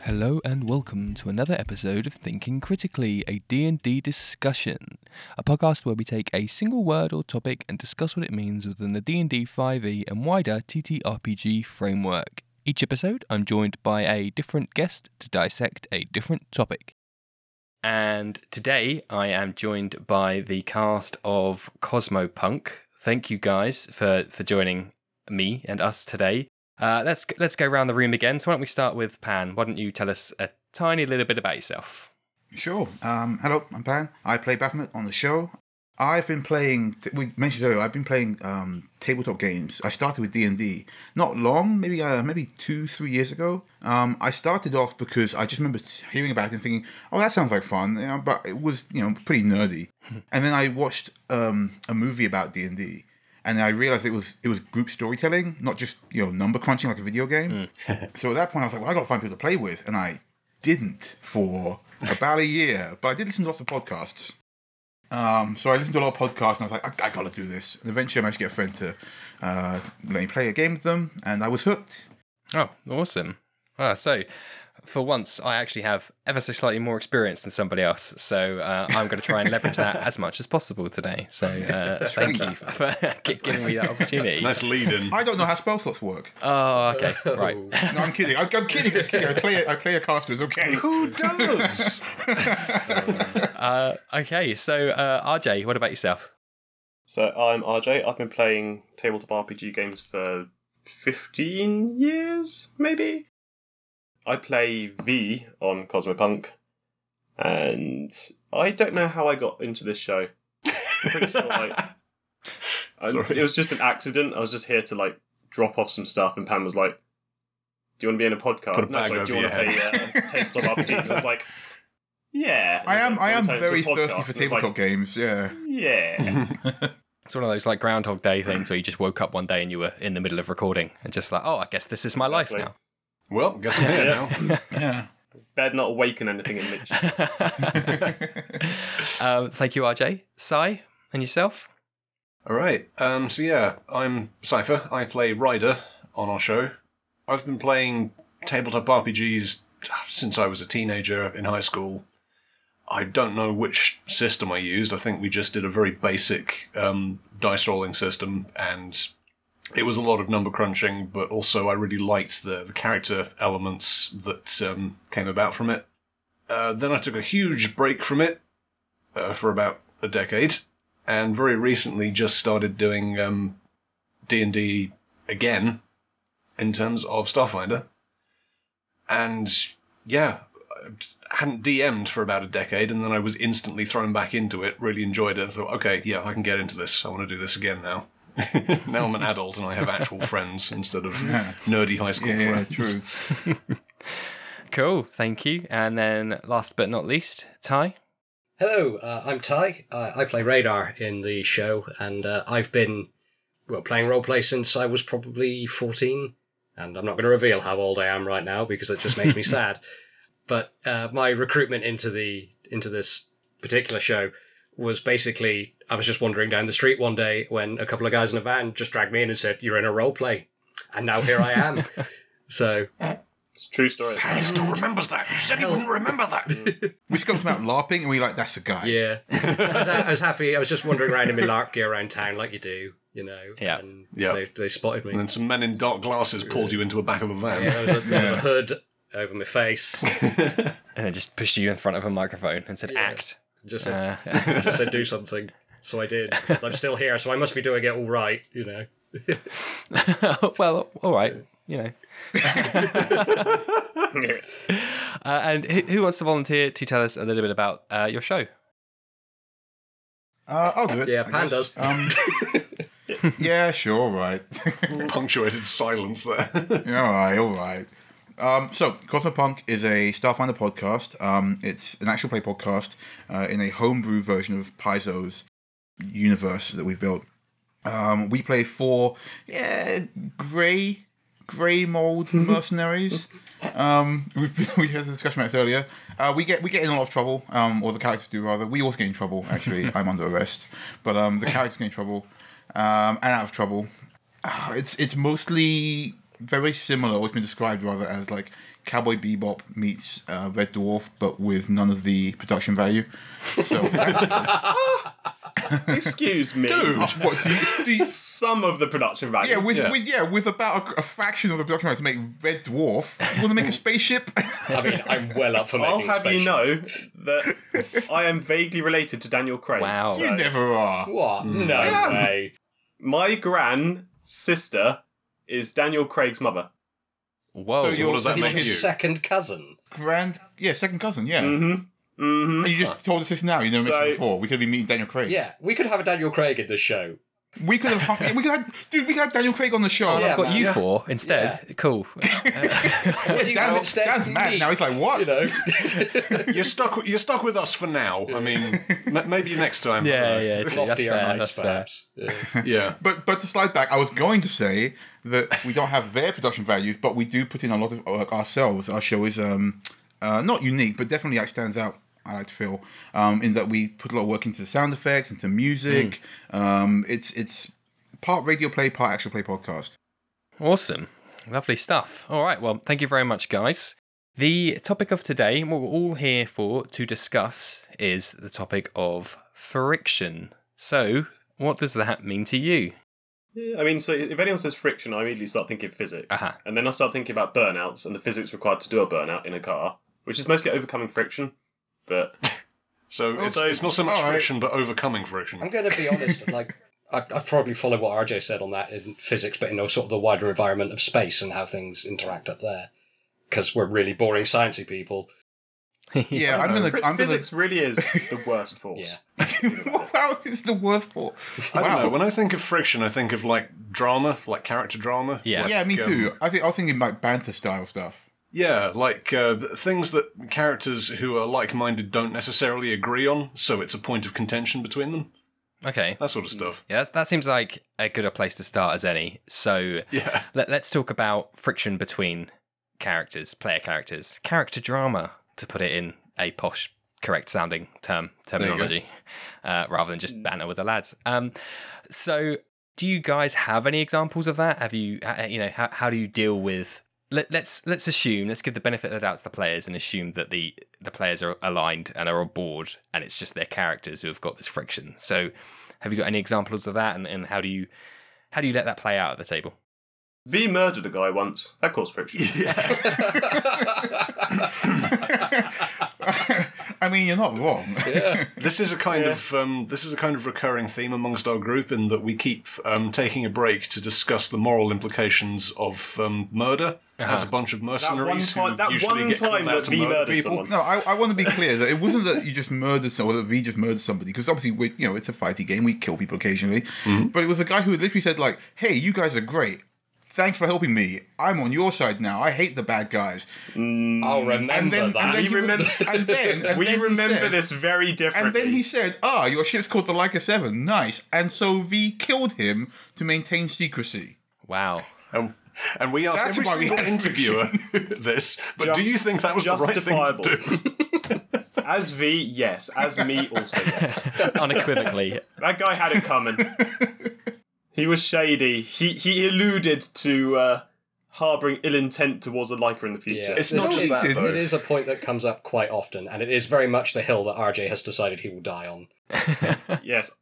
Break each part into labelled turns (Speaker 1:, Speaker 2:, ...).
Speaker 1: Hello and welcome to another episode of Thinking Critically, a D&D discussion, a podcast where we take a single word or topic and discuss what it means within the D&D 5e E and wider TTRPG framework. Each episode, I'm joined by a different guest to dissect a different topic. And today, I am joined by the cast of Cosmopunk. Thank you guys for for joining me and us today. Uh, let's let's go around the room again. So why don't we start with Pan? Why don't you tell us a tiny little bit about yourself?
Speaker 2: Sure. Um, hello, I'm Pan. I play Baphomet on the show. I've been playing. We mentioned earlier. I've been playing um, tabletop games. I started with D and D not long, maybe uh, maybe two, three years ago. Um, I started off because I just remember hearing about it and thinking, "Oh, that sounds like fun," you know, but it was you know pretty nerdy. and then I watched um, a movie about D and D, and I realized it was it was group storytelling, not just you know number crunching like a video game. so at that point, I was like, "Well, I got to find people to play with," and I didn't for about a year. But I did listen to lots of podcasts. Um, so I listened to a lot of podcasts, and I was like, I, I gotta do this. And eventually, I managed to get a friend to uh, let me play a game with them, and I was hooked.
Speaker 1: Oh, awesome! Ah, so for once, I actually have ever so slightly more experience than somebody else. So uh, I'm going to try and leverage that as much as possible today. So uh, thank you for gi- giving me that opportunity.
Speaker 3: Nice leading.
Speaker 2: I don't know how spell slots work.
Speaker 1: Oh, okay, right.
Speaker 2: No, I'm kidding. I'm, I'm kidding. I'm kidding. I play. I play a caster. It's okay.
Speaker 3: Who does?
Speaker 1: Uh, okay, so uh, RJ, what about yourself?
Speaker 4: So I'm RJ. I've been playing tabletop RPG games for 15 years, maybe. I play V on Cosmopunk, and I don't know how I got into this show. I'm pretty sure like, I'm- it was just an accident. I was just here to like drop off some stuff, and Pam was like, "Do you want to be in a podcast?"
Speaker 3: Put a bag
Speaker 4: sorry, do you
Speaker 3: over
Speaker 4: want
Speaker 3: your
Speaker 4: to play uh, tabletop RPGs? I was like, "Yeah."
Speaker 2: I am. I am
Speaker 4: Turn it to a
Speaker 2: very thirsty
Speaker 4: podcast.
Speaker 2: for
Speaker 4: And it's like,
Speaker 2: tabletop games. Yeah.
Speaker 4: Yeah.
Speaker 1: It's one of those like Groundhog Day things where you just woke up one day and you were in the middle of recording and just like, oh, I guess this is my life
Speaker 4: Exactly.
Speaker 1: now.
Speaker 3: Well, guess I'm here now.
Speaker 2: Yeah.
Speaker 4: Better not awaken anything in Mitch.
Speaker 1: Um, thank you, RJ. Sai, and yourself?
Speaker 3: All right. Um, so yeah, I'm Cipher. I play Ryder on our show. I've been playing tabletop RPGs since I was a teenager in high school. I don't know which system I used. I think we just did a very basic um, dice rolling system, and it was a lot of number crunching. But also, I really liked the, the character elements that um, came about from it. Uh, then I took a huge break from it uh, for about a decade and very recently just started doing um, D&D again in terms of Starfinder. And yeah, I hadn't DM'd for about a decade and then I was instantly thrown back into it, really enjoyed it. I thought, okay, yeah, I can get into this. I want to do this again now. now I'm an adult and I have actual friends instead of nerdy high school
Speaker 2: Yeah. yeah
Speaker 3: friends.
Speaker 2: true.
Speaker 1: Cool, thank you. And then last but not least, Ty.
Speaker 5: Hello, uh, I'm Ty. Uh, I play Radar in the show, and uh, I've been well playing roleplay since I was probably 14. And I'm not going to reveal how old I am right now because it just makes me sad. But uh, my recruitment into the into this particular show was basically I was just wandering down the street one day when a couple of guys in a van just dragged me in and said, "You're in a roleplay," and now here I am. so
Speaker 4: It's a true story.
Speaker 3: He still remembers that. You said he wouldn't remember that.
Speaker 2: We scoped him out larping, and we were like that's the guy.
Speaker 5: yeah, I, was, I was happy. I was just wandering around in my LARP gear around town, like you do, you know.
Speaker 1: Yeah.
Speaker 5: And
Speaker 3: Yeah.
Speaker 5: They, they spotted me.
Speaker 3: and then some men in dark glasses pulled you into a back of a van.
Speaker 5: Yeah, there, was a, there was a hood over my face.
Speaker 1: And then just pushed you in front of a microphone and said, act.
Speaker 5: Just said,
Speaker 1: Uh,
Speaker 5: just said, do something. So I did. I'm still here, so I must be doing it all right, you know.
Speaker 1: well, all right, you know. Uh, and who, who wants to volunteer to tell us a little bit about uh, your show?
Speaker 2: Uh, I'll do it.
Speaker 5: Yeah,
Speaker 2: I
Speaker 5: Pan
Speaker 2: guess.
Speaker 5: does.
Speaker 2: Um, yeah. Sure. Right.
Speaker 3: Punctuated silence there.
Speaker 2: Yeah, all right, all right. Um, so, Cosmopunk is a Starfinder podcast. Um, it's an actual play podcast uh, in a homebrew version of Paizo's universe that we've built. Um, we play four, yeah, grey, grey mold mercenaries. um, we've, we had a discussion about this earlier. Uh, we get we get in a lot of trouble, um, or the characters do rather. We also get in trouble. Actually, I'm under arrest, but um, the characters get in trouble um, and out of trouble. Ah, It's it's Oh, mostly very similar, or it's been described rather as like Cowboy Bebop meets uh, Red Dwarf, but with none of the production value. So,
Speaker 4: Excuse me.
Speaker 2: what do you, do you-
Speaker 4: Some of the production value.
Speaker 2: yeah, with,
Speaker 3: Yeah.
Speaker 2: with yeah, with about a, a fraction of the production value to make Red Dwarf, you want to make a spaceship?
Speaker 5: I mean, I'm well up for
Speaker 4: I'll
Speaker 5: making
Speaker 4: have you
Speaker 5: expansion.
Speaker 4: know that I am vaguely related to Daniel Craig.
Speaker 6: Wow.
Speaker 2: you never are.
Speaker 5: What?
Speaker 4: No
Speaker 5: No.
Speaker 2: Yeah.
Speaker 4: way. My gran sister is Daniel Craig's mother.
Speaker 6: Whoa.
Speaker 2: So you're-
Speaker 3: what does that
Speaker 2: so
Speaker 5: He's
Speaker 3: make
Speaker 2: you're
Speaker 3: you?
Speaker 5: his second cousin.
Speaker 2: Grand, yeah, second cousin, yeah.
Speaker 4: Mm-hmm. Mm-hmm.
Speaker 2: And you just told us this now. You never
Speaker 4: So-
Speaker 2: mentioned it before. We could be meeting Daniel Craig.
Speaker 5: Yeah, we could have a Daniel Craig in this show.
Speaker 2: we could have. hung- we could have, dude. We could have Daniel Craig on the show.
Speaker 5: Yeah,
Speaker 6: I've got
Speaker 5: man.
Speaker 6: you four instead. Cool.
Speaker 5: What do you
Speaker 2: Dan,
Speaker 5: instead
Speaker 2: Dan's
Speaker 5: of
Speaker 2: mad
Speaker 5: me?
Speaker 2: now. He's like, what?
Speaker 5: you know.
Speaker 3: You're stuck. with- You're stuck with us for now. I mean, m- maybe next time.
Speaker 6: yeah,
Speaker 3: uh,
Speaker 6: yeah. That's
Speaker 5: Loftier
Speaker 6: fair.
Speaker 5: heights,
Speaker 6: That's fair.
Speaker 5: perhaps. Yeah.
Speaker 3: yeah.
Speaker 2: But but to slide back, I was going to say that we don't have their production values, but we do put in a lot of work ourselves. Our show is um, uh, not unique, but definitely like stands out. I like to feel um, in that we put a lot of work into the sound effects, into music.
Speaker 3: Mm.
Speaker 2: Um, it's it's part radio play, part actual play podcast.
Speaker 6: Awesome. Lovely stuff. All right. Well, thank you very much, guys. The topic of today, what we're all here for to discuss, is the topic of friction. So, what does that mean to you?
Speaker 4: Yeah, I mean, so if anyone says friction, I immediately start thinking physics.
Speaker 6: Uh-huh.
Speaker 4: And then I start thinking about burnouts and the physics required to do a burnout in a car, which is mostly overcoming friction. But
Speaker 3: So it's,
Speaker 4: so-
Speaker 3: it's not so much
Speaker 2: all right.
Speaker 3: friction, but overcoming friction.
Speaker 5: I'm going to be honest. Like, I, I probably follow what RJ said on that in physics, but in a sort of the wider environment of space and how things interact up there, because we're really boring sciencey people.
Speaker 2: Yeah, I'm gonna. I'm gonna.
Speaker 4: physics really is the worst force.
Speaker 5: Yeah.
Speaker 2: wow, it's the worst for.
Speaker 3: I don't know.
Speaker 2: Wow.
Speaker 3: When I think of friction, I think of like drama, like character drama.
Speaker 6: Yeah.
Speaker 3: Like,
Speaker 2: Yeah, me
Speaker 3: um,
Speaker 2: too. I think I was thinking like banter style stuff.
Speaker 3: Yeah, like uh, things that characters who are like-minded don't necessarily agree on, so it's a point of contention between them.
Speaker 6: Okay.
Speaker 3: That sort of stuff.
Speaker 6: Yeah, that, that seems like a good a place to start as any. So,
Speaker 3: Yeah.
Speaker 6: let, let's talk about friction between characters, player characters, character drama, to put it in a posh, correct sounding term
Speaker 3: you go. Mm.
Speaker 6: terminology, uh, rather than just banter with the lads. Um, so, do you guys have any examples of that? Have you, h- you know, how, how do you deal with? Let, let's let's assume, let's give the benefit of the doubt to the players and assume that the the players are aligned and are on board, and it's just their characters who have got this friction. So, have you got any examples of that, and, and how do you how do you let that play out at the table?
Speaker 4: V murdered a guy once. That caused friction.
Speaker 2: I mean, you're not wrong.
Speaker 3: This is a kind of um, this is a kind of recurring theme amongst our group in that we keep um, taking a break to discuss the moral implications of um, murder as a bunch of
Speaker 4: Uh-huh. That one
Speaker 3: mercenaries
Speaker 4: time,
Speaker 3: who
Speaker 4: that
Speaker 3: usually
Speaker 4: one
Speaker 3: get called
Speaker 4: time
Speaker 3: out
Speaker 4: that
Speaker 3: to
Speaker 4: V
Speaker 3: murder
Speaker 4: murdered
Speaker 3: people.
Speaker 4: someone.
Speaker 2: No, I, I want to be clear that it wasn't that you just murdered someone, or that V just murdered somebody, because obviously, we you know, it's a fighty game, we kill people occasionally.
Speaker 4: Mm-hmm.
Speaker 2: But it was a guy who literally said, like, hey, you guys are great. Thanks for helping me. I'm on your side now. I hate the bad guys.
Speaker 5: I'll remember
Speaker 2: And then, and then,
Speaker 5: that.
Speaker 4: We
Speaker 2: he was-
Speaker 4: remember-
Speaker 2: and then, and
Speaker 4: we
Speaker 2: then he
Speaker 4: remember
Speaker 2: said-
Speaker 4: this very differently.
Speaker 2: And then he said, ah, your ship's called the Leica 7. Nice. And so V killed him to maintain secrecy.
Speaker 6: Wow.
Speaker 3: And, and we asked
Speaker 2: That's
Speaker 3: every
Speaker 2: why we
Speaker 3: single
Speaker 2: had
Speaker 3: interviewer this, but do
Speaker 4: Just-
Speaker 3: you think that was the right thing
Speaker 4: justifiable.
Speaker 3: to do?
Speaker 4: As V, yes. As me, also yes.
Speaker 6: unequivocally.
Speaker 4: That guy had it coming. he was shady. He he alluded to uh, harboring ill intent towards a liker in the future.
Speaker 5: Yeah,
Speaker 3: It's
Speaker 5: this
Speaker 3: not just
Speaker 5: is-
Speaker 2: that,
Speaker 5: it's-
Speaker 2: though.
Speaker 5: It is a point that comes up quite often, and it is very much the hill that RJ has decided he will die on.
Speaker 4: Yes,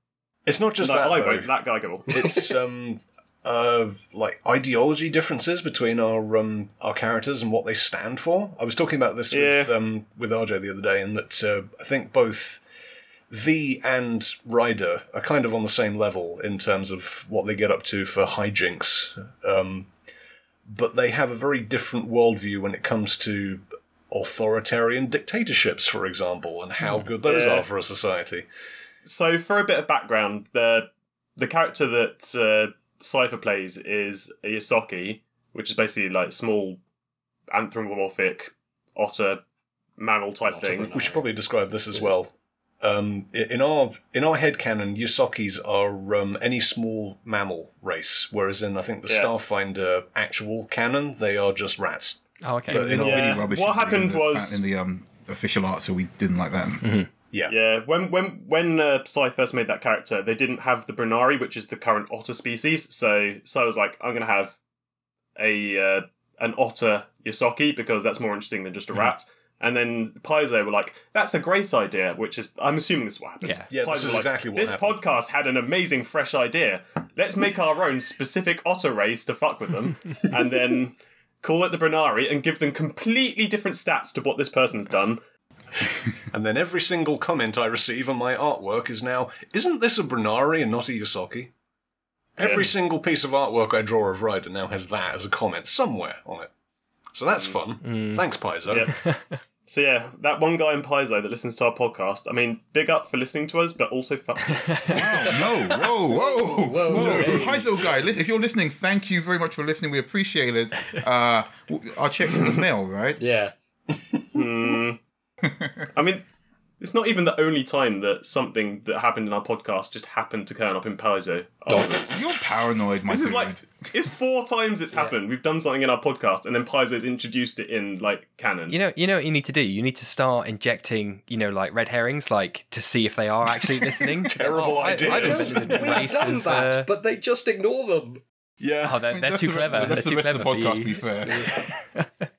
Speaker 3: It's not just
Speaker 4: no,
Speaker 3: that.
Speaker 4: I
Speaker 3: though.
Speaker 4: won't. That guy go.
Speaker 3: it's um uh like ideology differences between our um our characters and what they stand for. I was talking about this with
Speaker 4: Yeah.
Speaker 3: um with RJ the other day, and that uh, I think both V and Ryder are kind of on the same level in terms of what they get up to for hijinks. Um, but they have a very different worldview when it comes to authoritarian dictatorships, for example, and how good those
Speaker 4: Hmm. Yeah.
Speaker 3: are for a society.
Speaker 4: So for a bit of background, the the character that uh, Cipher plays is a Yosaki, which is basically like small anthropomorphic otter mammal type
Speaker 5: Otter,
Speaker 4: thing.
Speaker 5: but
Speaker 3: We should probably describe this as well. Um, i- in our in our headcanon, Yusokis are um, any small mammal race, whereas in I think the
Speaker 4: Yeah.
Speaker 3: Starfinder actual canon, they are just rats.
Speaker 6: Oh, okay.
Speaker 2: But they're not
Speaker 4: Yeah.
Speaker 2: really rubbish.
Speaker 4: What
Speaker 2: in the-
Speaker 4: happened
Speaker 2: in the,
Speaker 4: was-
Speaker 2: in the um, official art, so we didn't like that.
Speaker 3: Yeah,
Speaker 4: Yeah, when when when uh, Psy first made that character, they didn't have the Brunari, which is the current otter species. So Psy was like, "I'm gonna have a uh, an otter Yosaki because that's more interesting than just a rat. And then Paizo were like, "That's a great idea," which is I'm assuming this is what happened.
Speaker 6: Yeah.
Speaker 3: Yeah, this
Speaker 4: Paizo
Speaker 3: is
Speaker 4: were
Speaker 3: exactly what
Speaker 4: this
Speaker 3: happened."
Speaker 4: podcast had an amazing fresh idea. Let's make our own specific otter race to fuck with them, and then call it the Brenari and give them completely different stats to what this person's done.
Speaker 3: And then every single comment I receive on my artwork is now, isn't this a Brunari and not a Yosaki? Every
Speaker 4: Yeah.
Speaker 3: single piece of artwork I draw of Ryder now has that as a comment somewhere on it. So that's fun. Thanks, Paizo.
Speaker 4: Mm. Yeah. So yeah, that one guy in Paizo that listens to our podcast. I mean, big up for listening to us, but also fuck. you.
Speaker 2: Wow, no, whoa, whoa, whoa.
Speaker 5: Whoa,
Speaker 2: whoa.
Speaker 5: whoa.
Speaker 2: Paizo guy, li- if you're listening, thank you very much for listening. We appreciate it. Uh, w- our check's in the mail, right?
Speaker 5: Yeah.
Speaker 4: I mean, it's not even the only time that something that happened in our podcast just happened to turn up in Paizo. afterwards.
Speaker 2: You're paranoid, my
Speaker 4: This is
Speaker 2: dude.
Speaker 4: like it's four times it's happened. We've done something in our podcast, and then Paizo's introduced it in like canon.
Speaker 6: You know, you know what you need to do. You need to start injecting, you know, like red herrings, like to see if they are actually listening. Oh,
Speaker 3: Terrible
Speaker 6: I- I
Speaker 3: ideas.
Speaker 6: invented a
Speaker 5: We've
Speaker 6: race
Speaker 5: done
Speaker 6: of, uh,
Speaker 5: that, but they just ignore them.
Speaker 3: Yeah.
Speaker 6: Oh, they're,
Speaker 2: I mean,
Speaker 6: they're
Speaker 2: that's
Speaker 6: too
Speaker 2: the rest
Speaker 6: clever.
Speaker 2: Of, the- that's
Speaker 6: they're
Speaker 2: the
Speaker 6: too
Speaker 2: rest of the
Speaker 6: clever.
Speaker 2: podcast, to
Speaker 6: for
Speaker 2: be
Speaker 6: you.
Speaker 2: fair.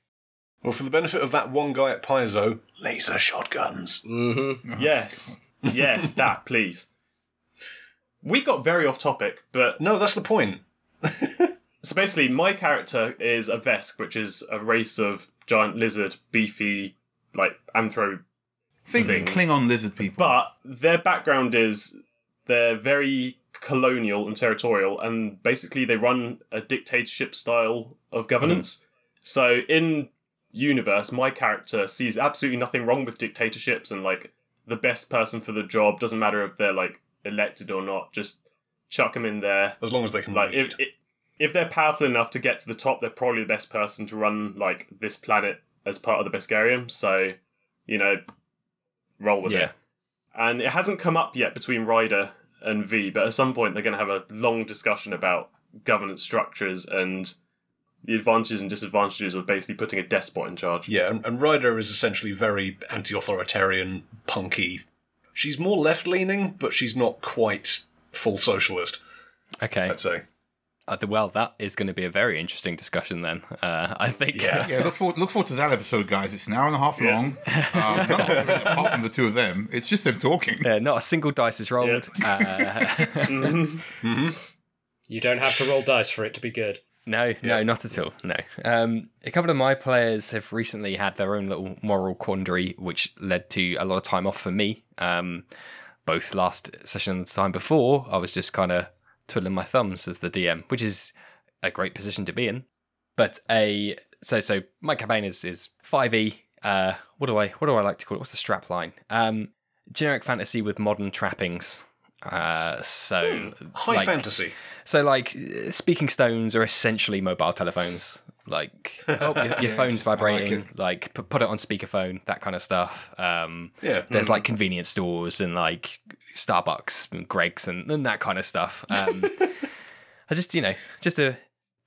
Speaker 3: Well, for the benefit of that one guy at Paizo, laser shotguns.
Speaker 5: Mm-hmm.
Speaker 4: Yes, yes, that please. We got very off topic, but
Speaker 3: No, that's the point.
Speaker 4: so basically, my character is a Vesk, which is a race of giant lizard, beefy, like anthro
Speaker 2: Think
Speaker 4: Things.
Speaker 2: Klingon lizard people.
Speaker 4: but their background is they're very colonial and territorial, and basically they run a dictatorship style of governance. So in universe, my character sees absolutely nothing wrong with dictatorships, and like the best person for the job doesn't matter if they're like elected or not. Just chuck them in there.
Speaker 3: As long as they can
Speaker 4: Like
Speaker 3: read.
Speaker 4: if, if if they're powerful enough to get to the top, they're probably the best person to run like this planet as part of the Beskarium. So you know, roll with
Speaker 6: Yeah.
Speaker 4: it. And it hasn't come up yet between Ryder and V, but at some point they're going to have a long discussion about governance structures and the advantages and disadvantages of basically putting a despot in charge.
Speaker 3: Yeah, and, and Ryder is essentially very anti authoritarian, punky. She's more left leaning, but she's not quite full socialist,
Speaker 6: Okay.
Speaker 3: I'd say.
Speaker 6: Uh, th- well, that is going to be a very interesting discussion then. Uh, I think.
Speaker 3: Yeah.
Speaker 2: yeah, look forward, look forward to that episode, guys. It's an hour and a half
Speaker 4: Yeah.
Speaker 2: long. Um, none of us are in, apart from the two of them, it's just them talking.
Speaker 6: Yeah, not a single dice is rolled. Uh,
Speaker 4: Mhm.
Speaker 5: You don't have to roll dice for it to be good.
Speaker 6: no, no, not at all. No. Um, a couple of my players have recently had their own little moral quandary, which led to a lot of time off for me. Um, both last session and the time before, I was just kind of twiddling my thumbs as the DM, which is a great position to be in. But a so so my campaign is is five e. Uh, what do I what do I like to call it? What's the strap line? Um, generic fantasy with modern trappings. Uh, so
Speaker 3: Hmm. High
Speaker 6: like-
Speaker 3: fantasy.
Speaker 6: so like uh, speaking stones are essentially mobile telephones. Like oh, your, your
Speaker 2: Yes,
Speaker 6: phone's
Speaker 2: I like
Speaker 6: vibrating. Like, pu- put it on speakerphone. That kind of stuff. Um,
Speaker 3: Yeah.
Speaker 6: there's like convenience stores and like Starbucks and Greg's and, and that kind of stuff. Um, I just you know just to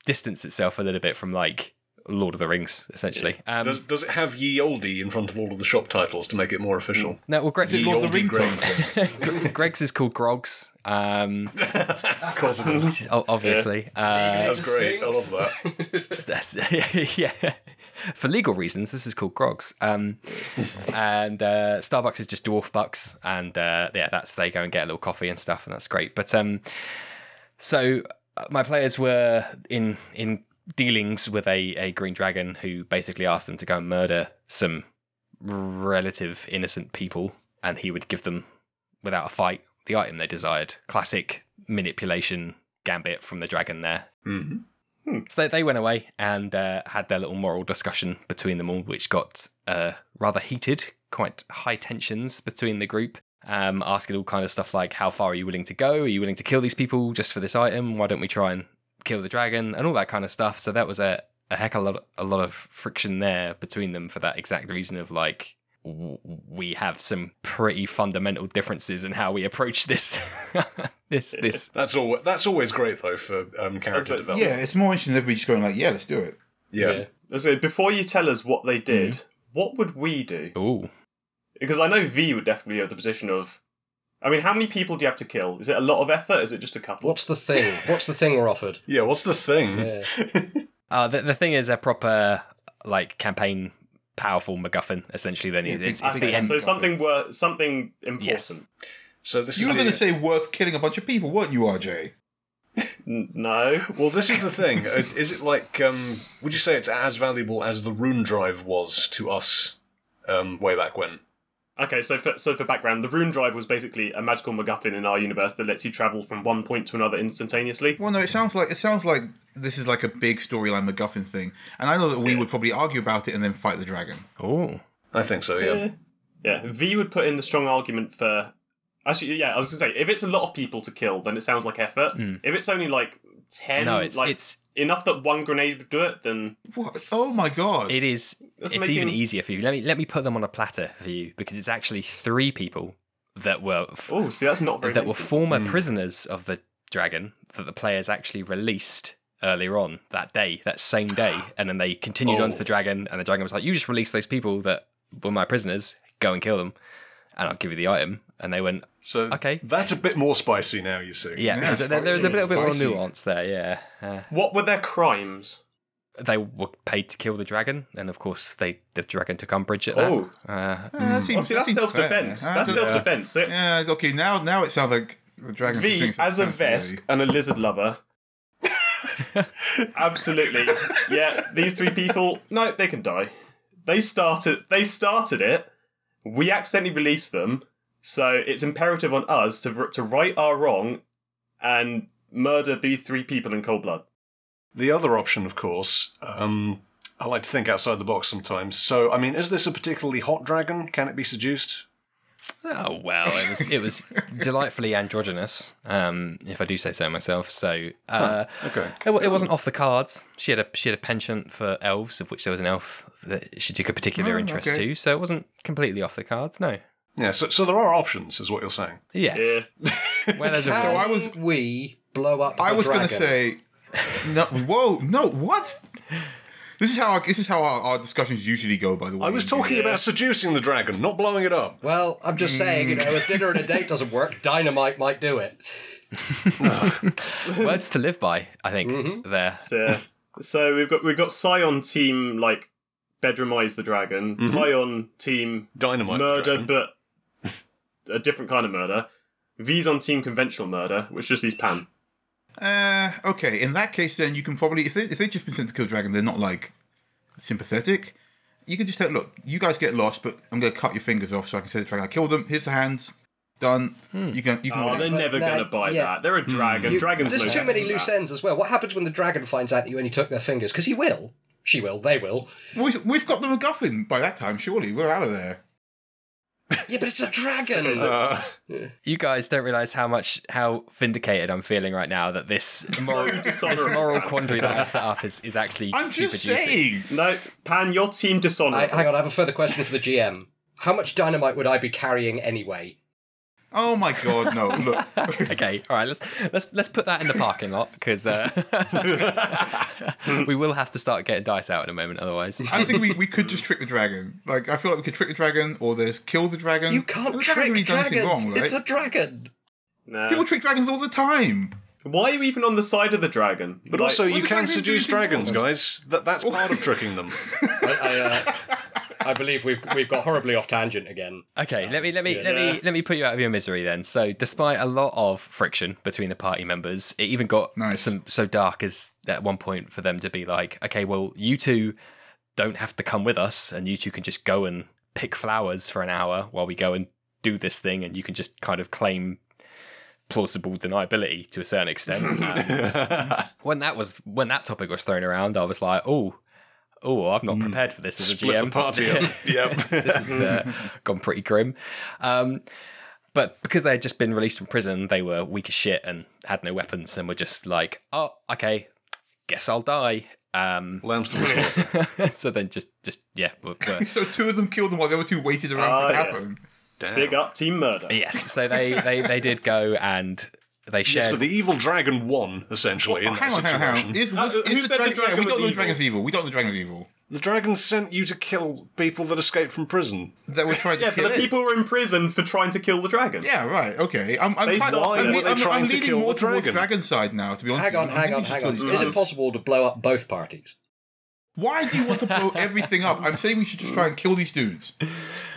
Speaker 6: distance itself a little bit from like Lord of the Rings essentially. Um,
Speaker 3: Does, does it have ye olde in front of all of the shop titles to make it more official?
Speaker 6: no, well, Greg,
Speaker 2: Is it Lord of the
Speaker 3: oldie
Speaker 2: Rings
Speaker 3: Greg.
Speaker 2: times?
Speaker 6: Greg's is called Grogs, um,
Speaker 3: Of course it is.
Speaker 6: which is o- obviously. Uh,
Speaker 3: That's great. I love that.
Speaker 6: That's- yeah. For legal reasons, this is called Grogs. Um, and uh, Starbucks is just Dwarf Bucks, and uh, yeah, that's they go and get a little coffee and stuff, and that's great. But um, so uh, my players were in in dealings with a a green dragon who basically asked them to go and murder some relative innocent people, and he would give them without a fight the item they desired. Classic manipulation gambit from the dragon there.
Speaker 3: Mhm.
Speaker 6: So they, they went away and uh, had their little moral discussion between them all, which got uh, rather heated, quite high tensions between the group, um, asking all kind of stuff like, how far are you willing to go? Are you willing to kill these people just for this item? Why don't we try and kill the dragon? And all that kind of stuff. So that was a, a heck of a lot, a lot of friction there between them for that exact reason of like, w- we have some pretty fundamental differences in how we approach this this this
Speaker 3: That's all. That's always great though for um, character
Speaker 4: That's it.
Speaker 3: development.
Speaker 2: Yeah, it's more interesting than everybody just going like, yeah, let's do it.
Speaker 3: Yeah.
Speaker 4: Let's say, before you tell us what they did,
Speaker 6: Mm.
Speaker 4: what would we do?
Speaker 6: ooh
Speaker 4: Because I know V would definitely have the position of. I mean, how many people do you have to kill? Is it a lot of effort? Is it just a couple?
Speaker 5: What's the thing? What's the thing we're offered?
Speaker 3: Yeah, What's the thing?
Speaker 5: Yeah.
Speaker 6: Uh, the, the thing is, a proper like campaign powerful MacGuffin. Essentially, then
Speaker 2: Yeah,
Speaker 6: it- it's,
Speaker 2: big-
Speaker 6: it's the
Speaker 2: big
Speaker 6: end.
Speaker 2: MacGuffin.
Speaker 4: so something wor- something important.
Speaker 6: Yes.
Speaker 3: So this
Speaker 2: You
Speaker 3: is
Speaker 2: were
Speaker 3: the-
Speaker 2: going to say worth killing a bunch of people, weren't you, RJ?
Speaker 4: N- no.
Speaker 3: Well, this is the thing. Uh, is it like? Um, would you say it's as valuable as the Rune Drive was to us um, way back when?
Speaker 4: Okay, so for, so for background, the rune drive was basically a magical MacGuffin in our universe that lets you travel from one point to another instantaneously.
Speaker 2: Well, no, it sounds like it sounds like this is like a big storyline MacGuffin thing, and I know that we would probably argue about it and then fight the dragon.
Speaker 6: Oh,
Speaker 3: I think so. Yeah.
Speaker 4: Yeah, V would put in the strong argument for. Actually, yeah, I was gonna say if it's a lot of people to kill, then it sounds like effort. If it's only like ten,
Speaker 6: Hmm. No, it's-
Speaker 4: like
Speaker 6: it's-
Speaker 4: enough that one grenade would do it, then
Speaker 2: What? Oh my god!
Speaker 6: it is.
Speaker 4: That's
Speaker 6: it's even
Speaker 4: making-
Speaker 6: easier for you. Let me let me put them on a platter for you because it's actually three people that were f-
Speaker 4: oh, see, that's not very.
Speaker 6: that
Speaker 4: many
Speaker 6: were
Speaker 4: people.
Speaker 6: former prisoners of the dragon that the players actually released earlier on that day, that same day, and then they continued on to the
Speaker 4: Oh.
Speaker 6: dragon, and the dragon was like, "You just released those people that were my prisoners. Go and kill them, and I'll give you the item." And they went,
Speaker 3: So
Speaker 6: Okay.
Speaker 3: that's a bit more spicy now. You see.
Speaker 6: "Yeah."
Speaker 2: Yeah,
Speaker 6: so there, there was a
Speaker 2: spicy,
Speaker 6: little bit more
Speaker 2: spicy.
Speaker 6: nuance there. Yeah, Uh,
Speaker 4: What were their crimes?
Speaker 6: they were paid to kill the dragon, and of course, they the dragon took umbrage at that.
Speaker 4: Oh.
Speaker 6: Uh,
Speaker 2: Yeah, that
Speaker 4: Oh,
Speaker 2: seems-
Speaker 4: see,
Speaker 2: that
Speaker 4: that's
Speaker 2: seems
Speaker 4: self defense.
Speaker 2: fair.
Speaker 4: That's
Speaker 2: Uh,
Speaker 4: self defense.
Speaker 2: Yeah, okay, now now it sounds like the dragon.
Speaker 4: V as a Vesk and a lizard lover. Absolutely. Yeah, these three people, no, they can die. They started they started it. We accidentally released them. So it's imperative on us to to right our wrong and murder these three people in cold blood.
Speaker 3: The other option, of course, um, I like to think outside the box sometimes. So, I mean, is this a particularly hot dragon? Can it be seduced?
Speaker 6: Oh well, it was it was delightfully androgynous, um, if I do say so myself. So uh,
Speaker 3: Okay.
Speaker 6: it, wa- it wasn't off the cards. She had a she had a penchant for elves, of which there was an elf that she took a particular
Speaker 2: Oh,
Speaker 6: interest
Speaker 2: okay.
Speaker 6: to. So it wasn't completely off the cards. No.
Speaker 3: Yeah. So, so there are options, is what you're saying.
Speaker 6: Yes. Where there's a
Speaker 2: So
Speaker 6: will.
Speaker 2: I was
Speaker 5: We blow up.
Speaker 2: I
Speaker 5: the
Speaker 2: was going to
Speaker 5: dragon.
Speaker 2: say, no, whoa, no, what? This is how our, this is how our, our discussions usually go. By the way,
Speaker 3: I was talking about seducing the dragon, not blowing it up.
Speaker 5: Well, I'm just saying, you know, if dinner and a date doesn't work, dynamite might do it.
Speaker 6: words to live by. I think there.
Speaker 4: So, so we've got we've got Scion team like bedroomize the dragon, Tyon team
Speaker 3: Dynamite. the
Speaker 4: murder,
Speaker 3: dragon.
Speaker 4: but a different kind of murder. V's on team conventional murder, which just leaves Pan.
Speaker 2: Uh, okay, in that case, then you can probably if they if they've just been sent to kill the dragon, they're not like sympathetic. You can just tell, look, you guys get lost, but I'm going to cut your fingers off so I can say to the dragon, I killed them. Here's the hands. Done.
Speaker 6: Hmm.
Speaker 2: You can you can.
Speaker 4: Oh,
Speaker 2: win it.
Speaker 4: they're never
Speaker 5: no,
Speaker 4: gonna buy
Speaker 5: yeah.
Speaker 4: that. They're
Speaker 3: Hmm.
Speaker 4: a dragon.
Speaker 5: You-
Speaker 4: Dragons.
Speaker 5: There's
Speaker 4: know that.
Speaker 5: too many loose ends as well. What happens when the dragon finds out that you only took their fingers? Because he will. She will. They will.
Speaker 2: We've, we've got the MacGuffin by that time. Surely we're out of there.
Speaker 5: Yeah, but it's a dragon.
Speaker 3: Uh,
Speaker 6: You guys don't realize how much how vindicated I'm feeling right now that this moral, this
Speaker 4: dishonorable.
Speaker 6: moral quandary that I've set up is is actually
Speaker 2: I'm
Speaker 6: super
Speaker 2: just
Speaker 6: juicy.
Speaker 2: saying.
Speaker 4: No, Pan, your team dishonored.
Speaker 5: I, hang on, I have a further question for the GM. How much dynamite would I be carrying anyway?
Speaker 2: Oh my god, no! Look,
Speaker 6: okay, all right. Let's let's let's put that in the parking lot because uh, we will have to start getting dice out in a moment. Otherwise,
Speaker 2: I think we, we could just trick the dragon. Like I feel like we could trick the dragon, or there's kill the dragon.
Speaker 5: You can't
Speaker 2: the
Speaker 5: trick
Speaker 2: dragon really done anything
Speaker 5: dragons.
Speaker 2: wrong, right?
Speaker 5: It's a dragon.
Speaker 4: Nah.
Speaker 2: People trick dragons all the time.
Speaker 4: Why are you even on the side of the dragon?
Speaker 3: but
Speaker 4: Like,
Speaker 3: also, you
Speaker 2: the
Speaker 3: can
Speaker 2: dragon do
Speaker 3: seduce
Speaker 2: to the
Speaker 3: dragons,
Speaker 2: walls?
Speaker 3: guys. That, that's part of tricking them.
Speaker 5: I, I, uh, I believe we've we've got horribly off tangent again.
Speaker 6: okay. Let me let me let
Speaker 4: Yeah.
Speaker 6: me let me put you out of your misery then. So, despite a lot of friction between the party members, it even got
Speaker 2: Nice.
Speaker 6: some so dark as at one point for them to be like, okay, well, you two don't have to come with us, and you two can just go and pick flowers for an hour while we go and do this thing, and you can just kind of claim plausible deniability to a certain extent. Um, when that was when that topic was thrown around, I was like, oh, oh, I've not prepared for this as a
Speaker 3: Hmm. Split
Speaker 6: GM.
Speaker 3: the party up. Yep.
Speaker 6: this has uh,
Speaker 3: Mm-hmm.
Speaker 6: gone pretty grim. Um, but because they had just been released from prison, they were weak as shit and had no weapons and were just like, oh, okay, guess I'll die. Um,
Speaker 3: Lambs to the slaughter.
Speaker 6: so then just just yeah, we
Speaker 2: So two of them killed them while the other two waited around for it
Speaker 4: Ah,
Speaker 2: to
Speaker 4: yeah.
Speaker 2: happen.
Speaker 3: Damn.
Speaker 4: big up team murder.
Speaker 6: yes. So they they they did go and They shared.
Speaker 3: Yes, but the evil dragon won essentially
Speaker 2: Oh,
Speaker 3: in that
Speaker 2: hang on, hang on,
Speaker 3: situation.
Speaker 2: hang on. Is,
Speaker 3: Uh,
Speaker 2: was,
Speaker 3: who
Speaker 2: is the
Speaker 3: said the
Speaker 2: dragon, yeah,
Speaker 3: dragon
Speaker 2: we don't
Speaker 3: was
Speaker 2: know the
Speaker 3: evil?
Speaker 2: dragon's evil. We don't know the dragon's evil.
Speaker 3: The dragon sent you to kill people that escaped from prison.
Speaker 2: That we're trying to
Speaker 4: Yeah, but
Speaker 2: kill
Speaker 4: the
Speaker 2: it.
Speaker 4: people were in prison for trying to kill the dragon.
Speaker 2: Yeah, right. Okay. I'm, I'm,
Speaker 4: They
Speaker 2: trying,
Speaker 4: started
Speaker 2: I'm,
Speaker 4: it.
Speaker 2: I'm,
Speaker 4: Were
Speaker 3: they
Speaker 2: I'm,
Speaker 3: trying to
Speaker 2: leaning
Speaker 3: kill
Speaker 2: more
Speaker 3: the
Speaker 2: towards
Speaker 3: dragon?
Speaker 2: dragon side now. To be honest,
Speaker 5: Hang on,
Speaker 2: with you. I
Speaker 5: hang on,
Speaker 2: think we
Speaker 5: hang
Speaker 2: should
Speaker 5: on.
Speaker 2: kill
Speaker 5: Is
Speaker 2: these
Speaker 5: it
Speaker 2: guys.
Speaker 5: possible to blow up both parties?
Speaker 2: Why do you want to blow everything up? I'm saying we should just try and kill these dudes.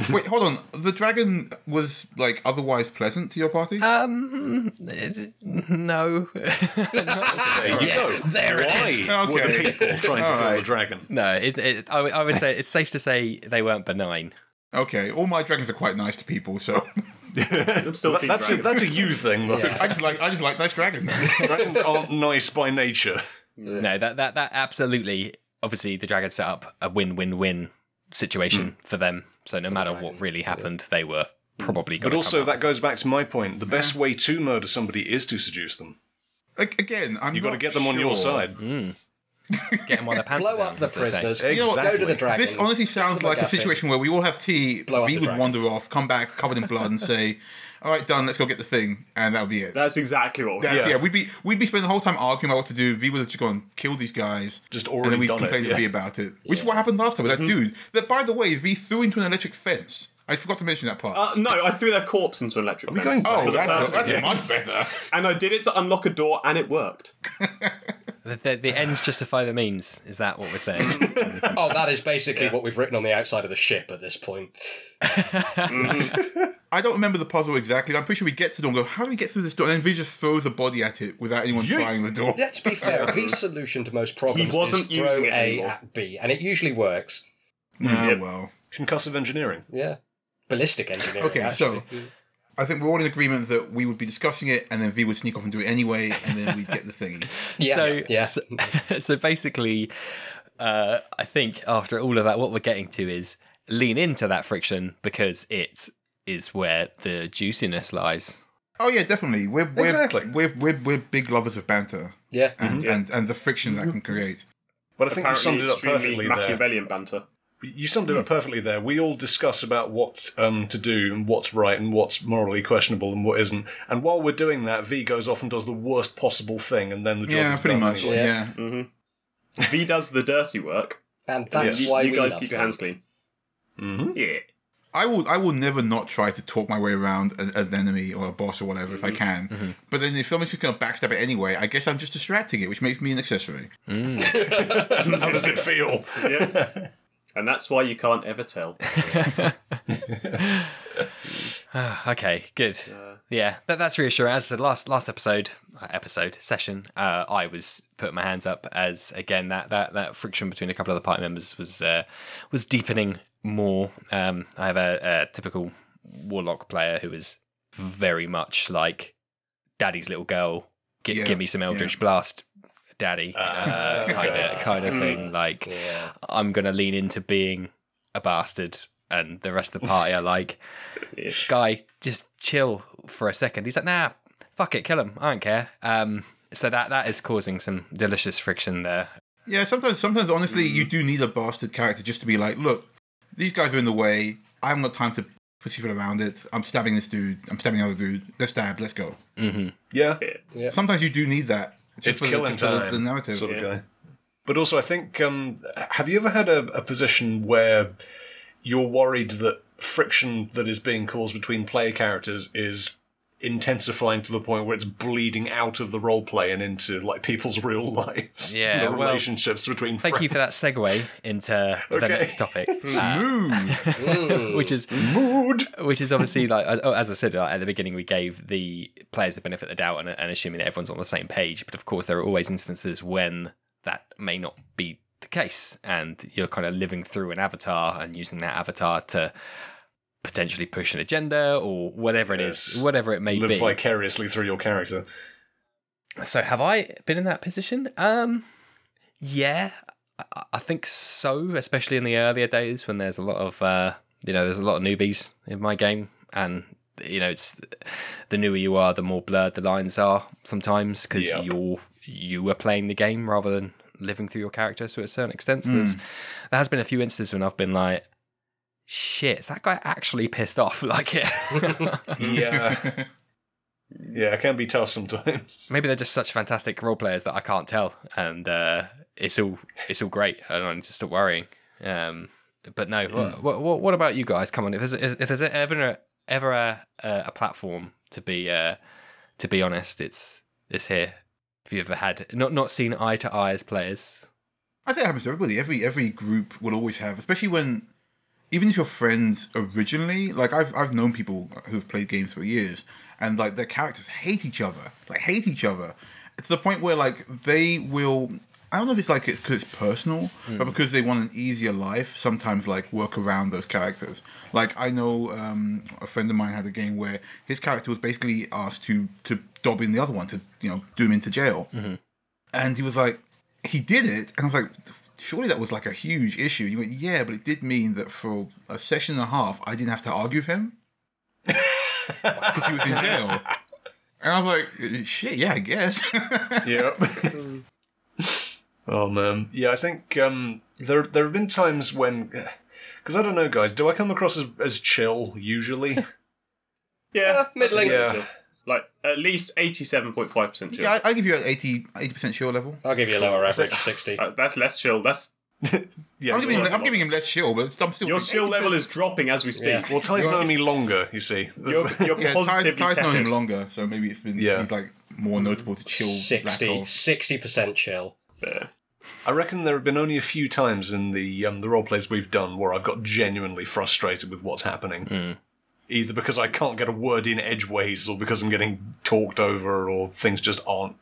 Speaker 2: Wait, hold on. The dragon was like otherwise pleasant to your party.
Speaker 3: Uh,
Speaker 6: Mm,
Speaker 1: Um, it- no.
Speaker 3: There you
Speaker 1: Yeah,
Speaker 3: go.
Speaker 1: there it
Speaker 3: Why
Speaker 1: is.
Speaker 3: were
Speaker 2: Okay.
Speaker 3: the people trying to
Speaker 2: All
Speaker 3: kill
Speaker 2: right.
Speaker 3: the dragon?
Speaker 6: no, it, it, I, would- I would say it's safe to say they weren't benign.
Speaker 2: okay, all my dragons are quite nice to people, so
Speaker 4: I'm still
Speaker 3: That-
Speaker 4: Team
Speaker 3: that's, a,
Speaker 4: Dragon.
Speaker 3: that's a you thing, though.
Speaker 2: I just like I just like nice dragons.
Speaker 3: Dragons aren't nice by nature.
Speaker 6: No, that that that absolutely. Obviously, the dragon set up a win-win-win
Speaker 5: Hmm.
Speaker 6: situation for them. So no matter what really happened, they were probably.
Speaker 3: But
Speaker 6: gonna
Speaker 3: also,
Speaker 6: come
Speaker 3: that goes back to my point. The best way to murder somebody is to seduce them.
Speaker 2: A- Again, I'm
Speaker 3: You've got to
Speaker 2: not
Speaker 3: get them on your
Speaker 2: sure. Mm.
Speaker 3: side.
Speaker 6: out. get them on their pants.
Speaker 5: Blow
Speaker 6: down,
Speaker 5: up the
Speaker 6: as they say.
Speaker 5: prisoners.
Speaker 3: You know what?
Speaker 5: Go to the dragon.
Speaker 2: This honestly sounds like a
Speaker 5: McGuffin.
Speaker 2: situation where we all have tea,
Speaker 5: Blow up
Speaker 2: V
Speaker 5: the
Speaker 2: would
Speaker 5: dragon.
Speaker 2: wander off, come back covered in blood, and say, "All right, done. Let's go get the thing," and that'll be it.
Speaker 4: that's exactly what.
Speaker 2: That-
Speaker 4: Yeah.
Speaker 2: yeah. we'd be we'd be spending the whole time arguing about what to do. V would have just gone kill these guys,
Speaker 3: Just
Speaker 2: and
Speaker 3: already
Speaker 2: then we
Speaker 3: done it,
Speaker 2: complained
Speaker 3: yeah.
Speaker 2: to V about it, which is what happened last time with that dude. That by the way, V threw into an electric fence. I forgot to mention that part.
Speaker 4: Uh, no, I threw their corpse into an electric.
Speaker 3: we
Speaker 4: fence.
Speaker 2: oh,
Speaker 3: going back to the
Speaker 2: that's,
Speaker 3: first
Speaker 2: that's
Speaker 3: game?
Speaker 2: much better.
Speaker 4: And I did it to unlock a door, and it worked.
Speaker 6: The, the, the ends justify the means. Is that what we're saying?
Speaker 5: Oh, that is basically what we've written on the outside of the ship at this point.
Speaker 2: I don't remember the puzzle exactly. I'm pretty sure we get to the door and go, "How do we get through this door?" And then V just throws a body at it without anyone trying the door.
Speaker 5: Let's be fair. V's solution to most problems
Speaker 4: wasn't
Speaker 5: is throw
Speaker 4: using it
Speaker 5: A
Speaker 4: anymore.
Speaker 5: at B, and it usually works.
Speaker 2: Ah,
Speaker 4: Yep.
Speaker 2: well.
Speaker 3: Concussive engineering.
Speaker 5: Yeah, ballistic engineering.
Speaker 2: Okay,
Speaker 5: actually.
Speaker 2: so I think we're all in agreement that we would be discussing it, and then V would sneak off and do it anyway, and then we'd get the thingy.
Speaker 5: yeah,
Speaker 6: so,
Speaker 5: yeah.
Speaker 6: so, so basically, uh, I think after all of that, what we're getting to is lean into that friction because it is where the juiciness lies.
Speaker 2: Oh yeah, definitely. We're we're
Speaker 3: Exactly. Mhm.
Speaker 2: we're, we're, we're big lovers of banter
Speaker 5: yeah.
Speaker 4: Mhm.
Speaker 2: and, and, and the friction that can create.
Speaker 3: But I think you summed
Speaker 4: Apparently,
Speaker 3: it up
Speaker 4: extremely
Speaker 3: perfectly there.
Speaker 4: Machiavellian banter.
Speaker 3: You summed it up perfectly there. We all discuss about what um, to do and what's right and what's morally questionable and what isn't. And while we're doing that, V goes off and does the worst possible thing, and then the job
Speaker 2: Yeah,
Speaker 3: is
Speaker 2: pretty
Speaker 3: done
Speaker 2: much.
Speaker 3: anyway.
Speaker 5: Yeah.
Speaker 2: Yeah.
Speaker 4: Mm-hmm. V does the dirty work.
Speaker 5: and that's
Speaker 3: Yes.
Speaker 5: why
Speaker 4: you
Speaker 5: we
Speaker 4: guys
Speaker 5: love
Speaker 4: keep your
Speaker 5: them.
Speaker 4: hands clean.
Speaker 3: Mhm.
Speaker 4: Yeah.
Speaker 2: I will I will never not try to talk my way around an, an enemy or a boss or whatever
Speaker 3: Mhm.
Speaker 2: if I can. But then if someone's just going to backstab it anyway, I guess I'm just distracting it, which makes me an accessory.
Speaker 3: How does it feel?
Speaker 4: Yeah. and that's why you can't ever tell.
Speaker 6: Ah, Okay, good. yeah, that, that's reassuring. As I said, last last episode, uh, episode session, uh, I was putting my hands up as again that that that friction between a couple of the party members was uh, was deepening more. Um, I have a, a typical warlock player who is very much like daddy's little girl. Gi-
Speaker 2: Yeah, Ah.
Speaker 6: give me some Eldritch Blast, daddy, uh, kind of kind
Speaker 2: Hmm.
Speaker 6: of thing. Like I'm gonna lean into being a bastard, and the rest of the party are like guy, just chill for a second. He's like, nah, fuck it, kill him. I don't care. Um, so that that is causing some delicious friction there.
Speaker 2: Yeah, sometimes sometimes honestly, you
Speaker 3: Mm.
Speaker 2: do need a bastard character just to be like, look, these guys are in the way. I haven't got time to pussyfoot around it. I'm stabbing this dude. I'm stabbing another dude. Let's stab. Let's go.
Speaker 3: Yeah.
Speaker 2: Sometimes you do need that. Just
Speaker 3: it's
Speaker 2: for the-
Speaker 3: killing
Speaker 2: just for the-
Speaker 3: time.
Speaker 2: The narrative.
Speaker 3: sort of guy. But also, I think um, have you ever had a, a position where you're worried that friction that is being caused between player characters is intensifying to the point where it's bleeding out of the role play and into like people's real lives?
Speaker 6: Yeah,
Speaker 3: the
Speaker 6: well,
Speaker 3: relationships between.
Speaker 6: Thank
Speaker 3: friends.
Speaker 6: you for that segue into the
Speaker 3: Okay.
Speaker 6: next topic, Uh,
Speaker 2: Move.
Speaker 6: which is
Speaker 3: Mood.
Speaker 6: which is obviously like as- oh, as I said like, at the beginning, we gave the players the benefit of the doubt and, and assuming that everyone's on the same page. But of course, there are always instances when that may not be the case, and you're kind of living through an avatar and using that avatar to potentially push an agenda or whatever it
Speaker 3: Yes.
Speaker 6: is, whatever it may
Speaker 3: Live
Speaker 6: be.
Speaker 3: vicariously through your character.
Speaker 6: So have I been in that position? Um, yeah, I, I think so. Especially in the earlier days when there's a lot of uh, you know, there's a lot of newbies in my game, and you know, it's the newer you are, the more blurred the lines are sometimes because
Speaker 3: Yep.
Speaker 6: you're you were playing the game rather than living through your character to a certain extent. So there's, there has been a few instances when I've been like. Shit, is that guy actually pissed off like it?
Speaker 3: Yeah. Yeah, it can be tough sometimes.
Speaker 6: Maybe they're just such fantastic role players that I can't tell, and uh, it's all it's all great. I don't need to stop worrying. Um, but no, what, what what about you guys? Come on, if there's if there's ever ever a, a a platform to be uh, to be honest, it's it's here. If you ever had not not seen eye to eye as players,
Speaker 2: I think it happens to everybody. Every every group will always have, especially when, even if you're friends originally. Like I've I've known people who've played games for years, and like their characters hate each other, like hate each other, to the point where like they will. I don't know if it's like it's because it's personal, but because they want an easier life, sometimes like work around those characters. Like I know um, a friend of mine had a game where his character was basically asked to to dob in the other one to you know do him into jail, and he was like, he did it, and I was like, surely that was like a huge issue. He went, yeah, but it did mean that for a session and a half, I didn't have to argue with him because he was in jail. And I was like, "Uh, shit, yeah, I guess.
Speaker 3: yep. oh man. Yeah, I think um, there there have been times when, because I don't know, guys, do I come across as, as chill usually?
Speaker 4: Yeah,
Speaker 5: middling.
Speaker 3: Yeah.
Speaker 4: that's a chill. Like at least eighty-seven point five percent chill.
Speaker 2: yeah, I, I give you an 80 percent sure level.
Speaker 5: I'll give you a lower average, 60.
Speaker 4: Uh, that's less chill. That's
Speaker 3: yeah.
Speaker 2: I'm giving, him,
Speaker 3: well,
Speaker 2: I'm giving him less chill, but I'm still.
Speaker 4: your
Speaker 2: thinking
Speaker 4: chill
Speaker 2: 80%.
Speaker 4: level is dropping as we speak.
Speaker 5: Yeah.
Speaker 3: well, Ty's known me longer. You see.
Speaker 4: You're, you're
Speaker 2: Yeah, Ty's,
Speaker 4: positively
Speaker 2: Ty's known him
Speaker 4: tepid.
Speaker 2: longer, so maybe it's been
Speaker 3: Yeah.
Speaker 2: he's like more notable to chill. lack
Speaker 5: 60,
Speaker 2: of.
Speaker 5: 60% chill.
Speaker 3: I reckon there have been only a few times in the um, the role plays we've done where I've got genuinely frustrated with what's happening, either because I can't get a word in edgeways, or because I'm getting talked over, or things just aren't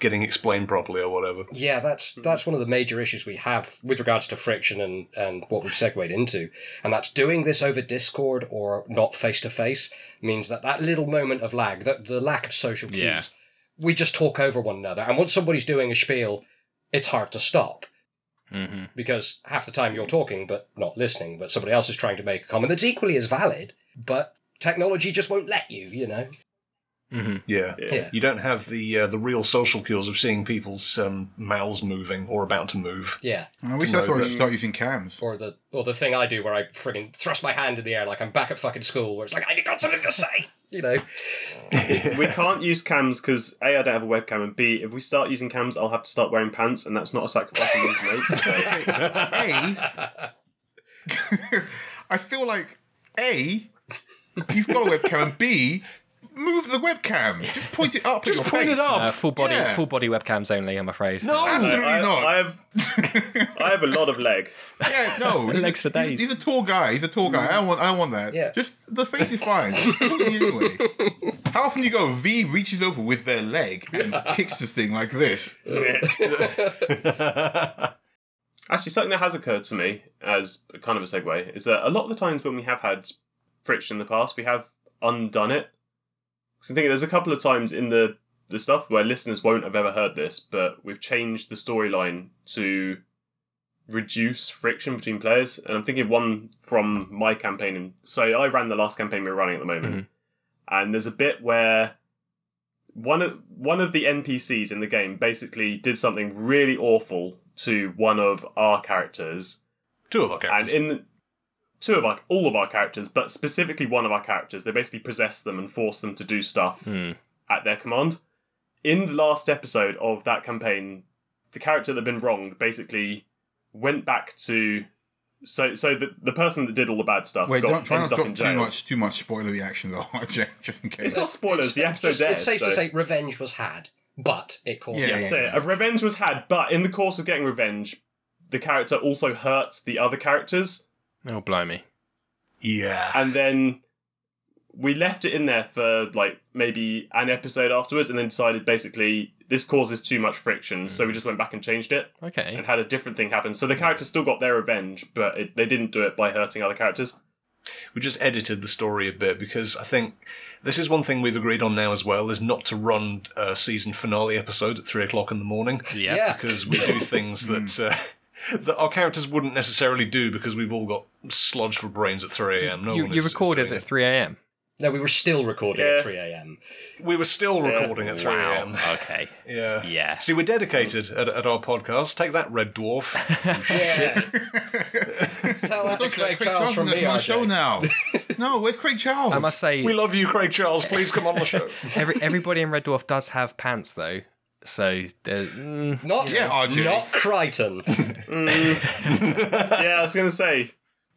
Speaker 3: getting explained properly, or whatever.
Speaker 5: Yeah, that's that's one of the major issues we have with regards to friction and and what we've segued into, and that's doing this over Discord or not face to face means that that little moment of lag, that the lack of social cues,
Speaker 6: Yeah.
Speaker 5: we just talk over one another, and once somebody's doing a spiel, it's hard to stop
Speaker 6: mm-hmm.
Speaker 5: because half the time you're talking but not listening, but somebody else is trying to make a comment that's equally as valid, but technology just won't let you, you know.
Speaker 6: Mm-hmm.
Speaker 3: Yeah,
Speaker 5: Yeah.
Speaker 3: you don't have the uh, the real social cues of seeing people's um, mouths moving or about to move.
Speaker 5: Yeah.
Speaker 2: I wish that's
Speaker 3: No,
Speaker 2: why we
Speaker 3: but-
Speaker 2: should start using cams.
Speaker 5: or the or the thing I do where I friggin' thrust my hand in the air like I'm back at fucking school, where it's like I got something to say, you know.
Speaker 4: we can't use cams because a I don't have a webcam, and b if we start using cams, I'll have to start wearing pants, and that's not a sacrifice I'm willing to make. So.
Speaker 2: A, I feel like A, you've got a webcam. and B, move the webcam. Just point it up. at
Speaker 3: Just
Speaker 2: your
Speaker 3: point
Speaker 2: face.
Speaker 3: it up.
Speaker 6: Uh, full body
Speaker 2: Yeah.
Speaker 6: full body webcams only. I'm afraid.
Speaker 2: Absolutely
Speaker 4: I,
Speaker 2: not.
Speaker 4: I have, I have a lot of leg.
Speaker 2: yeah, no. he's
Speaker 6: Legs
Speaker 2: a,
Speaker 6: for days.
Speaker 2: He's, he's a tall guy. He's a tall guy. I don't want. I don't want that.
Speaker 5: Yeah.
Speaker 2: Just the face is fine. anyway, how often you go? V reaches over with their leg and kicks this thing like this.
Speaker 4: Actually, something that has occurred to me as kind of a segue is that a lot of the times when we have had friction in the past, we have undone it. 'Cause I'm thinking there's a couple of times in the the stuff where listeners won't have ever heard this, but we've changed the storyline to reduce friction between players. And I'm thinking of one from my campaign. And so I ran the last campaign we we're running at the moment, and there's a bit where one of one of the NPCs in the game basically did something really awful to one of our characters,
Speaker 3: Two of our
Speaker 4: and
Speaker 3: characters.
Speaker 4: in the, two of our all of our characters, but specifically one of our characters, they basically possessed them and forced them to do stuff
Speaker 2: Hmm.
Speaker 6: Mm.
Speaker 4: at their command. In the last episode of that campaign, the character that had been wronged basically went back to so so the, the person that did all the bad stuff
Speaker 2: Wait,
Speaker 4: got
Speaker 2: don't try not
Speaker 4: ended
Speaker 2: to
Speaker 4: up in
Speaker 2: drop too
Speaker 4: jail.
Speaker 2: much too much spoiler reaction though, just in case.
Speaker 4: It's not spoilers. the episode's
Speaker 5: It's- It's
Speaker 4: aired,
Speaker 5: safe to
Speaker 4: so-
Speaker 5: say revenge was had, but it caused.
Speaker 2: Yeah,
Speaker 4: Yeah, so uh, revenge was had, but in the course of getting revenge, the character also hurts the other characters,
Speaker 6: Oh blimey.
Speaker 3: yeah.
Speaker 4: and then we left it in there for like maybe an episode afterwards, and then decided basically this causes too much friction, so we just went back and changed it
Speaker 6: Okay.
Speaker 4: and had a different thing happen. So the characters still got their revenge, but it, they didn't do it by hurting other characters.
Speaker 3: we just edited the story a bit because I think this is one thing we've agreed on now as well is not to run uh, season finale episodes at three o'clock in the morning
Speaker 6: Yeah. Mm.
Speaker 5: Yeah.
Speaker 3: because we do things that uh, that our characters wouldn't necessarily do because we've all got sludge for brains at three a.m. No
Speaker 6: you
Speaker 3: one
Speaker 6: you
Speaker 3: is, is
Speaker 6: recorded
Speaker 3: doing
Speaker 6: at 3 a.m.
Speaker 5: No, we were still recording
Speaker 4: Yeah.
Speaker 5: at 3 a.m.
Speaker 3: it. We were still recording at three a.m.
Speaker 6: Okay.
Speaker 3: Yeah.
Speaker 6: Yeah.
Speaker 5: uh,
Speaker 3: See, we're dedicated at, at our podcast. Take that, Red Dwarf.
Speaker 5: Yeah. So uh,
Speaker 2: Look, Craig
Speaker 5: Craig Charles
Speaker 2: Charles
Speaker 5: from
Speaker 2: from
Speaker 5: me,
Speaker 2: my show
Speaker 5: RJ.
Speaker 2: now. no, where's Craig Charles?
Speaker 6: I must say,
Speaker 3: We love you, Craig Charles. Please come on the show.
Speaker 6: every, everybody in Red Dwarf does have pants, though. So there- mm,
Speaker 5: Not,
Speaker 2: Yeah, RJ.
Speaker 5: not Crichton.
Speaker 4: yeah, I was gonna say.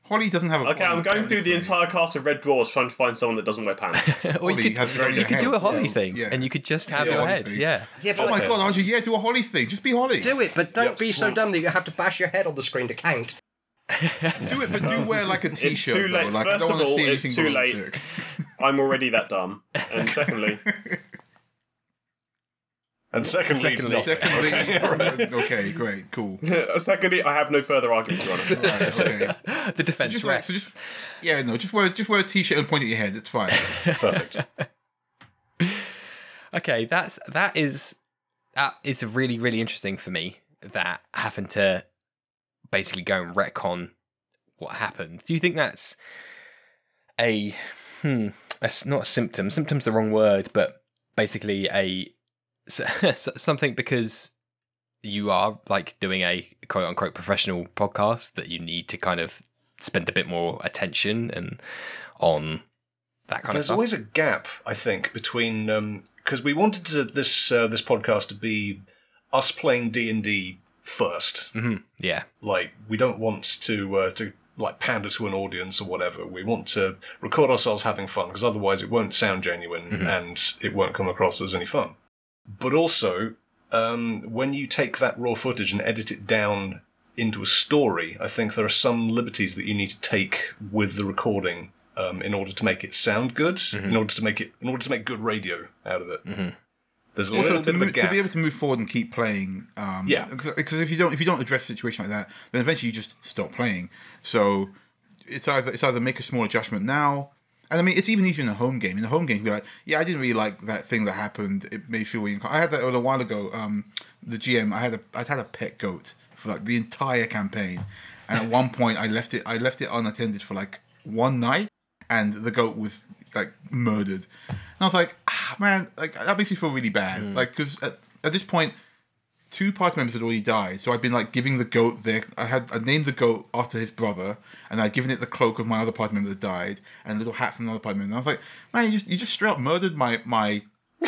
Speaker 2: Holly doesn't have a.
Speaker 4: Okay, I'm going through the entire cast of Red Dwarfs trying to find someone that doesn't wear pants.
Speaker 6: or you
Speaker 2: Holly
Speaker 6: could,
Speaker 2: has her own
Speaker 6: you could
Speaker 2: head.
Speaker 6: do a Holly thing,
Speaker 2: Yeah.
Speaker 6: and you could just have
Speaker 2: Yeah,
Speaker 6: your
Speaker 2: Holly
Speaker 6: head.
Speaker 2: thing.
Speaker 6: Yeah,
Speaker 5: Yeah, but
Speaker 2: Oh my
Speaker 5: uh,
Speaker 2: god, Archie, yeah, do a Holly thing. Just be Holly.
Speaker 5: Do it, but don't be so dumb that you have to bash your head on the screen to count.
Speaker 2: Do it, but do wear like a t
Speaker 4: It's
Speaker 2: shirt.
Speaker 4: too late.
Speaker 2: Like,
Speaker 4: First
Speaker 2: I don't
Speaker 4: of
Speaker 2: wanna
Speaker 4: all,
Speaker 2: see
Speaker 4: it's
Speaker 2: anything
Speaker 4: too
Speaker 2: but a
Speaker 4: late.
Speaker 2: jerk.
Speaker 4: I'm already that dumb. And secondly,
Speaker 3: And secondly,
Speaker 6: Secondly.
Speaker 3: nothing.
Speaker 2: Secondly, okay, great, cool.
Speaker 4: secondly, I have no further arguments, Your Honor.
Speaker 2: Right, okay.
Speaker 6: the defense
Speaker 2: Just like,
Speaker 6: rests.
Speaker 2: so just, yeah, no, just wear, just wear a t shirt and point at your head. It's fine.
Speaker 6: okay, that's that is that is really really interesting for me. That having to basically go and retcon what happened. Do you think that's a hmm? That's not a symptom. Symptom's the wrong word, but basically a s- s- something because you are like doing a quote unquote professional podcast that you need to kind of spend a bit more attention and on that kind of
Speaker 3: There's
Speaker 6: stuff.
Speaker 3: always a gap, I think, between because we wanted to, this uh, this podcast to be us playing D and D first.
Speaker 6: hmm Yeah.
Speaker 3: Like we don't want to uh, to like pander to an audience or whatever. We want to record ourselves having fun because otherwise it won't sound genuine
Speaker 6: Mhm.
Speaker 3: and it won't come across as any fun. But also, um, when you take that raw footage and edit it down into a story, I think there are some liberties that you need to take with the recording um, in order to make it sound good, in order to make it, in order to make good radio out of it.
Speaker 6: Mhm.
Speaker 3: There's a
Speaker 2: also
Speaker 3: little
Speaker 2: to,
Speaker 3: bit of a
Speaker 2: move, to
Speaker 3: gap.
Speaker 2: be able to move forward and keep playing. Um,
Speaker 3: Yeah.
Speaker 2: Because if you don't if you don't address a situation like that, then eventually you just stop playing. So it's either it's either make a small adjustment now. And I mean, it's even easier in a home game. In a home game, you be like, "Yeah, I didn't really like that thing that happened. It made me feel really." inco-" I had that a little while ago. Um, the GM, I had a, I had a pet goat for like the entire campaign, and at one point, I left it, I left it unattended for like one night, and the goat was like murdered. And I was like, ah, man, like that makes me feel really bad.
Speaker 3: Mm.
Speaker 2: Like because at, at this point, two party members had already died, so I'd been like giving the goat their. I had I named the goat after his brother, and I'd given it the cloak of my other party member that died, and a little hat from another party member. And I was like, man, you just you just straight up murdered my my.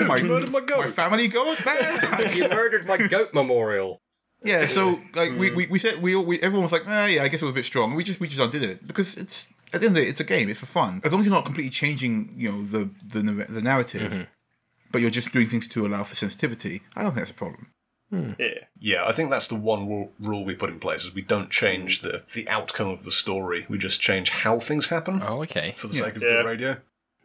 Speaker 2: my,
Speaker 3: murdered my goat.
Speaker 2: my family goat, man.
Speaker 5: You murdered my goat memorial.
Speaker 2: Yeah, so like we, we, we said we all we everyone was like, ah, yeah, I guess it was a bit strong. We just we just undid it because it's at the end of the day, it's a game. It's for fun. As long as you're not completely changing, you know, the the nar- the narrative, but you're just doing things to allow for sensitivity. I don't think that's a problem.
Speaker 4: Yeah.
Speaker 3: Yeah, I think that's the one ru- rule we put in place is we don't change the the outcome of the story. We just change how things happen
Speaker 6: Oh, okay.
Speaker 3: for the sake of
Speaker 4: Yeah.
Speaker 3: good radio.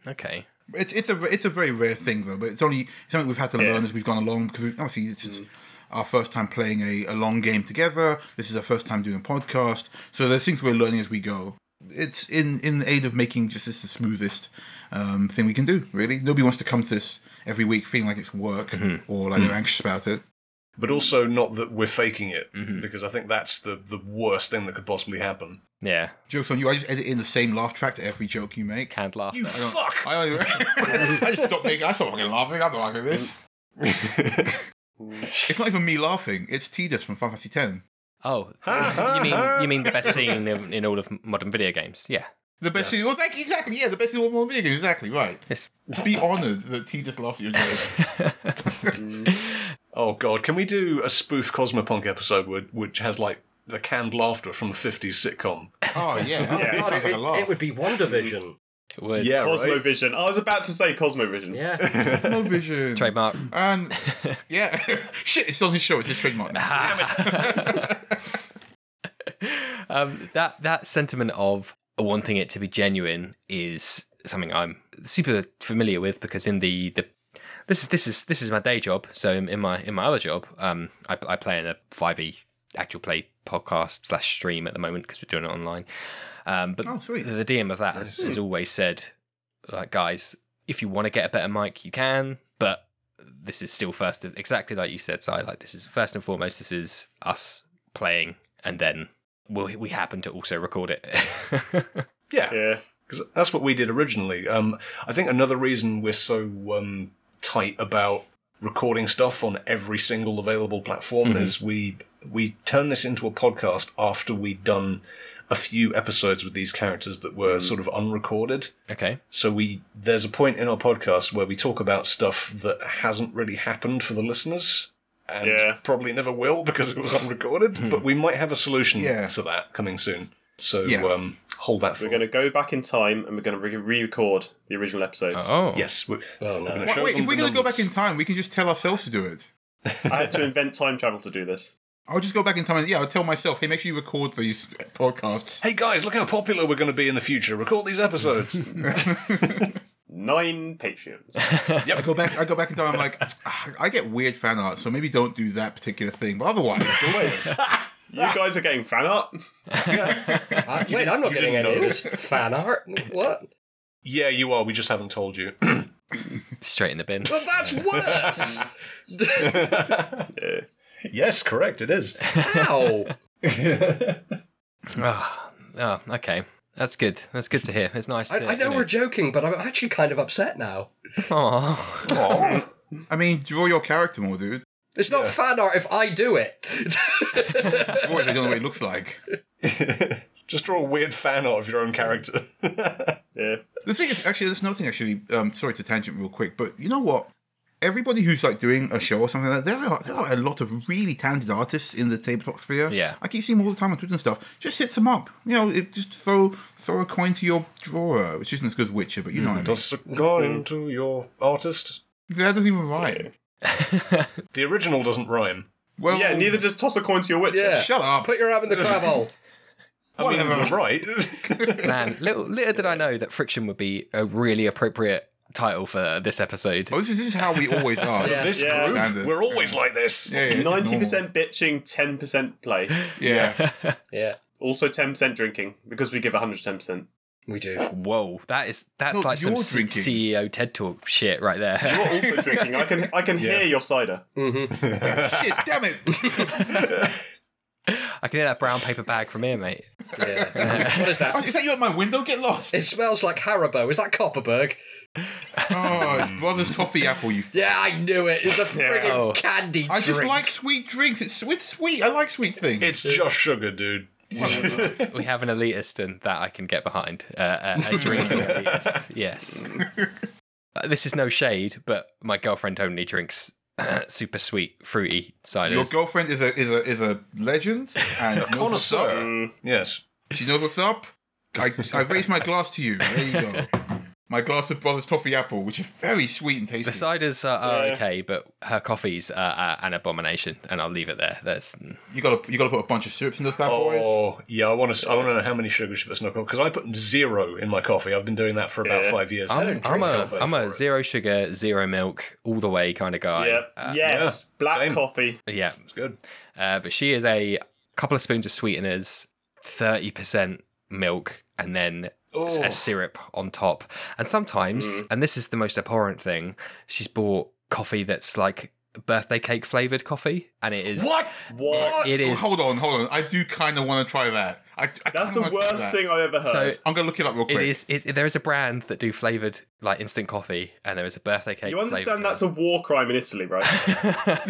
Speaker 6: Okay.
Speaker 2: It's it's a it's a very rare thing though, but it's only it's something we've had to
Speaker 4: Yeah.
Speaker 2: learn as we've gone along because we, obviously it's just our first time playing a, a long game together. This is our first time doing a podcast, so there's things we're learning as we go. It's in in the aid of making just this the smoothest um, thing we can do. Really, nobody wants to come to this every week feeling like it's work or like they're anxious about it.
Speaker 3: But also not that we're faking it, because I think that's the, the worst thing that could possibly happen.
Speaker 6: Yeah.
Speaker 2: Jokes on you! I just edit in the same laugh track to every joke you make.
Speaker 6: Canned laugh.
Speaker 3: You
Speaker 6: though.
Speaker 3: fuck!
Speaker 2: I, don't even, I just stopped making. I stopped fucking laughing. I'm not liking this. it's not even me laughing. It's Tidus from Final Fantasy Ten.
Speaker 6: Oh, you mean you mean the best scene in, in all of modern video games? Yeah.
Speaker 2: The best
Speaker 3: Yes.
Speaker 2: scene. Well, thank you, exactly. Yeah, the best scene of all video games. Exactly right.
Speaker 6: Yes.
Speaker 2: Be honoured that he just laughed at your joke.
Speaker 3: Oh god, can we do a spoof Cosmopunk episode whi- which has like the canned laughter from a 50s sitcom?
Speaker 2: Oh yeah, yeah.
Speaker 4: it
Speaker 2: It
Speaker 5: God,
Speaker 2: sounds
Speaker 5: it,
Speaker 2: like a laugh.
Speaker 5: it would be Wonder Vision.
Speaker 6: It would.
Speaker 3: Yeah, right?
Speaker 4: Cosmovision. I was about to say Cosmovision.
Speaker 5: Yeah.
Speaker 2: no vision.
Speaker 6: Trademark.
Speaker 2: And yeah, shit. It's on his show. It's his trademark. Now.
Speaker 6: um, that that sentiment of wanting it to be genuine is something I'm super familiar with because in the the this is this is this is my day job. So in, in my in my other job, um, I, I play in a five e actual play podcast slash stream at the moment because we're doing it online. Um, but
Speaker 2: Oh, sweet.
Speaker 6: the DM of that has, has always said, like, guys, if you want to get a better mic, you can, but this is still first, exactly like you said, Si, like, this is first and foremost, this is us playing, and then we we happen to also record it.
Speaker 3: Yeah.
Speaker 4: Yeah.
Speaker 3: Because that's what we did originally. Um, I think another reason we're so
Speaker 4: Mm-hmm.
Speaker 3: um, tight about recording stuff on every single available platform is we we turned this into a podcast after we'd done a few episodes with these characters that were
Speaker 4: Mm.
Speaker 3: sort of unrecorded.
Speaker 6: Okay.
Speaker 3: So we there's a point in our podcast where we talk about stuff that hasn't really happened for the listeners. And
Speaker 4: Yeah. Hmm.
Speaker 3: probably never will because it was unrecorded, but we might have a solution
Speaker 2: Yeah.
Speaker 3: to that coming soon. So
Speaker 2: Yeah.
Speaker 3: um, hold that
Speaker 4: We're
Speaker 3: thought.
Speaker 4: going to go back in time and we're going to re- re-record the original episode.
Speaker 6: Oh.
Speaker 3: Yes. We're,
Speaker 5: Oh, no.
Speaker 3: gonna
Speaker 5: Wait,
Speaker 3: show
Speaker 2: Wait,
Speaker 3: them
Speaker 2: if we're
Speaker 3: the
Speaker 2: going to go back in
Speaker 3: numbers.
Speaker 2: time, we can just tell ourselves to do it.
Speaker 4: I had to invent time travel to do this.
Speaker 2: I'll just go back in time and, yeah, I'll tell myself, hey, make sure you record these podcasts.
Speaker 3: Hey guys, look how popular we're going to be in the future. Record these episodes.
Speaker 4: Nine Patreons.
Speaker 2: I go back I go back in time, I'm like, "Ah, I get weird fan art, so maybe don't do that particular thing. But otherwise, do it.
Speaker 4: you guys are getting fan art?
Speaker 5: I, wait, I'm not
Speaker 3: you
Speaker 5: getting
Speaker 3: didn't
Speaker 5: any of
Speaker 3: know.
Speaker 5: this fan art. What?
Speaker 3: yeah, you are. We just haven't told you.
Speaker 6: Straight in the bin.
Speaker 5: Well, that's worse.
Speaker 3: yes, correct. It is.
Speaker 5: Ow!
Speaker 6: oh, oh, okay. That's good. That's good to hear. It's nice
Speaker 5: I,
Speaker 6: to.
Speaker 5: I know
Speaker 6: you
Speaker 5: we're joking, but I'm actually kind of upset now.
Speaker 6: Aw.
Speaker 2: I mean, draw your character more, dude.
Speaker 5: It's not fan art if I do it.
Speaker 2: Draw it, I don't know what it looks like.
Speaker 3: Just draw a weird fan art of your own character.
Speaker 4: Yeah.
Speaker 2: The thing is, actually, there's another thing, actually. Um, sorry to tangent real quick, but you know what? Everybody who's like doing a show or something like that, there are there are a lot of really talented artists in the tabletop sphere.
Speaker 6: Yeah.
Speaker 2: I keep seeing them all the time on Twitter and stuff. Just hit them up. You know, it, just throw throw a coin to your drawer, which isn't as good as Witcher, but you know
Speaker 5: Mm.
Speaker 2: what I mean.
Speaker 3: Does it go into your artist?
Speaker 2: That doesn't even rhyme.
Speaker 3: The original doesn't rhyme.
Speaker 2: Well,
Speaker 4: Yeah, neither does toss a coin to your witch.
Speaker 5: Yeah.
Speaker 2: Shut up.
Speaker 5: Put your arm in the crab hole.
Speaker 3: I mean,
Speaker 2: Whatever.
Speaker 3: you're right.
Speaker 6: Man, little, little did I know that friction would be a really appropriate title for this episode.
Speaker 2: Oh, this, is, this is how we always are.
Speaker 5: Yeah.
Speaker 3: this
Speaker 4: Yeah.
Speaker 3: group,
Speaker 2: Standard.
Speaker 3: we're always like this.
Speaker 2: Yeah, yeah, it's
Speaker 4: Ninety
Speaker 2: normal.
Speaker 4: percent bitching, ten percent play.
Speaker 2: Yeah.
Speaker 5: Yeah,
Speaker 4: Also ten percent drinking because we give hundred ten percent.
Speaker 5: we do.
Speaker 6: Whoa, that is that's
Speaker 2: No,
Speaker 6: like some
Speaker 2: you're
Speaker 6: C-
Speaker 2: drinking.
Speaker 6: CEO TED Talk shit right
Speaker 4: You're
Speaker 6: there.
Speaker 4: also drinking. I can I can hear your cider.
Speaker 2: Shit, damn it.
Speaker 6: I can hear that brown paper bag from here, mate.
Speaker 5: Yeah. what is
Speaker 2: Oh,
Speaker 5: that?
Speaker 2: is that you at my window? Get lost.
Speaker 5: It smells like Haribo. Is that Copperberg?
Speaker 2: Oh, it's Brothers Coffee Apple, you
Speaker 5: Yeah, I knew it. It's a friggin'
Speaker 6: Oh.
Speaker 5: candy
Speaker 2: I just
Speaker 5: drink.
Speaker 2: like sweet drinks. It's sweet, sweet. I like sweet things.
Speaker 3: It's just sugar, dude.
Speaker 6: We have an elitist, and that I can get behind. Uh, a, a drinking elitist, yes. Uh, this is no shade, but my girlfriend only drinks uh, super sweet, fruity ciders.
Speaker 2: Your girlfriend is a is a is a legend and knows what's
Speaker 3: Connoisseur.
Speaker 2: up.
Speaker 3: Yes.
Speaker 2: She knows what's up. I I raise my glass to you. There you go. My glass of Brothers Toffee Apple, which is very sweet and tasty.
Speaker 6: the ciders are, are
Speaker 4: Yeah.
Speaker 6: okay, but her coffees are, are an abomination, and I'll leave it there. That's
Speaker 2: you gotta you gotta put a bunch of syrups in those bad boys.
Speaker 3: Oh, yeah. I want to. I want to know how many sugars should snuck on because I put zero in my coffee. I've been doing that for about
Speaker 4: Yeah.
Speaker 3: five years.
Speaker 6: I'm,
Speaker 3: now.
Speaker 6: I'm a
Speaker 3: coffee
Speaker 6: I'm
Speaker 3: for
Speaker 6: a
Speaker 3: it.
Speaker 6: zero sugar, zero milk, all the way kind of guy.
Speaker 4: Yeah. yes. Black
Speaker 3: same.
Speaker 4: coffee.
Speaker 6: Yeah,
Speaker 3: Good.
Speaker 6: uh, but she is a couple of spoons of sweeteners, thirty percent milk, and then s-
Speaker 3: Oh.
Speaker 6: a syrup on top. And sometimes, and this is the most abhorrent thing, she's bought coffee that's like birthday cake flavored coffee, and it is
Speaker 3: What?
Speaker 4: What?
Speaker 6: It is.
Speaker 2: Hold on, hold on. I do kind of want to try that. I, I
Speaker 4: That's
Speaker 2: kinda
Speaker 4: the
Speaker 2: wanna try
Speaker 4: worst
Speaker 2: that.
Speaker 4: thing I've ever
Speaker 6: So-
Speaker 4: heard.
Speaker 2: I'm gonna look it up real quick.
Speaker 6: It is. It, there is a brand that do flavored like instant coffee, and there is a birthday cake.
Speaker 4: you understand
Speaker 6: flavoured
Speaker 4: that's a war crime in Italy, right?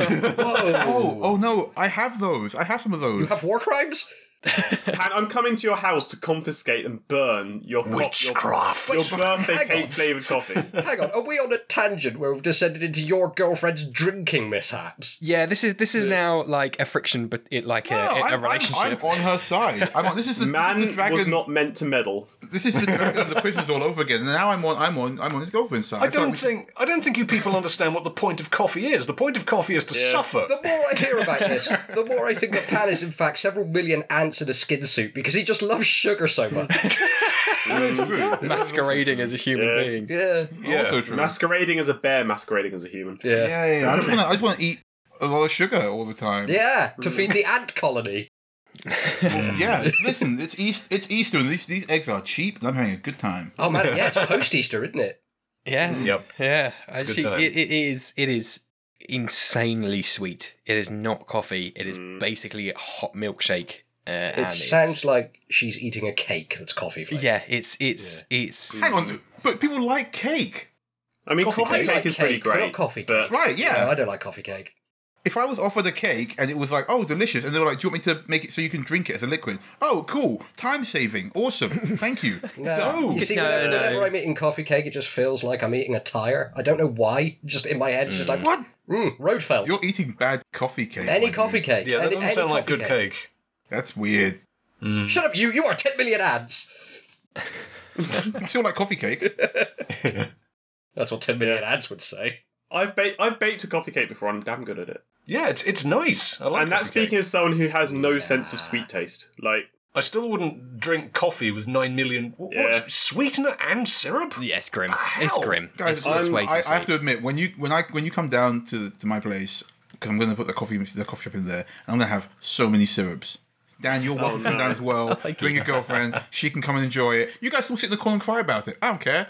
Speaker 2: Oh, oh no! I have those. I have some of those.
Speaker 5: Have war crimes?
Speaker 4: Pan, I'm coming to your house to confiscate and burn your co-
Speaker 3: Witchcraft.
Speaker 4: your, your birthday cake flavored coffee.
Speaker 5: Hang on, are we on a tangent where we've descended into your girlfriend's drinking mishaps?
Speaker 6: Yeah, this is this is now like a friction, but it like a,
Speaker 2: No,
Speaker 6: a- a
Speaker 2: I'm- I'm- I'm,
Speaker 6: relationship.
Speaker 2: on her side. I'm on, this is the, this is
Speaker 4: Man
Speaker 2: the dragon.
Speaker 4: was not meant to meddle.
Speaker 2: This is the dragon of the prisons all over again. And now I'm on. I'm on. I'm on his girlfriend's side. feel
Speaker 3: I
Speaker 2: like
Speaker 3: don't
Speaker 2: we should-
Speaker 3: think I don't think you people understand what the point of coffee is. The point of coffee is to suffer.
Speaker 5: The more I hear about this, the more I think that Pan is in fact several million ants in a skin suit because he just loves sugar so much.
Speaker 6: masquerading as a human
Speaker 4: Yeah.
Speaker 6: being.
Speaker 5: yeah.
Speaker 3: Yeah.
Speaker 2: Also true.
Speaker 4: Masquerading as a bear, masquerading as a human.
Speaker 5: Yeah.
Speaker 2: yeah, yeah, yeah. I just want to. I just want to eat a lot of sugar all the time.
Speaker 5: Yeah, to feed the ant colony.
Speaker 2: Yeah. Listen, it's East. It's Easter, and these these eggs are cheap. And I'm having a good time.
Speaker 5: Oh man, yeah, it's post Easter, isn't it?
Speaker 6: Yeah.
Speaker 3: Yep.
Speaker 6: Yeah.
Speaker 3: a good
Speaker 6: Actually,
Speaker 3: time.
Speaker 6: it, it is it is insanely sweet. It is not coffee. It is
Speaker 3: Mm.
Speaker 6: basically a hot milkshake. Uh, and
Speaker 5: It
Speaker 6: it's-
Speaker 5: sounds like she's eating a cake that's coffee flavored.
Speaker 6: Yeah. It's it's
Speaker 3: Mm.
Speaker 6: it's.
Speaker 2: Hang on, but people like cake,
Speaker 4: I mean,
Speaker 3: Coffee
Speaker 4: coffee,
Speaker 3: cake.
Speaker 4: cake, is pretty
Speaker 5: Cake, not
Speaker 4: great.
Speaker 5: coffee
Speaker 4: but
Speaker 5: cake.
Speaker 2: right?
Speaker 5: No, I
Speaker 2: Yeah.
Speaker 5: don't like coffee cake.
Speaker 2: If I was offered a cake and it was like, oh, delicious, and they were like, do you want me to make it so you can drink it as a liquid? Oh, cool. Time saving. Awesome. Thank you.
Speaker 5: No,
Speaker 2: Done.
Speaker 5: you see,
Speaker 1: No,
Speaker 5: whenever,
Speaker 1: no.
Speaker 5: whenever I'm eating coffee cake, it just feels like I'm eating a tire. I don't know why. Just in my head, it's just like
Speaker 2: What?
Speaker 5: Mm, road felt.
Speaker 2: You're eating bad coffee cake. my
Speaker 5: Any
Speaker 2: dude.
Speaker 5: coffee cake.
Speaker 3: Yeah, that
Speaker 5: any-
Speaker 3: doesn't
Speaker 5: any
Speaker 3: sound like
Speaker 5: coffee
Speaker 3: good cake.
Speaker 2: That's weird.
Speaker 6: Mm.
Speaker 5: Shut up, you! You are ten million ads.
Speaker 2: I still like coffee cake.
Speaker 5: That's what ten million ads would say.
Speaker 4: I've ba- I've baked a coffee cake before. and I'm damn good at it.
Speaker 3: Yeah, it's it's nice. I like
Speaker 4: and that's
Speaker 3: coffee cake.
Speaker 4: speaking as someone who has no sense of sweet taste. Like
Speaker 3: I still wouldn't drink coffee with nine million what,
Speaker 4: Yeah.
Speaker 3: sweetener and syrup.
Speaker 6: Yeah, it's grim. It's
Speaker 3: Hell.
Speaker 6: grim.
Speaker 2: Guys,
Speaker 6: it's, it's
Speaker 2: I'm-
Speaker 6: way too
Speaker 2: I, I have
Speaker 6: sweet.
Speaker 2: to admit, when you when I when you come down to to my place, because I'm going to put the coffee the coffee shop in there, and I'm going to have so many syrups. Dan,
Speaker 5: Oh,
Speaker 2: you're welcome to come down as well. Bring your girlfriend; she can come and enjoy it. You guys will sit in the corner and cry about it. I don't care.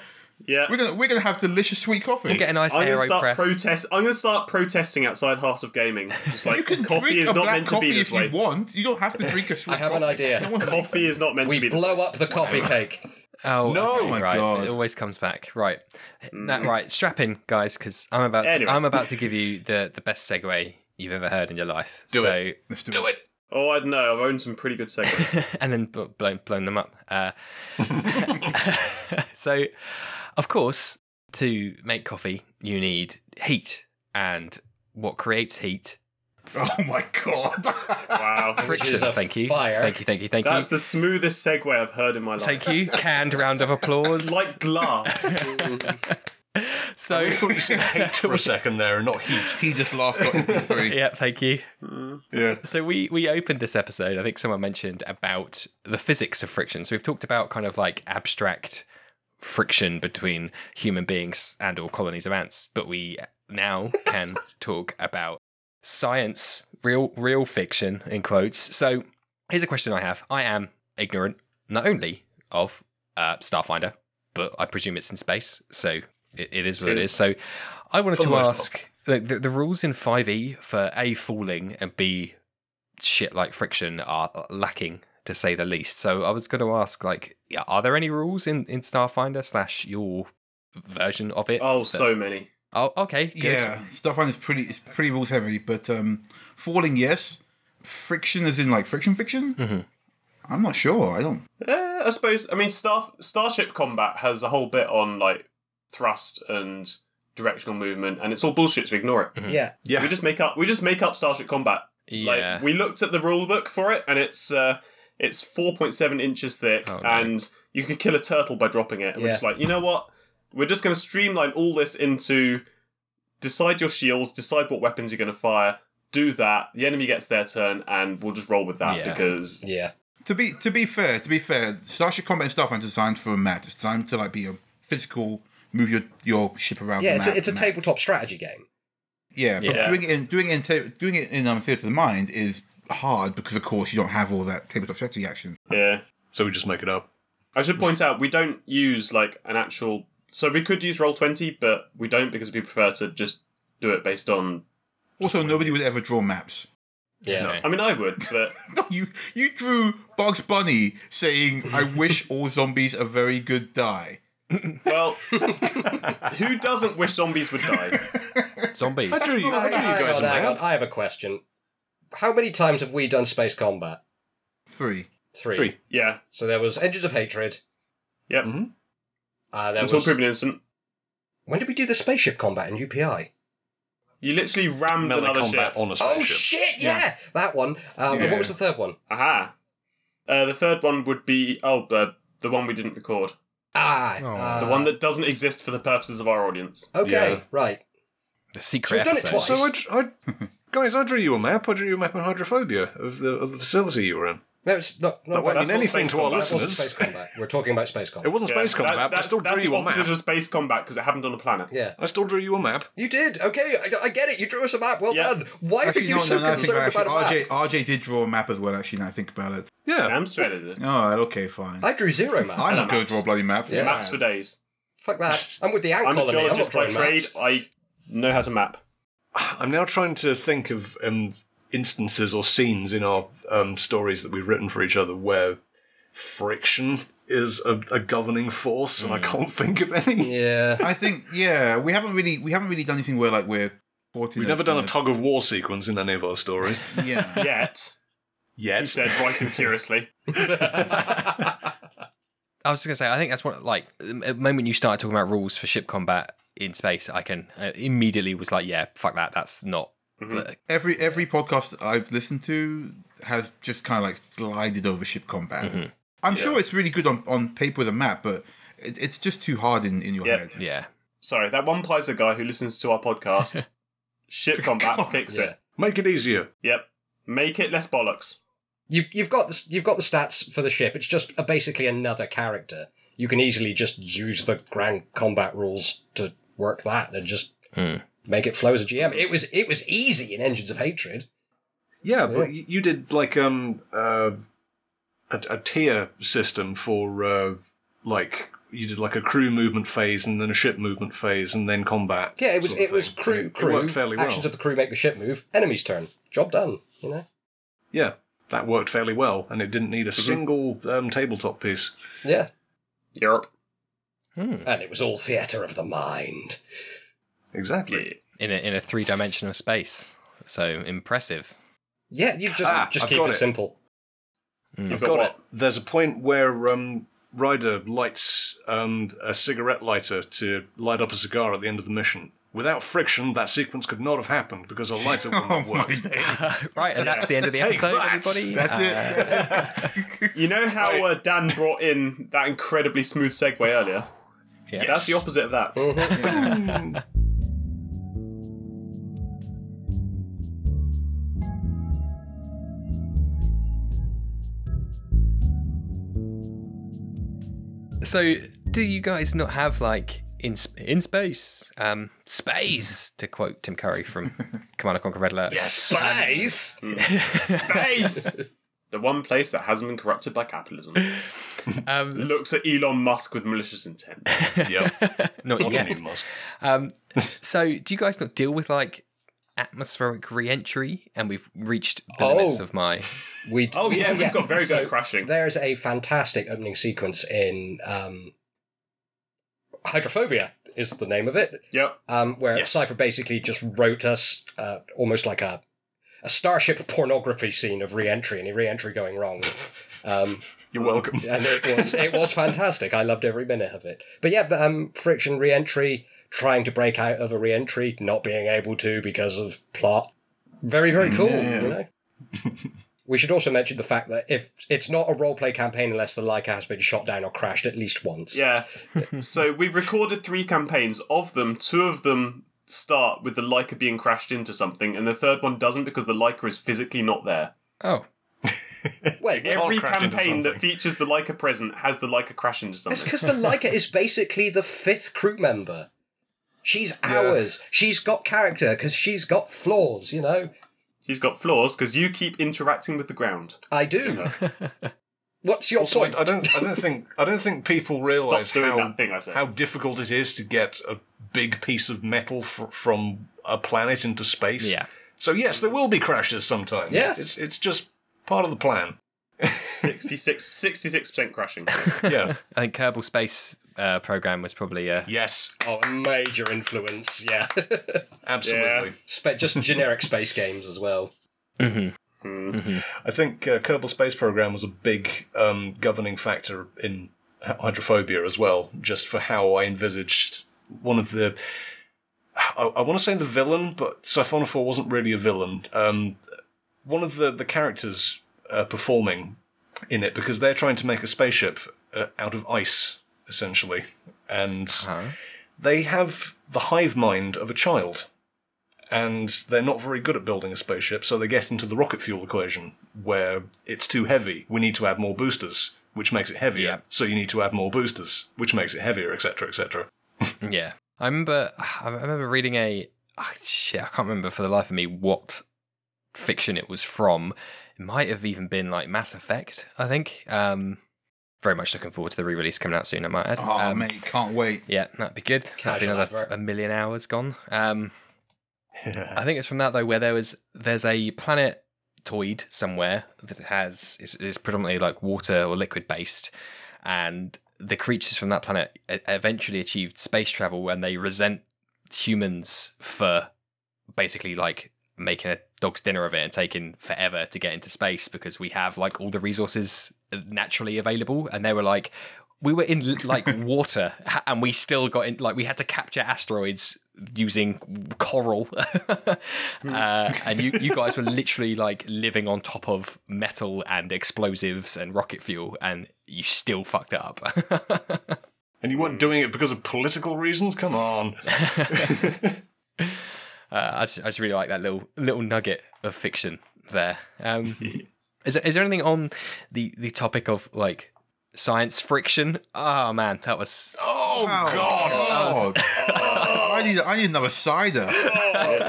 Speaker 4: yeah,
Speaker 2: We're gonna we're gonna have delicious sweet coffee.
Speaker 1: Get a nice
Speaker 4: I'm gonna start
Speaker 1: AeroPress.
Speaker 4: protest. I'm gonna start protesting outside Heart of Gaming. Just like
Speaker 2: you can
Speaker 4: coffee
Speaker 2: drink
Speaker 4: is
Speaker 2: a
Speaker 4: not
Speaker 2: black
Speaker 4: meant to
Speaker 2: coffee
Speaker 4: be
Speaker 2: if
Speaker 4: this way.
Speaker 2: you want. You don't have to drink a sweet.
Speaker 5: have an
Speaker 2: coffee.
Speaker 5: idea.
Speaker 2: No one's-
Speaker 4: Coffee is not meant
Speaker 5: We
Speaker 4: to be this way.
Speaker 5: blow up the coffee cake.
Speaker 6: Oh
Speaker 3: No! Mm.
Speaker 6: okay,
Speaker 2: Oh my
Speaker 6: right.
Speaker 2: God.
Speaker 6: It always comes back. Right, that right. Strap in, guys, because I'm about
Speaker 4: Anyway.
Speaker 6: to, I'm about to give you the the best segue you've ever heard in your life.
Speaker 3: Do
Speaker 6: so,
Speaker 3: it.
Speaker 2: Let's
Speaker 3: Do it.
Speaker 4: Oh, I don't know. I've owned some pretty good segues.
Speaker 6: and then bl- blown blown them up. Uh, so, of course, to make coffee, you need heat, and what creates heat?
Speaker 2: Oh my god!
Speaker 4: wow,
Speaker 5: Which is
Speaker 6: Friction.
Speaker 5: a
Speaker 6: Thank you.
Speaker 5: fire.
Speaker 6: Thank you. Thank you. Thank
Speaker 4: that's
Speaker 6: you.
Speaker 4: the smoothest segue I've heard in my life.
Speaker 6: Thank you. Canned round of applause.
Speaker 4: Like glass.
Speaker 6: so.
Speaker 3: I thought you said hate for a second there and not heat.
Speaker 2: he just laughed. Got him three.
Speaker 6: Yeah, thank you.
Speaker 3: Yeah.
Speaker 6: So we we opened this episode. I think someone mentioned about the physics of friction. So we've talked about kind of like abstract friction between human beings and or colonies of ants, but we now can talk about science, real real fiction in quotes. So here's a question I have. I am ignorant not only of uh, Starfinder, but I presume it's in space, so it, it is what it
Speaker 4: It
Speaker 6: is.
Speaker 4: is.
Speaker 6: So I wanted
Speaker 3: For the
Speaker 6: to
Speaker 3: most
Speaker 6: ask the, the, the rules in 5e for A, falling, and B, shit like friction are uh, lacking to say the least. So I was going to ask, like, yeah, are there any rules in, in Starfinder slash your version of it?
Speaker 4: Oh,
Speaker 6: that-
Speaker 4: so many.
Speaker 6: oh, okay, good.
Speaker 2: Yeah, Starfinder is pretty. It's pretty rules heavy, but um, falling yes, friction as in like friction friction.
Speaker 6: Mhm.
Speaker 2: I'm not sure. I don't.
Speaker 4: Uh, I suppose. I mean, Star Starship Combat has a whole bit on like thrust and directional movement, and it's all bullshit. So we ignore
Speaker 3: Mm-hmm.
Speaker 4: it.
Speaker 5: Yeah.
Speaker 4: We just make up. We just make up Starship Combat.
Speaker 6: Yeah.
Speaker 4: Like we looked at the rule book for it, and it's uh, it's four point seven inches thick,
Speaker 6: Oh, no.
Speaker 4: and you can kill a turtle by dropping it. And we're
Speaker 5: Yeah.
Speaker 4: just like, you know what? We're just going to streamline all this into decide your shields, decide what weapons you're going to fire. Do that. The enemy gets their turn, and we'll just roll with that
Speaker 6: Yeah.
Speaker 4: because
Speaker 5: Yeah.
Speaker 2: To be to be fair, to be fair, Starship Combat and Starfinder is designed for a map. It's designed to like be a physical move your your ship around.
Speaker 5: Yeah.
Speaker 2: the
Speaker 5: It's
Speaker 2: map,
Speaker 5: a, it's a
Speaker 2: map.
Speaker 5: tabletop strategy game.
Speaker 2: Yeah, but
Speaker 6: Yeah.
Speaker 2: doing it in doing it in ta- doing it in um, theater of the mind is hard because of course you don't have all that tabletop strategy action.
Speaker 4: yeah.
Speaker 3: So we just make it up.
Speaker 4: I should point out we don't use like an actual. So we could use roll twenty, but we don't because we prefer to just do it based on.
Speaker 2: Also, nobody would ever draw maps.
Speaker 5: Yeah.
Speaker 6: No.
Speaker 4: I mean, I would, but
Speaker 2: No, you you drew Bugs Bunny saying, "I wish all zombies a very good die."
Speaker 4: well, who doesn't wish zombies would die?
Speaker 6: Zombies.
Speaker 3: I drew you, I drew you
Speaker 5: Hang
Speaker 3: guys
Speaker 5: on,
Speaker 3: a
Speaker 5: hang on.
Speaker 3: map.
Speaker 5: I have a question. How many times have we done space combat?
Speaker 2: Three.
Speaker 5: Three.
Speaker 3: Three.
Speaker 4: Yeah,
Speaker 5: So there was Engines of Hatred.
Speaker 4: Yep.
Speaker 3: Mhm.
Speaker 5: Uh, there
Speaker 4: until
Speaker 5: was.
Speaker 4: proven innocent.
Speaker 5: When did we do the spaceship combat in UPI?
Speaker 4: You literally rammed
Speaker 3: Melee
Speaker 4: another
Speaker 3: combat
Speaker 4: ship.
Speaker 3: on a
Speaker 5: Oh
Speaker 3: spaceship.
Speaker 5: shit!
Speaker 2: Yeah.
Speaker 5: Yeah, that one. Um, and
Speaker 2: Yeah.
Speaker 5: What was the third one?
Speaker 4: Aha. Uh, the third one would be oh the the one we didn't record,
Speaker 5: Ah,
Speaker 6: Oh.
Speaker 5: uh,
Speaker 4: the one that doesn't exist for the purposes of our
Speaker 3: uh,
Speaker 4: audience.
Speaker 5: Okay,
Speaker 3: Yeah.
Speaker 5: right.
Speaker 6: The
Speaker 5: So
Speaker 6: secret
Speaker 5: we've done it
Speaker 6: episode.
Speaker 5: twice.
Speaker 3: So I, dr- I, guys, I drew you a map. I drew you a map on hydrophobia of the of the facility you were in.
Speaker 5: No, it's not. not
Speaker 3: That won't
Speaker 5: about-
Speaker 3: mean
Speaker 4: not
Speaker 3: anything
Speaker 4: space
Speaker 3: to our
Speaker 4: combat,
Speaker 5: that wasn't
Speaker 3: listeners.
Speaker 5: space combat. We're talking about space
Speaker 3: It
Speaker 5: combat.
Speaker 3: wasn't space
Speaker 4: Yeah,
Speaker 3: combat.
Speaker 4: That's,
Speaker 3: but I
Speaker 4: that's,
Speaker 3: still
Speaker 4: that's
Speaker 3: drew you
Speaker 4: the
Speaker 3: a
Speaker 4: opposite
Speaker 3: map.
Speaker 4: of space combat because it happened on a planet.
Speaker 5: Yeah,
Speaker 3: I still drew you a map.
Speaker 5: you did. Okay, I, I get it. You drew us a map. Well
Speaker 4: Yeah.
Speaker 5: done. Why
Speaker 2: Actually,
Speaker 5: are you
Speaker 2: no,
Speaker 5: so
Speaker 2: no, no, I think
Speaker 5: concerned
Speaker 2: about
Speaker 5: about a map?
Speaker 2: actually, RJ, RJ did draw a map as well, actually, now I think about it.
Speaker 3: Yeah.
Speaker 4: Damn straight it did.
Speaker 2: Oh, okay, fine.
Speaker 5: I drew zero map.
Speaker 2: I'm not
Speaker 4: maps.
Speaker 2: going to draw a bloody map.
Speaker 5: Yeah.
Speaker 4: Maps for days.
Speaker 5: Fuck that. I'm with the ant
Speaker 4: I'm a
Speaker 5: colony. I'm not
Speaker 4: geologist by
Speaker 5: drawing
Speaker 4: trade.
Speaker 5: maps.
Speaker 4: I know how to map.
Speaker 3: I'm now trying to think of um, instances or scenes in our um, stories that we've written for each other where friction is a, a governing
Speaker 4: Hmm.
Speaker 3: force, and I can't think of any.
Speaker 5: Yeah.
Speaker 2: I think yeah, we haven't really we haven't really done anything where like we're Fourteen.
Speaker 3: We've never done a tug of war sequence in any of our stories
Speaker 2: Yeah.
Speaker 4: Yet,
Speaker 3: yet.
Speaker 4: he said, writing furiously.
Speaker 6: I was just gonna say, I think that's what like the moment you started talking about rules for ship combat in space, I can uh, immediately was like, yeah, fuck that, that's not. the-
Speaker 2: Every every podcast that I've listened to has just kind of like glided over ship combat. I'm sure it's really good on, on paper with a map, but it, it's just too hard in, in your
Speaker 4: Yep.
Speaker 2: head.
Speaker 6: yeah,
Speaker 4: Sorry, that one Pfizer guy who listens to our podcast. Ship combat, fix it.
Speaker 3: Make it easier.
Speaker 4: Yep. Make it less bollocks.
Speaker 5: You've, you've got the, s- you've got the stats for the ship. It's just a, basically another character. You can easily just use the grand combat rules to work that and just make it flow as a GM. It was it was easy in Engines of Hatred.
Speaker 3: Yeah, but y you did like um uh, a, a tier system for uh, like you did like a crew movement phase and then a ship movement phase and then combat.
Speaker 5: Yeah, it was
Speaker 3: sort of
Speaker 5: it was
Speaker 3: thing.
Speaker 5: crew
Speaker 3: It
Speaker 5: crew
Speaker 3: worked fairly well.
Speaker 5: actions of the crew make the ship move. Enemy's turn. Job done. You know.
Speaker 3: yeah, that worked fairly well, and it didn't need a
Speaker 2: Mm-hmm.
Speaker 3: single um, tabletop piece.
Speaker 5: Yeah.
Speaker 4: Europe.
Speaker 5: And it was all theatre of the mind.
Speaker 3: Exactly.
Speaker 6: in a in a three dimensional space, so impressive.
Speaker 5: Yeah, you just
Speaker 3: Ah,
Speaker 5: just
Speaker 3: I've
Speaker 5: keep
Speaker 3: got
Speaker 5: it,
Speaker 3: it.
Speaker 5: simple.
Speaker 4: You've
Speaker 3: Mm. Got
Speaker 4: what?
Speaker 3: it. There's a point where um, Ryder lights um, a cigarette lighter to light up a cigar at the end of the mission. Without friction, that sequence could not have happened because a lighter wouldn't
Speaker 2: Oh
Speaker 3: have
Speaker 2: my
Speaker 3: worked.
Speaker 2: day.
Speaker 6: Right, and that's the end of the
Speaker 3: Take
Speaker 6: episode,
Speaker 3: that.
Speaker 6: everybody. Uh,
Speaker 2: That's it.
Speaker 4: You know how
Speaker 3: Right.
Speaker 4: uh, Dan brought in that incredibly smooth segue earlier?
Speaker 6: Yeah.
Speaker 4: That's the opposite of that.
Speaker 6: So, do you guys not have like in sp- in space, um, space to quote Tim Curry from Command and Conquer Red Alert? Yes.
Speaker 5: Space.
Speaker 4: Space! the one place that hasn't been corrupted by capitalism.
Speaker 6: Um,
Speaker 4: Looks at Elon Musk with malicious intent.
Speaker 3: yep.
Speaker 6: not
Speaker 3: Not
Speaker 6: yet.
Speaker 3: Elon Musk.
Speaker 6: Um, so, do you guys not deal with like atmospheric re-entry? And we've reached the limits
Speaker 5: Oh.
Speaker 6: of my.
Speaker 5: We
Speaker 4: Oh, yeah, we've got very
Speaker 5: So
Speaker 4: good at crashing.
Speaker 5: There's a fantastic opening sequence in um, Hydrophobia is the name of it,
Speaker 4: Yep.
Speaker 5: um, where
Speaker 3: Yes.
Speaker 5: Cipher basically just wrote us uh, almost like a a starship pornography scene of re-entry and re-entry going wrong. um,
Speaker 3: You're welcome.
Speaker 5: and it was it was fantastic. I loved every minute of it. But yeah, but, um, friction re-entry, trying to break out of a re-entry, not being able to because of plot. Very very cool. You know. we should also mention the fact that if it's not a roleplay campaign unless the Leica has been shot down or crashed at least once.
Speaker 4: Yeah. so we've recorded three campaigns. Of them, two of them start with the Leica being crashed into something, and the third one doesn't because the Leica is physically not there.
Speaker 6: Oh,
Speaker 5: Wait,
Speaker 3: Can't
Speaker 4: Every
Speaker 3: crash into
Speaker 4: campaign that
Speaker 3: something.
Speaker 4: features the Leica present has the Leica crash into
Speaker 5: That's
Speaker 4: something.
Speaker 5: because the Leica is basically the fifth crew member. She's ours. She's got character because she's got flaws, you know.
Speaker 4: She's got flaws because you keep interacting with the ground.
Speaker 5: I do. What's your
Speaker 3: Also, I,
Speaker 5: point?
Speaker 3: I don't. I don't think. I don't think people realise
Speaker 4: doing
Speaker 3: how
Speaker 4: that thing I said.
Speaker 3: how difficult it is to get a big piece of metal fr- from a planet into space.
Speaker 6: Yeah.
Speaker 3: So yes, there will be crashes sometimes.
Speaker 5: Yeah.
Speaker 3: It's it's just part of the plan.
Speaker 4: 66, 66% crashing.
Speaker 3: Yeah.
Speaker 6: I think Kerbal Space uh, Program was probably uh,
Speaker 3: yes.
Speaker 5: Oh, a major influence, yeah.
Speaker 3: Absolutely.
Speaker 5: Spe- just generic space games as well.
Speaker 3: I think uh, Kerbal Space Program was a big um, governing factor in hy- hydrophobia as well, just for how I envisaged one of the. I, I want to say the villain, but Siphonophore wasn't really a villain. Um, one of the the characters uh, performing in it because they're trying to make a spaceship uh, out of ice, essentially, and they have the hive mind of a child and they're not very good at building a spaceship, so they get into the rocket fuel equation where it's too heavy. We need to add more boosters, which makes it heavier.
Speaker 6: Yeah.
Speaker 3: So you need to add more boosters, which makes it heavier, etc., etc.
Speaker 5: Mm.
Speaker 6: Yeah, I remember. I remember reading a ah, shit. I can't remember for the life of me what fiction it was from. It might have even been like Mass Effect. I think. Um, very much looking forward to the re-release coming out soon. I might add.
Speaker 2: Oh,
Speaker 6: Um,
Speaker 2: mate, can't wait.
Speaker 6: Yeah, that'd be good. That'd be
Speaker 5: Casual
Speaker 6: another
Speaker 5: advert.
Speaker 6: a million hours gone. Um, I think it's from that though, where there was there's a planet toid somewhere that has is, is predominantly like water or liquid based, and the creatures from that planet e- eventually achieved space travel and they resent humans for basically like making a dog's dinner of it and taking forever to get into space because we have like all the resources uh, naturally available and they were like we were in like water ha- and we still got in like we had to capture asteroids using coral uh, and you, you guys were literally like living on top of metal and explosives and rocket fuel and you still fucked it Uh, up
Speaker 3: And you weren't doing it because of political reasons? Come on.
Speaker 6: Uh, I, just, I just really like that little little nugget of fiction there. Um, is there, is there anything on the the topic of like science friction? Oh man, that was
Speaker 3: Oh, God. Oh,
Speaker 2: God. I need I need another cider.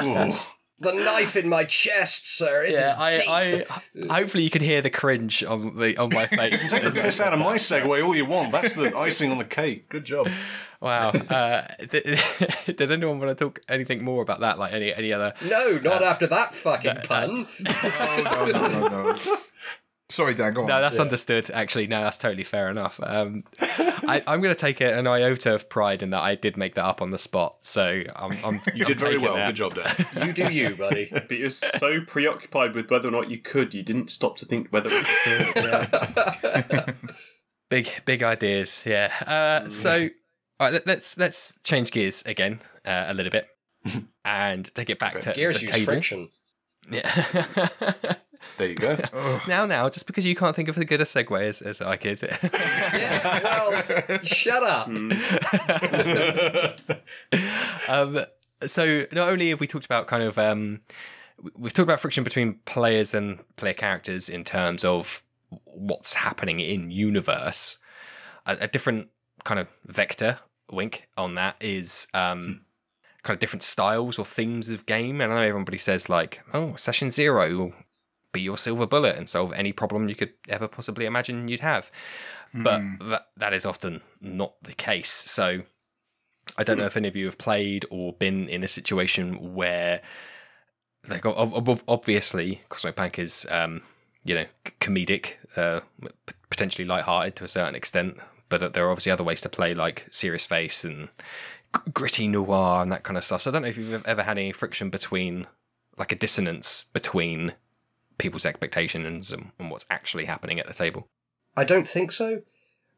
Speaker 3: Ooh.
Speaker 5: The knife in my chest, sir. It is deep.
Speaker 6: I, I hopefully you can hear the cringe on the on my face.
Speaker 3: Take the piss out of my segue all you want. That's the icing on the cake. Good job.
Speaker 6: wow. Uh, th- did anyone want to talk anything more about that? Like any any other?
Speaker 5: No, not after that fucking pun.
Speaker 2: No, no, no, no. Sorry, Dan. Go on.
Speaker 6: No, that's understood. Actually, no, that's totally fair enough. Um, I, I'm going to take a, an iota of pride in that I did make that up on the spot. So I'm, I'm
Speaker 3: You did very well. Good job, Dan.
Speaker 5: you do you, buddy.
Speaker 4: But you're so preoccupied with whether or not you could, you didn't stop to think whether it was
Speaker 6: big big ideas yeah uh,
Speaker 3: Mm.
Speaker 6: so all right let, us let's change gears again uh, a little bit and take it back to
Speaker 5: Gears
Speaker 6: the
Speaker 5: use
Speaker 6: table
Speaker 5: friction.
Speaker 6: yeah
Speaker 3: There you go.
Speaker 6: now now just because you can't think of as good a segue as, as i could
Speaker 5: Yeah, well, shut up.
Speaker 6: um, so not only have we talked about kind of um, we- we've talked about friction between players and player characters in terms of what's happening in universe a, a different kind of vector wink on that is um, kind of different styles or themes of game and i know everybody says like oh session zero will be your silver bullet and solve any problem you could ever possibly imagine you'd have but that, that is often not the case so I
Speaker 3: Hmm.
Speaker 6: don't know if any of you have played or been in a situation where, like, ob- ob- ob- obviously, Cosmopunk is, um, you know, c- comedic, uh, p- potentially lighthearted to a certain extent, but there are obviously other ways to play, like serious face and g- gritty noir and that kind of stuff. So I don't know if you've e-, ever had any friction between, like, a dissonance between people's expectations and, and what's actually happening at the table.
Speaker 5: I don't think so.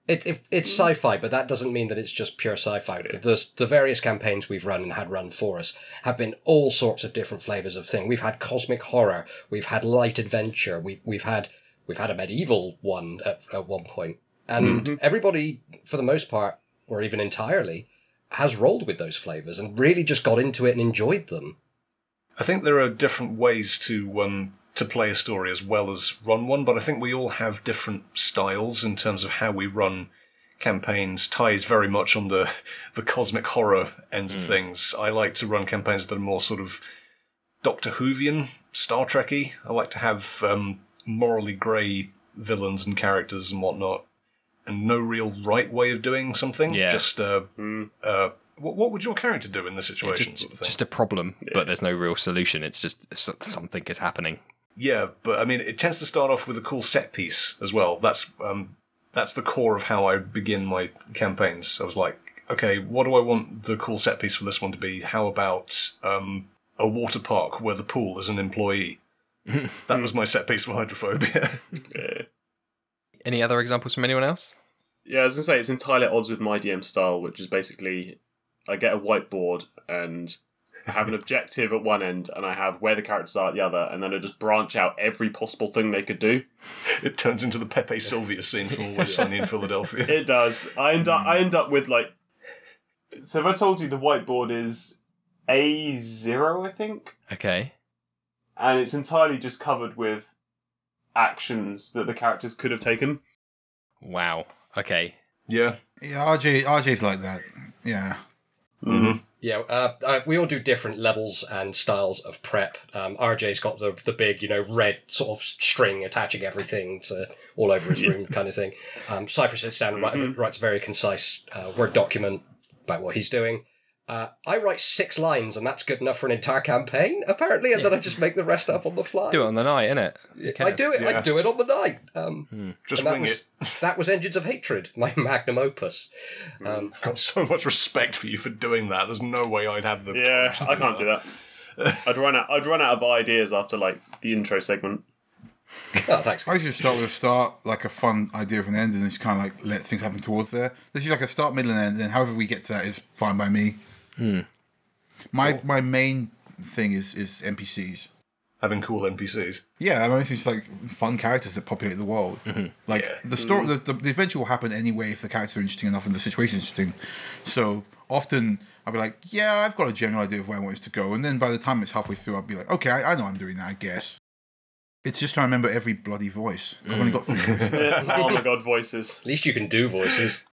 Speaker 5: It, it, it's sci-fi, but that doesn't mean that it's just pure sci-fi. The, the various campaigns we've run and had run for us have been all sorts of different flavors of thing. We've had cosmic horror, we've had light adventure, we, we've had we've had a medieval one at, at one point, and everybody, for the most part, or even entirely, has rolled with those flavors and really just got into it and enjoyed them.
Speaker 3: I think there are different ways to um, to play a story as well as run one, but I think we all have different styles in terms of how we run campaigns. Ty is very much on the the cosmic horror end
Speaker 6: Hmm.
Speaker 3: of things. I like to run campaigns that are more sort of Doctor Whovian, Star Trekky. I like to have um, morally grey villains and characters and whatnot, and no real right way of doing something.
Speaker 6: Yeah. Hmm.
Speaker 3: Just uh, uh, what, what would your character do in this situation?
Speaker 6: Just,
Speaker 3: sort of thing.
Speaker 6: just a problem, but there's no real solution. It's just s- something is happening.
Speaker 3: Yeah, but I mean, it tends to start off with a cool set piece as well. That's um, that's the core of how I begin my campaigns. I was like, okay, what do I want the cool set piece for this one to be? How about um, a water park where the pool is an employee? that was my set piece for hydrophobia.
Speaker 4: Yeah.
Speaker 6: Any other examples from anyone else?
Speaker 4: Yeah, I was gonna say it's entirely at odds with my DM style, which is basically I get a whiteboard and I have an objective at one end, and I have where the characters are at the other, and then I just branch out every possible thing they could do.
Speaker 3: it turns into the Pepe Sylvia scene from Always Sunny in Philadelphia.
Speaker 4: It does. I end up. I end up with like. So if I told you the whiteboard is a zero, I think,
Speaker 6: Okay.
Speaker 4: and it's entirely just covered with actions that the characters could have taken.
Speaker 6: Wow. Okay.
Speaker 3: Yeah,
Speaker 2: Yeah, RJ RJ's like that. Yeah.
Speaker 3: Mm-hmm.
Speaker 5: Yeah, uh, uh, we all do different levels and styles of prep. Um, RJ's got the the big, you know, red sort of string attaching everything to all over his room kind of thing. Um, Cypher sits down and write, writes a very concise uh, word document about what he's doing. Uh, I write six lines, and that's good enough for an entire campaign, apparently, and then I just make the rest up on the fly.
Speaker 6: Do it on the night, innit? You
Speaker 5: I
Speaker 6: can.
Speaker 5: do it. I
Speaker 3: Yeah.
Speaker 5: do it on the night. Um,
Speaker 3: just
Speaker 5: and that
Speaker 3: wing
Speaker 5: was
Speaker 3: it.
Speaker 5: that was Engines of Hatred, my magnum opus. Um,
Speaker 3: I've got so much respect for you for doing that. There's no way I'd have the
Speaker 4: Yeah,
Speaker 3: courage to
Speaker 4: I can't do that. I'd run out. I'd run out of ideas after like the intro segment.
Speaker 5: Oh, thanks.
Speaker 2: I should start with a start, like a fun idea of an end, and just kind of like let things happen towards there. This is like a start, middle, and end, and however we get to that is fine by me.
Speaker 3: Hmm.
Speaker 2: My my main thing is is NPCs.
Speaker 3: Having cool NPCs.
Speaker 2: Yeah, I mean, it's like fun characters that populate the world. Like the
Speaker 5: Mm.
Speaker 2: story, the, the, the adventure will happen anyway if the characters are interesting enough and the situation is interesting. So often I'll be like, yeah, I've got a general idea of where I want this to go, and then by the time it's halfway through, I'll be like, okay, I, I know I'm doing that, I guess. It's just trying to remember every bloody voice. I've only got three. voices.
Speaker 4: oh my god, voices.
Speaker 5: At least you can do voices.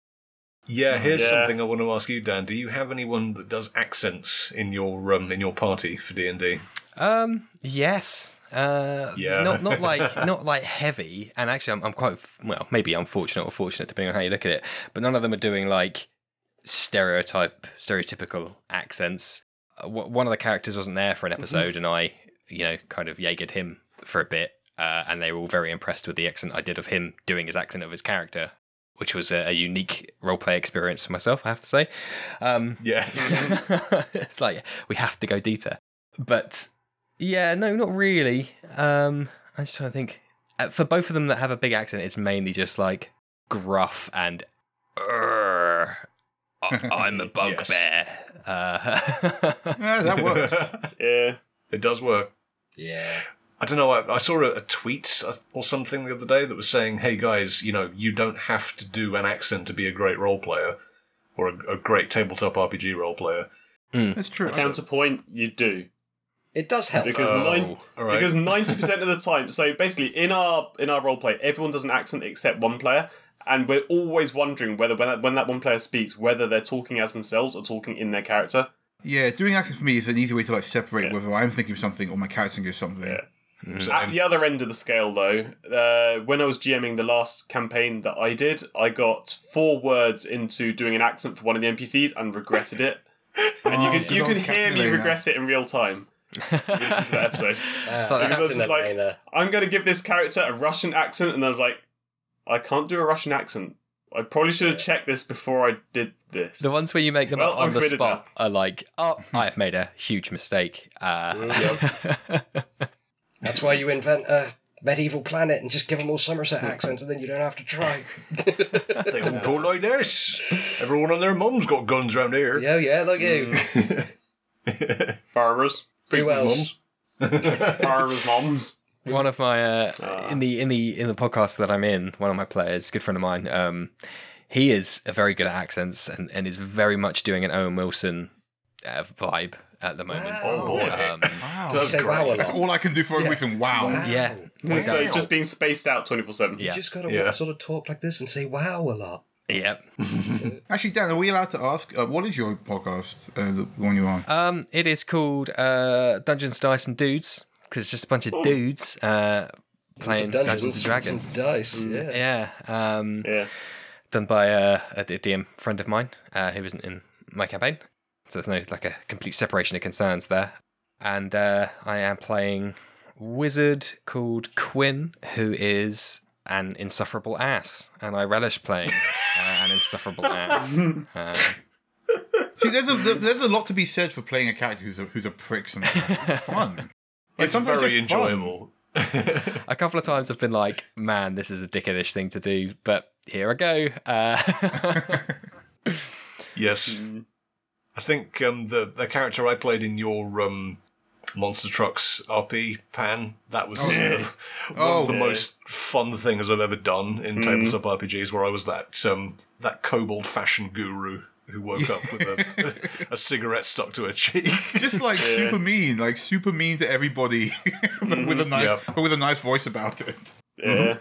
Speaker 3: Yeah, here's
Speaker 4: Yeah.
Speaker 3: something I want to ask you, Dan. Do you have anyone that does accents in your um, in your party for D and D?
Speaker 6: Um. Yes. Uh,
Speaker 3: Yeah.
Speaker 6: Not not like not like heavy. And actually, I'm, I'm quite f- well. Maybe unfortunate or fortunate, depending on how you look at it. But none of them are doing like stereotype stereotypical accents. Uh, wh- one of the characters wasn't there for an episode, and I, you know, kind of jaegered him for a bit. Uh, and they were all very impressed with the accent I did of him doing his accent of his character, which was a, a unique roleplay experience for myself, I have to say. Um,
Speaker 3: Yes.
Speaker 6: it's like we have to go deeper. But yeah, no, not really. Um, I'm just trying to think. Uh, For both of them that have a big accent, it's mainly just like gruff and "Urgh, I- I'm a
Speaker 3: Yes.
Speaker 6: bugbear. Uh,
Speaker 2: yeah, that works.
Speaker 4: Yeah.
Speaker 3: it does work.
Speaker 5: Yeah.
Speaker 3: I don't know. I, I saw a, a tweet uh, or something the other day that was saying, "Hey guys, you know, you don't have to do an accent to be a great role player or a, a great tabletop RPG role player."
Speaker 2: That's true. I-
Speaker 4: Counterpoint, you do
Speaker 5: It does help. Uh,
Speaker 4: because
Speaker 3: Oh,
Speaker 4: nine.
Speaker 3: all right.
Speaker 4: Because ninety percent of the time, so basically in our in our role play, everyone does an accent except one player, and we're always wondering whether when that, when that one player speaks, whether they're talking as themselves or talking in their character.
Speaker 2: Yeah, doing acting for me is an easy way to like separate whether I'm thinking of something or my character thinking of something.
Speaker 4: Yeah.
Speaker 3: So,
Speaker 4: At the other end of the scale, though, uh, when I was GMing the last campaign that I did, I got four words into doing an accent for one of the NPCs and regretted it. And
Speaker 2: Oh,
Speaker 4: you
Speaker 2: good
Speaker 4: can you
Speaker 2: old
Speaker 4: can hear me
Speaker 2: calculator.
Speaker 4: regret it in real time. Listen to that episode.
Speaker 5: Uh,
Speaker 6: So-
Speaker 5: I
Speaker 6: Because
Speaker 5: have
Speaker 4: it's
Speaker 5: to
Speaker 4: like-
Speaker 5: name, uh,
Speaker 4: I'm going to give this character a Russian accent, and I was like, I can't do a Russian accent. I probably should have checked this before I did this.
Speaker 6: the ones where you make them
Speaker 4: Well,
Speaker 6: up on
Speaker 4: I'm
Speaker 6: the
Speaker 4: quitting
Speaker 6: spot are like, oh, I have made a huge mistake. Uh,
Speaker 5: That's why you invent a medieval planet and just give them all Somerset accents, and then you don't have to try.
Speaker 3: they all go like this. Everyone and their mum's got guns round here.
Speaker 5: yeah, yeah, like you.
Speaker 4: farmers,
Speaker 5: Who else?
Speaker 3: Mums.
Speaker 4: farmers' moms.
Speaker 6: one of my uh, in the in the in the podcast that I'm in, one of my players, good friend of mine, um, he is a very good at accents and, and is very much doing an Owen Wilson uh, vibe at the moment.
Speaker 3: Oh boy.
Speaker 6: Um,
Speaker 2: Wow.
Speaker 5: You
Speaker 2: That's,
Speaker 5: say wow a lot.
Speaker 2: that's all I can do for a reason. Wow.
Speaker 6: yeah,
Speaker 4: So it's just being spaced out twenty four seven.
Speaker 6: Yeah.
Speaker 5: You just gotta
Speaker 3: Yeah.
Speaker 5: sort of talk like this and say wow a lot.
Speaker 6: yeah.
Speaker 2: Actually, Dan, are we allowed to ask uh, what is your podcast? Uh, the one you're on?
Speaker 6: Um, it is called uh, Dungeons, Dice, and Dudes because it's just a bunch of dudes uh, playing
Speaker 5: Dungeons,
Speaker 6: Dungeons and Dragons. Mm.
Speaker 5: and dice. Yeah.
Speaker 6: Yeah, um,
Speaker 4: Yeah.
Speaker 6: done by uh, a d- DM friend of mine uh, who isn't in my campaign. So there's no like a complete separation of concerns there. And uh, I am playing wizard called Quinn, who is an insufferable ass, and I relish playing uh, an insufferable ass. Uh,
Speaker 2: See, there's a there- there's a lot to be said for playing a character who's a who's a prick. Sometimes it's fun. Like,
Speaker 3: It's
Speaker 2: sometimes
Speaker 3: very
Speaker 2: fun.
Speaker 3: enjoyable.
Speaker 6: a couple of times I've been like, "Man, this is a dickheadish thing to do," but here I go. Uh,
Speaker 3: Yes.
Speaker 2: Mm-hmm.
Speaker 3: I think um, the the character I played in your um, Monster Trucks RP pan that was
Speaker 2: Oh,
Speaker 3: uh,
Speaker 2: yeah.
Speaker 3: one
Speaker 2: Oh.
Speaker 3: of the
Speaker 2: Yeah. Mm-hmm.
Speaker 3: most fun things I've ever done in tabletop RPGs, where I was that um, that kobold fashion guru who woke up with a, a cigarette stuck to her cheek.
Speaker 2: Just like super mean, like super mean to everybody, but
Speaker 4: Mm-hmm.
Speaker 2: with a nice
Speaker 3: Yep.
Speaker 2: but with a nice voice about it.
Speaker 4: Yeah.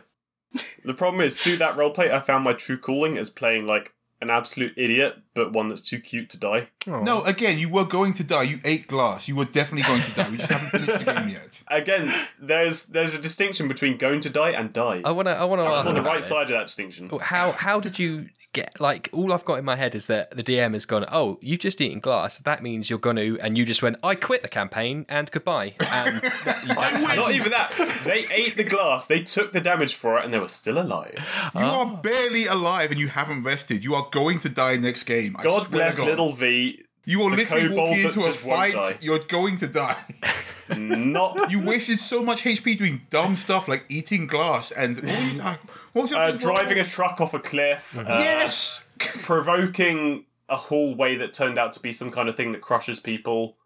Speaker 4: the problem is, through that roleplay, I found my true calling as playing like an absolute idiot, but one that's too cute to die.
Speaker 2: No, again, you were going to die. You ate glass. You were definitely going to die. We just haven't finished the game yet.
Speaker 4: Again, there's there's a distinction between going to die and die.
Speaker 6: I want to. I want to
Speaker 4: I'm
Speaker 6: ask
Speaker 4: on the
Speaker 6: about
Speaker 4: right
Speaker 6: this.
Speaker 4: side of that distinction.
Speaker 6: how how did you get like all I've got in my head is that the DM has gone, Oh, you've just eaten glass, that means you're gonna and you just went, I quit the campaign and goodbye. And that, that's how-
Speaker 4: Not even that. They ate the glass. They took the damage for it, and they were still alive.
Speaker 2: You are
Speaker 4: Ah.
Speaker 2: barely alive and you haven't rested. You are going to die next game. I
Speaker 4: God
Speaker 2: swear to
Speaker 4: bless little V.
Speaker 2: You are
Speaker 4: The
Speaker 2: literally
Speaker 4: kobold
Speaker 2: walking
Speaker 4: that
Speaker 2: into a
Speaker 4: just won't die.
Speaker 2: fight. You're going to die.
Speaker 4: Not
Speaker 2: You wasted so much HP doing dumb stuff like eating glass and what was the
Speaker 4: uh,
Speaker 2: other one?
Speaker 4: driving a truck off a cliff. uh,
Speaker 2: Yes.
Speaker 4: provoking a hallway that turned out to be some kind of thing that crushes people.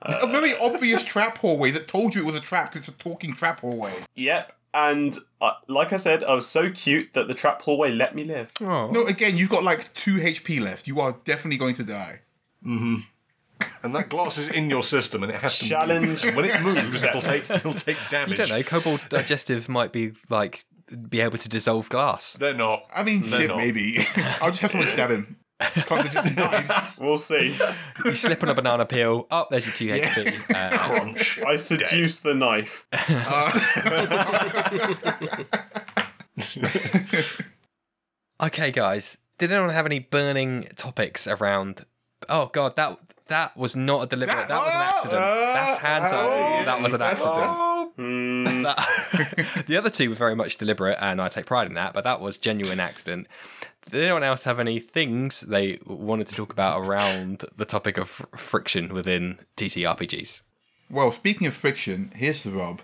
Speaker 4: Uh,
Speaker 2: a very obvious trap hallway that told you it was a trap because it's a talking trap hallway.
Speaker 4: Yep. And uh, like I said, I was so cute that the trap hallway let me live.
Speaker 6: Oh.
Speaker 2: No, again, you've got like two HP left. You are definitely going to die.
Speaker 3: And that glass is in your system, and it has to
Speaker 4: Challenge
Speaker 3: Move. And when it moves, it'll take it'll take damage.
Speaker 6: You don't know. Cobalt digestive might be like be able to dissolve glass.
Speaker 3: They're not.
Speaker 2: I mean,
Speaker 3: They're
Speaker 2: shit,
Speaker 3: not.
Speaker 2: maybe. I'll just have someone stab him. Can't they just knife?
Speaker 4: We'll see.
Speaker 6: You slip on a banana peel. Up there's your two HP. Uh,
Speaker 3: Crunch.
Speaker 4: I seduce the knife.
Speaker 2: Uh,
Speaker 6: Uh, okay, guys. Did anyone have any burning topics around? Oh God, that that was not a deliberate. That was an accident. That's hands up.
Speaker 4: Oh,
Speaker 6: That was an accident.
Speaker 4: Hmm.
Speaker 6: That- the other two were very much deliberate, and I take pride in that. But that was genuine accident. Did anyone else have any things they wanted to talk about around the topic of fr- friction within TTRPGs?
Speaker 2: Well, speaking of friction, here's the rub.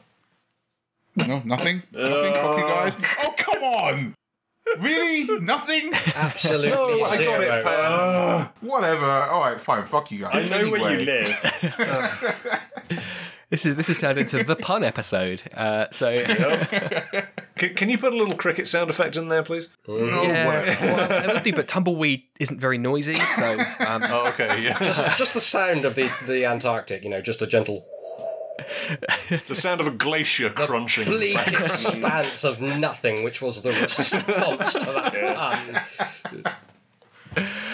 Speaker 2: No, nothing? Nothing? Fuck you guys. Oh, come on! Really? Nothing?
Speaker 5: Absolutely
Speaker 2: Oh, I got
Speaker 5: zero.
Speaker 2: it, Pan. Uh, Whatever. Alright, fine. Fuck you guys.
Speaker 4: I know where you
Speaker 2: Anyway.
Speaker 4: live.
Speaker 6: This is this has turned into the pun episode. Uh, so
Speaker 3: Can, can you put a little cricket sound effect in there, please?
Speaker 2: No, whatever.
Speaker 6: Well, it would do, but tumbleweed isn't very noisy. So um,
Speaker 3: Oh, okay. Yeah.
Speaker 5: Just the sound of the, the Antarctic, you know, just a gentle
Speaker 3: the sound of a glacier crunching.
Speaker 5: bleak expanse of nothing, which was the response to that pun.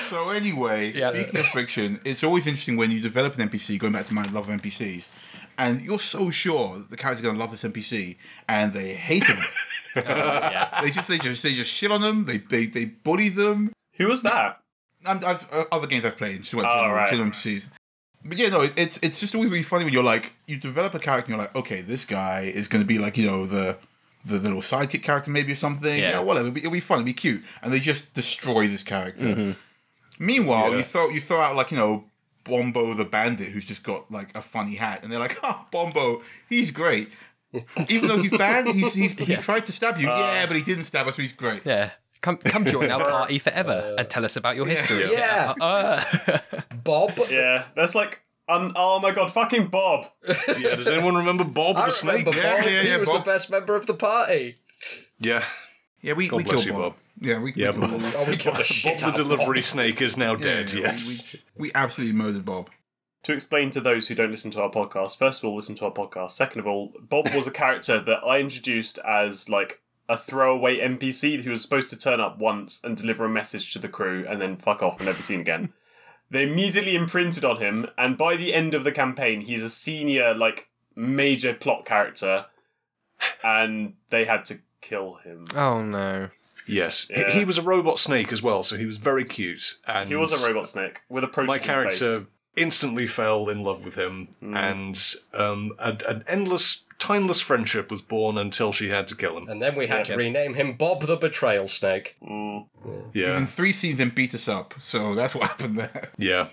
Speaker 2: So anyway,
Speaker 6: Yeah.
Speaker 2: speaking of friction, it's always interesting when you develop an NPC. Going back to my love of NPCs, and you're so sure that the character's going to love this NPC, and they hate him. They just they just they just shit on them. They they, they bully them.
Speaker 4: Who was that?
Speaker 2: I'm, I've uh, other games I've played. Just went
Speaker 4: Oh,
Speaker 2: to
Speaker 4: right.
Speaker 2: to NPCs. But yeah, no, it- it's it's just always really funny when you're like you develop a character and you're like, okay, this guy is going to be like you know the the little sidekick character maybe or something. Yeah,
Speaker 6: Yeah.
Speaker 2: whatever. It'll be, it'll be fun. It'll be cute. And they just destroy this character. Meanwhile, you throw you throw out like you know Bombo the Bandit, who's just got like a funny hat, and they're like, "Ah, Bombo, he's great." Even though he's bad, he's, he's, he tried to stab you. yeah, but he didn't stab us, so he's great.
Speaker 6: yeah, come come join our party forever and tell us about your history.
Speaker 5: Yeah.
Speaker 6: Uh,
Speaker 5: Bob.
Speaker 4: Yeah, that's like, um, oh my god, fucking Bob.
Speaker 3: Yeah. Does anyone remember Bob
Speaker 5: I
Speaker 3: the snake?
Speaker 5: remember
Speaker 2: yeah,
Speaker 5: Bob.
Speaker 2: yeah, yeah,
Speaker 5: he was
Speaker 2: Bob.
Speaker 5: the best member of the party.
Speaker 3: Yeah.
Speaker 2: Yeah, we,
Speaker 3: God
Speaker 2: we
Speaker 3: bless
Speaker 2: killed
Speaker 3: you,
Speaker 2: Bob.
Speaker 3: Bob.
Speaker 2: Yeah, we,
Speaker 3: Yeah,
Speaker 2: we killed Bob.
Speaker 3: Bob.
Speaker 5: Oh, we got the
Speaker 3: Bob
Speaker 5: shit
Speaker 3: the
Speaker 5: out of
Speaker 3: delivery snake is now
Speaker 2: Yeah,
Speaker 3: dead.
Speaker 2: yeah,
Speaker 3: yes.
Speaker 2: We, we absolutely murdered Bob.
Speaker 4: To explain to those who don't listen to our podcast, first of all, listen to our podcast. Second of all, Bob was a character that I introduced as like a throwaway NPC who was supposed to turn up once and deliver a message to the crew and then fuck off and never be seen again. They immediately imprinted on him, and by the end of the campaign, he's a senior, like, major plot character, and they had to kill him.
Speaker 6: oh no.
Speaker 3: Yes. He-
Speaker 4: Yeah.
Speaker 3: He, was a robot snake as well, so he was very cute. And
Speaker 4: He was a robot snake with a prototype.
Speaker 3: My character instantly fell in love with him, and um, a, an endless, timeless friendship was born until she had to kill him.
Speaker 5: And then we had to rename him Bob the Betrayal Snake.
Speaker 2: In
Speaker 3: Yeah.
Speaker 2: three scenes and beat us up, so that's what happened there.
Speaker 3: Yeah.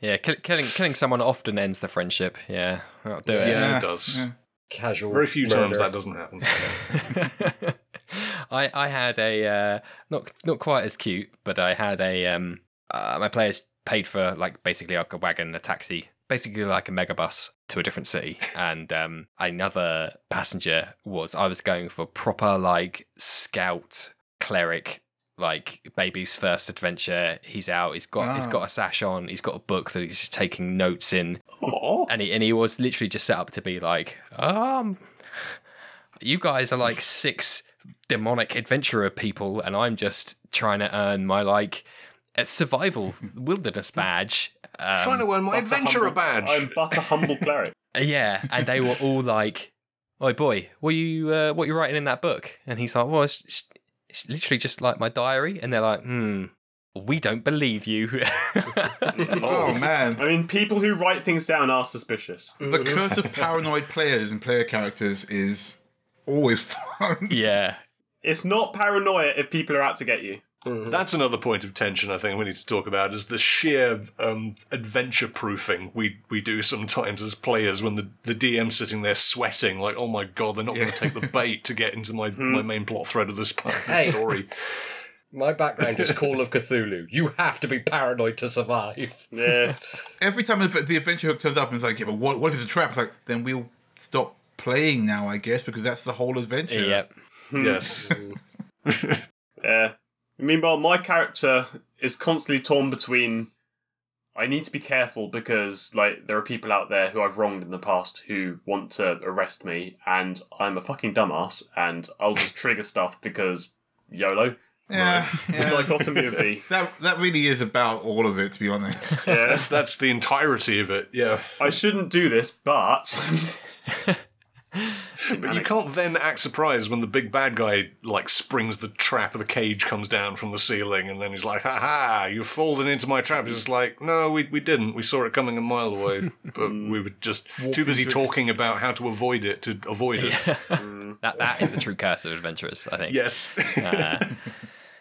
Speaker 6: Yeah, kill, killing killing someone often ends the friendship. Yeah, that'll do it.
Speaker 3: Yeah. it does.
Speaker 2: yeah.
Speaker 5: Casual.
Speaker 3: Very few
Speaker 5: murder.
Speaker 3: times that doesn't happen.
Speaker 6: I I had a uh, not not quite as cute, but I had a um uh, my players paid for like basically like a wagon, a taxi, basically like a megabus to a different city, and um another passenger was I was going for proper like scout cleric like baby's first adventure he's out he's got he's
Speaker 2: Ah.
Speaker 6: got a sash on he's got a book that he's just taking notes in
Speaker 3: Aw.
Speaker 6: and he and he was literally just set up to be like, um, you guys are like six demonic adventurer people, and I'm just trying to earn my like a survival wilderness badge. Um,
Speaker 3: Trying to earn my
Speaker 4: But a
Speaker 3: adventurer
Speaker 4: humble-
Speaker 3: badge.
Speaker 4: I'm but a humble cleric.
Speaker 6: yeah, and they were all like, "Oh boy, what you uh, what you writing in that book?" And he's like, "Well, it's, it's, it's literally just like my diary," and they're like, "Hmm." We don't believe you.
Speaker 2: Oh, man.
Speaker 4: I mean, people who write things down are suspicious.
Speaker 2: The curse of paranoid players and player characters is always fun.
Speaker 6: yeah,
Speaker 4: It's not paranoia if people are out to get you.
Speaker 3: That's another point of tension I think we need to talk about is the sheer um, adventure proofing we, we do sometimes as players when the, the DM's sitting there sweating like, oh my god, they're not going
Speaker 2: Yeah.
Speaker 3: to take the bait to get into my, my main plot thread of this part of the
Speaker 5: Hey.
Speaker 3: story.
Speaker 5: My background is Call of Cthulhu. You have to be paranoid to survive.
Speaker 4: Yeah.
Speaker 2: Every time the the adventure hook turns up and it's like, yeah, but what, what if it's a trap? It's like, then we'll stop playing now, I guess, because that's the whole adventure.
Speaker 6: Yep.
Speaker 3: yes.
Speaker 4: Yeah. Meanwhile, my character is constantly torn between I need to be careful because like there are people out there who I've wronged in the past who want to arrest me and I'm a fucking dumbass and I'll just trigger stuff because YOLO.
Speaker 2: Yeah, yeah.
Speaker 4: Dichotomy of the
Speaker 2: that that really is about all of it, to be honest.
Speaker 4: Yeah.
Speaker 3: That's that's the entirety of it, yeah.
Speaker 4: I shouldn't do this, but
Speaker 3: But you
Speaker 4: Manic.
Speaker 3: can't then act surprised when the big bad guy like springs the trap, the cage comes down from the ceiling, and then he's like, "Ha ha! You've fallen into my trap." It's just like, "No, we we didn't. We saw it coming a mile away, but we were just too busy talking about how to avoid it to avoid it."
Speaker 6: That that is the true curse of adventurers, I think.
Speaker 3: Yes,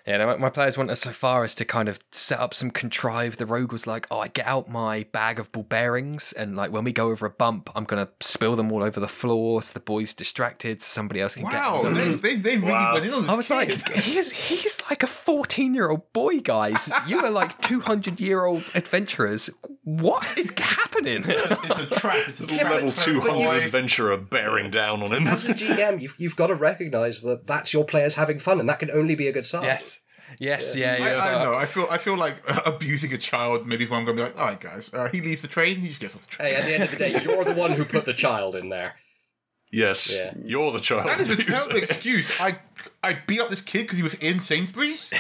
Speaker 6: Yeah, no, my, my players went as so far as to kind of set up some contrive. The rogue was like, "Oh, I get out my bag of ball bearings, and like when we go over a bump, I'm gonna spill them all over the floor so the boys distracted, so somebody else can
Speaker 2: Wow,
Speaker 6: get them."
Speaker 2: they, they, they really
Speaker 4: Wow.
Speaker 2: went in on this.
Speaker 6: I was like, he's he's like a 14 year old boy, guys. You are like 200 year old adventurers. What is happening?
Speaker 2: it's a trap. It's a trap.
Speaker 3: level
Speaker 2: It's a
Speaker 3: two hundred
Speaker 2: boy.
Speaker 3: adventurer bearing down on him.
Speaker 5: As a GM, you've, you've got to recognise that that's your players having fun, and that can only be a good sign.
Speaker 6: yes, yes, yeah,
Speaker 2: I,
Speaker 6: yeah.
Speaker 2: I don't know. I feel I feel like uh, abusing a child. Maybe is why I'm going to be like, all right, guys. Uh, he leaves the train. He just gets off the train.
Speaker 5: Hey, at the end of the day, you're the one who put the child in there.
Speaker 3: Yes,
Speaker 5: Yeah.
Speaker 3: you're the child.
Speaker 2: that is a
Speaker 3: abuser.
Speaker 2: terrible excuse. I I beat up this kid because he was in Sainsbury's.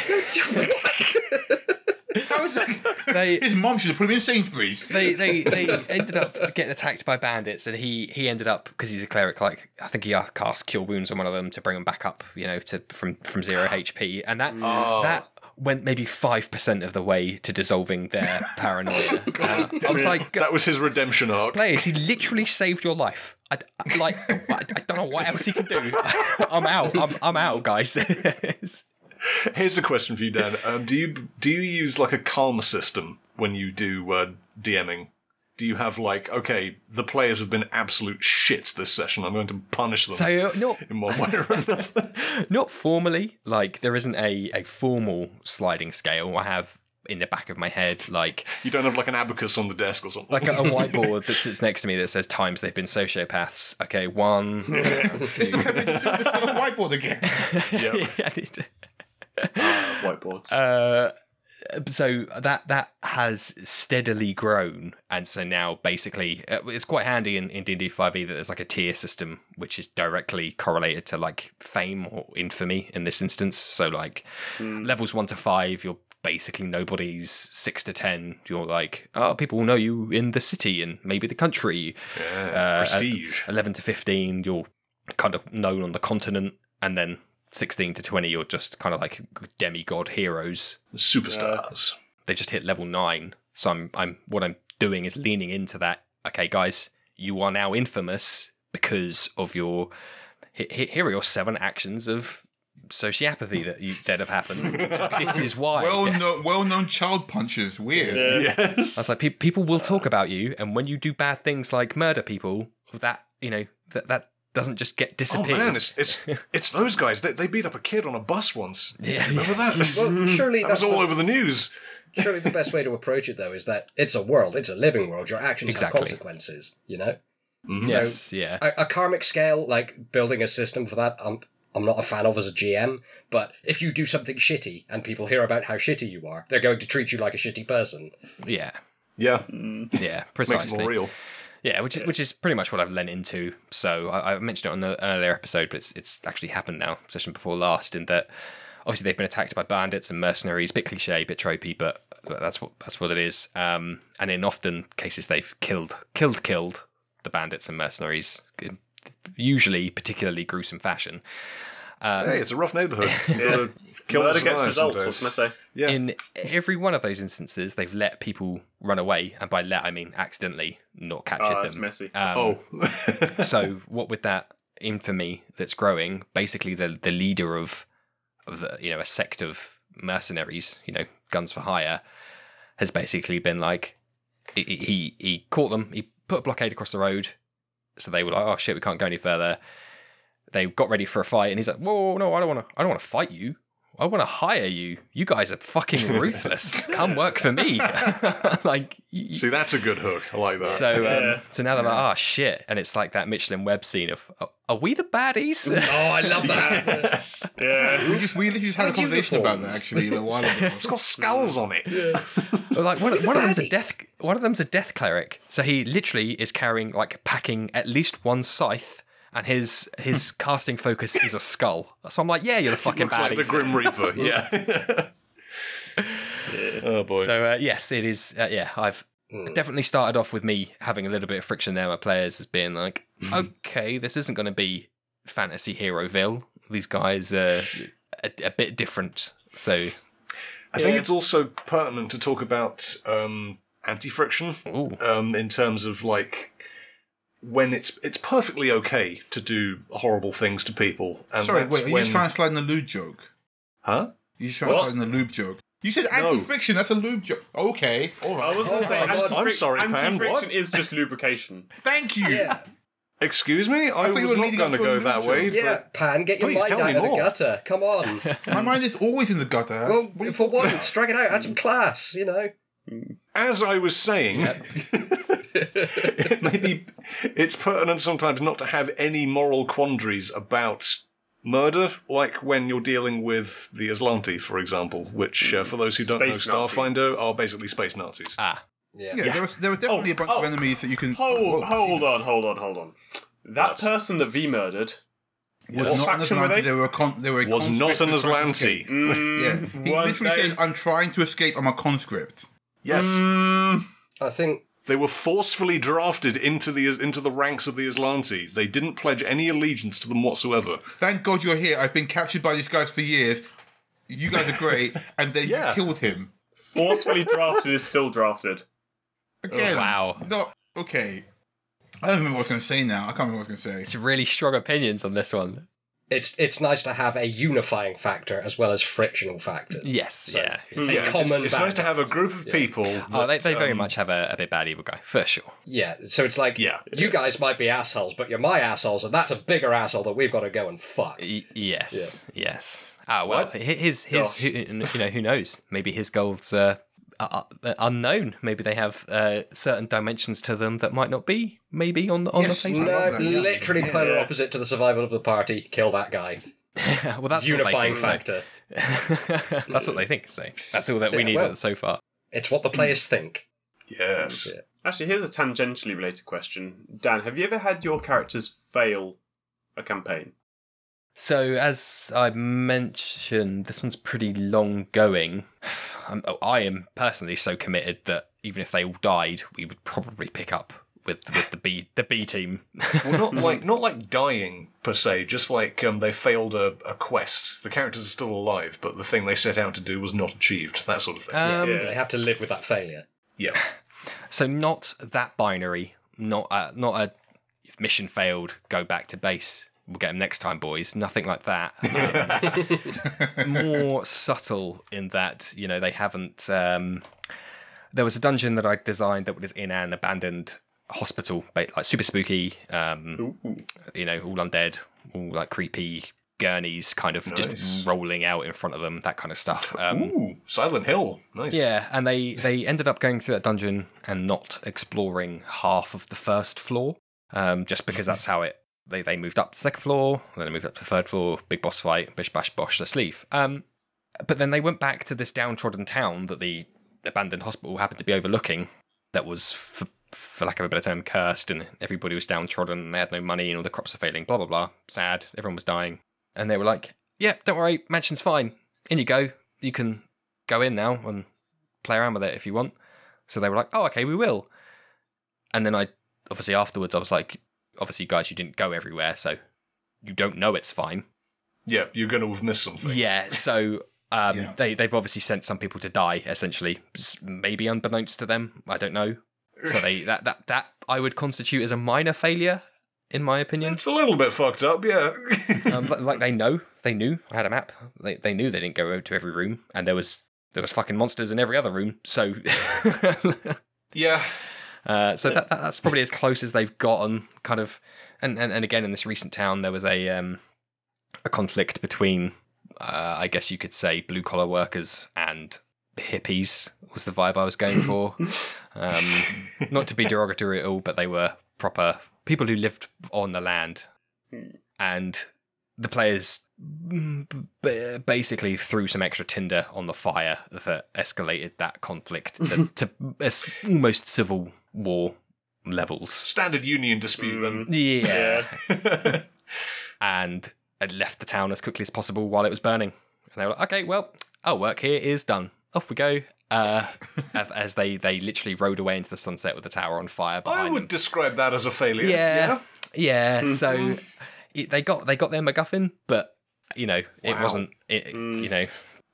Speaker 2: How is that?
Speaker 6: They-
Speaker 2: His mom should have put him in Sainsbury's.
Speaker 6: they they they ended up getting attacked by bandits, and he he ended up because he's a cleric. Like I think he uh, cast cure wounds on one of them to bring them back up, you know, to from from zero HP, and that that went maybe five percent of the way to dissolving their paranoia. Uh, I was like,
Speaker 3: That was his redemption arc.
Speaker 6: players, he literally saved your life. I, I- like I, I don't know what else he can do. I'm out. I'm I'm out, guys. It's-
Speaker 3: Here's a question for you, Dan. Um, do you do you use like a karma system when you do uh, DMing? Do you have like, okay, the players have been absolute shits this session. I'm going to punish them
Speaker 6: so no.
Speaker 3: in one way or another.
Speaker 6: not formally like there isn't a, a formal sliding scale i have in the back of my head like
Speaker 3: you don't have like an abacus on the desk or something.
Speaker 6: like a, a whiteboard that sits next to me that says times they've been sociopaths okay one
Speaker 2: It's the Pepe the Super Sonic whiteboard again.
Speaker 3: yeah.
Speaker 6: I need to-
Speaker 4: whiteboards.
Speaker 6: uh, so that that has steadily grown, and so now basically uh, it's quite handy in in D and D five e that there's like a tier system which is directly correlated to like fame or infamy in this instance. So like levels one to five, you're basically nobody's six to ten you're like oh people will know you in the city and maybe the country uh,
Speaker 3: Yeah, prestige.
Speaker 6: 11 to 15 you're kind of known on the continent and then 16 to 20 you're just kind of like demigod heroes
Speaker 3: Superstars.
Speaker 6: they just hit level 9 so i'm i'm what i'm doing is leaning into that okay guys you are now infamous because of your he- he- here are your seven actions of sociopathy that you that have happened this is why
Speaker 2: Well known, well known child punches. Weird.
Speaker 6: uh,
Speaker 3: yes.
Speaker 6: I was like, "Pe- people will talk about you, and when you do bad things like murder people, that you know that that doesn't just get
Speaker 3: Oh
Speaker 6: disappeared.
Speaker 3: man, it's it's it's those guys. They, they beat up a kid on a bus once.
Speaker 6: Yeah.
Speaker 3: Remember that? Mm-hmm. that
Speaker 5: Well, surely
Speaker 3: was
Speaker 5: that's
Speaker 3: all
Speaker 5: the,
Speaker 3: over the news.
Speaker 5: surely the best way to approach it though is that it's a world, it's a living world. Your actions
Speaker 6: Exactly.
Speaker 5: have consequences. You know, Mm-hmm.
Speaker 6: yes, yeah.
Speaker 5: a, a karmic scale, like building a system for that. I'm I'm not a fan of as a GM, but if you do something shitty and people hear about how shitty you are, they're going to treat you like a shitty person.
Speaker 6: yeah,
Speaker 3: Yeah,
Speaker 6: yeah,
Speaker 3: makes
Speaker 6: precisely.
Speaker 3: it more real.
Speaker 6: Yeah, which is which is pretty much what I've lent into. So I, I mentioned it on the earlier episode, but it's it's actually happened now, session before last, in that obviously they've been attacked by bandits and mercenaries. Bit cliche, bit tropey, but that's what that's what it is. Um, and in often cases, they've killed, killed, killed the bandits and mercenaries, in usually particularly gruesome fashion. Uh,
Speaker 3: Hey, it's a rough neighborhood. You gotta kill
Speaker 4: Murder
Speaker 3: the
Speaker 4: gets
Speaker 3: survivors
Speaker 4: results,
Speaker 3: sometimes.
Speaker 4: wasn't I say?
Speaker 3: Yeah.
Speaker 6: in every one of those instances, they've let people run away, and by let I mean accidentally, not captured
Speaker 4: Oh, that's
Speaker 6: them.
Speaker 4: messy.
Speaker 3: Oh,
Speaker 6: so what with that infamy that's growing, basically the the leader of of the you know a sect of mercenaries, you know, guns for hire, has basically been like he he, he caught them, he put a blockade across the road, so they were like, oh shit, we can't go any further. They got ready for a fight, and he's like, whoa, whoa, whoa, no, I don't want to, I don't want to fight you. I want to hire you. You guys are fucking ruthless. Come work for me. like, you,
Speaker 3: See, that's a good hook. I like that.
Speaker 6: so, um,
Speaker 4: Yeah.
Speaker 6: so now they're like, oh shit, and it's like that Michelin Web scene of, "Oh, are we the baddies?
Speaker 5: Oh, I love that.
Speaker 3: yes.
Speaker 4: Yeah.
Speaker 2: We, just, we literally just had a conversation about that actually a little while ago.
Speaker 3: It's got skulls on it.
Speaker 6: But, like one, of- one of them's a
Speaker 5: baddies.
Speaker 6: death. One of them's a death cleric. So he literally is carrying like packing at least one scythe, and his his casting focus is a skull. So I'm like, yeah, you're the fucking
Speaker 3: Looks like
Speaker 6: baddies.
Speaker 3: the Grim Reaper. yeah. Oh boy.
Speaker 6: so uh, yes, it is. Uh, yeah, I've
Speaker 3: Hmm.
Speaker 6: definitely started off with me having a little bit of friction there. My players as being like,
Speaker 3: Hmm.
Speaker 6: okay, this isn't going to be fantasy heroville. These guys are a, a bit different. So
Speaker 3: I think it's also pertinent to talk about um, anti-friction
Speaker 6: Ooh.
Speaker 3: um, in terms of like when it's it's perfectly okay to do horrible things to people. And
Speaker 2: Sorry,
Speaker 3: that's
Speaker 2: wait, are you
Speaker 3: when,
Speaker 2: just trying to slide in the lube joke?
Speaker 3: huh?
Speaker 2: You just trying to
Speaker 4: What?
Speaker 2: slide in the lube joke? You said anti-friction. That's a lube joke. Okay, all right.
Speaker 4: I was going to say,
Speaker 3: I'm s-
Speaker 4: anti-fric-
Speaker 3: I'm sorry, Pan,
Speaker 4: anti-friction
Speaker 3: what?
Speaker 4: is just lubrication.
Speaker 2: Thank you.
Speaker 3: Excuse me, I,
Speaker 2: thought
Speaker 3: was
Speaker 2: you were
Speaker 3: not
Speaker 2: leading up
Speaker 3: going to
Speaker 2: to a
Speaker 3: go
Speaker 2: lube
Speaker 3: that
Speaker 2: joke.
Speaker 3: way.
Speaker 5: Yeah, Pan, get your
Speaker 3: Please
Speaker 5: mind
Speaker 3: tell
Speaker 5: out
Speaker 3: me
Speaker 5: of the
Speaker 3: more.
Speaker 5: gutter. Come on.
Speaker 2: My mind is always in the gutter.
Speaker 5: well,
Speaker 2: What do you
Speaker 5: for
Speaker 2: talk-
Speaker 5: once, drag it out. Add some class, you know.
Speaker 3: But as I was saying, it may be it's pertinent sometimes not to have any moral quandaries about murder, like when you're dealing with the Aslanti, for example, which uh, for those who don't
Speaker 4: Space
Speaker 3: know, Starfinder
Speaker 4: Nazis.
Speaker 3: are basically space Nazis.
Speaker 6: ah,
Speaker 2: Yeah, there was there were definitely a bunch
Speaker 4: oh,
Speaker 2: of enemies that you can
Speaker 4: Hold,
Speaker 2: Whoa,
Speaker 4: hold
Speaker 2: Jesus.
Speaker 4: on, hold on, hold on. That person that V murdered
Speaker 2: Was
Speaker 4: What
Speaker 2: not an
Speaker 4: faction were
Speaker 2: Aslanti. They?
Speaker 4: they?
Speaker 2: were a con- they were a
Speaker 3: was not
Speaker 2: conscript
Speaker 3: an
Speaker 2: that tried to
Speaker 3: Aslanti.
Speaker 2: escape. Yeah, he
Speaker 4: Weren't
Speaker 2: literally
Speaker 4: Mm. they-
Speaker 2: says, "I'm trying to escape. I'm a conscript."
Speaker 3: Yes,
Speaker 4: Mm,
Speaker 5: I think
Speaker 3: they were forcefully drafted into the into the ranks of the Aslanti. They didn't pledge any allegiance to them whatsoever.
Speaker 2: Thank God you're here. I've been captured by these guys for years. You guys are great, and then
Speaker 3: Yeah.
Speaker 2: you killed him
Speaker 4: forcefully drafted is still drafted.
Speaker 2: again.
Speaker 6: wow.
Speaker 2: Not okay. I don't remember what I was going to say now. I can't remember what I was going to
Speaker 6: It's
Speaker 2: say.
Speaker 6: really strong opinions on this one.
Speaker 5: it's it's nice to have a unifying factor as well as frictional factors.
Speaker 6: Yes, yeah.
Speaker 5: A
Speaker 3: Yeah, it's,
Speaker 5: common
Speaker 3: it's nice
Speaker 5: background.
Speaker 3: to have a group of people.
Speaker 6: Oh, they,
Speaker 3: that,
Speaker 6: they very
Speaker 3: um,
Speaker 6: much have a, a bit bad evil guy for sure.
Speaker 5: Yeah, so it's like
Speaker 3: Yeah.
Speaker 5: you guys might be assholes, but you're my assholes, and that's a bigger asshole that we've got to go and fuck.
Speaker 6: Y- yes, yes. Ah, well, hi- his his
Speaker 4: Gosh.
Speaker 6: who, you know who knows? Maybe his goals uh, are are unknown. Maybe they have uh, certain dimensions to them that might not be. Maybe on the on
Speaker 2: Yes,
Speaker 6: the
Speaker 2: I
Speaker 5: No,
Speaker 2: love
Speaker 6: face.
Speaker 2: that, yeah.
Speaker 5: literally polar
Speaker 4: Yeah.
Speaker 5: opposite to the survival of the party. Kill that guy.
Speaker 6: well, that's
Speaker 5: unifying
Speaker 6: what they think, so-
Speaker 5: factor.
Speaker 6: that's what they think. So that's all that we
Speaker 5: Yeah,
Speaker 6: need
Speaker 5: well.
Speaker 6: so far.
Speaker 5: It's what the players think.
Speaker 3: Yes.
Speaker 4: Actually, here's a tangentially related question. Dan, have you ever had your characters fail a campaign?
Speaker 6: So, as I mentioned, this one's pretty long going. I'm, oh, I am personally so committed that even if they all died, we would probably pick up with with the B the B team.
Speaker 3: well, not like not like dying per se. Just like um, they failed a, a quest. The characters are still alive, but the thing they set out to do was not achieved. That sort of thing.
Speaker 6: Um,
Speaker 5: They have to live with that failure.
Speaker 3: yeah.
Speaker 6: So not that binary. Not a, not a if mission failed, go back to base. We'll get them next time, boys. Nothing like that. Um, more subtle in that you know they haven't. Um, there was a dungeon that I designed that was in an abandoned hospital, ba- like super spooky. Um, you know, all undead, all like creepy gurneys, kind of
Speaker 3: Nice.
Speaker 6: just rolling out in front of them, that kind of stuff. Um,
Speaker 3: Ooh, Silent Hill. Nice.
Speaker 6: yeah, and they they ended up going through that dungeon and not exploring half of the first floor, um, just because that's how it. They they moved up to the second floor, then they moved up to the third floor. Big boss fight, bish bash bosh, the sleeve. Um, but then they went back to this downtrodden town that the abandoned hospital happened to be overlooking. That was for for lack of a better term, cursed, and everybody was downtrodden. And they had no money, and all the crops were failing. Blah blah blah. Sad. Everyone was dying, and they were like, "Yeah, don't worry, mansion's fine. In you go. You can go in now and play around with it if you want. So they were like, oh, okay, we will. And then I, obviously, afterwards, I was like, obviously, guys, you didn't go everywhere, so you don't know it's fine.
Speaker 3: Yeah. You're going to have missed something.
Speaker 6: Yeah, so um,
Speaker 2: Yeah.
Speaker 6: They, they've obviously sent some people to die, essentially, s- maybe unbeknownst to them. I don't know. So they that, that, that I would constitute as a minor failure. in my opinion.
Speaker 3: It's a little bit fucked up, yeah.
Speaker 6: um, li- like they know, they knew. I had a map. They they knew they didn't go to every room, and there was there was fucking monsters in every other room. So,
Speaker 3: yeah.
Speaker 6: uh, so that, that that's probably as close as they've gotten. Kind of, and and, and again in this recent town there was a um a conflict between uh, I guess you could say blue collar workers and hippies was the vibe I was going for. um, not to be derogatory at all, but they were proper people who lived on the land, and the players mm, b- basically threw some extra tinder on the fire that escalated that conflict to, to es- almost civil war levels.
Speaker 3: Standard union dispute,
Speaker 6: Mm.
Speaker 3: then.
Speaker 6: Yeah, and had left the town as quickly as possible while it was burning. And they were like, okay, well, our work here is done. Off we go. Uh, as- as they, they literally rode away into the sunset with the tower on fire behind
Speaker 3: I
Speaker 6: them.
Speaker 3: would describe that as a failure.
Speaker 6: Yeah, yeah. So it, they got they got their MacGuffin, but you know it
Speaker 3: Wow.
Speaker 6: wasn't. It, You know,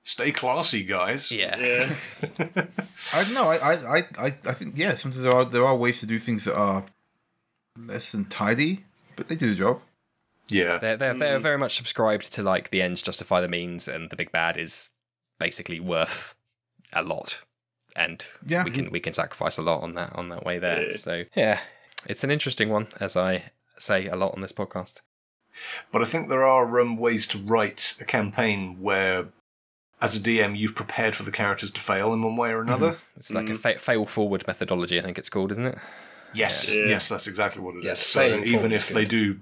Speaker 3: Stay classy, guys.
Speaker 6: yeah.
Speaker 4: Yeah.
Speaker 2: I don't know. I, I, I, I I think yeah. Sometimes there are there are ways to do things that are less than tidy, but they do the job.
Speaker 3: Yeah.
Speaker 6: They're they're, they're very much subscribed to like the ends justify the means, and the big bad is basically worth a lot, and
Speaker 2: Yeah.
Speaker 6: we can we can sacrifice a lot on that on that way there.
Speaker 4: Yeah.
Speaker 6: So yeah, it's an interesting one, as I say a lot on this podcast.
Speaker 3: But I think there are um, ways to write a campaign where, as a DM, you've prepared for the characters to fail in one way or another.
Speaker 6: It's like a fa- fail forward methodology, I think it's called, isn't it?
Speaker 3: Yes,
Speaker 4: Yeah.
Speaker 3: yes, that's exactly what it is.
Speaker 5: Yes,
Speaker 3: So
Speaker 5: failing forward
Speaker 3: even
Speaker 5: is
Speaker 3: if they
Speaker 5: good.
Speaker 3: do,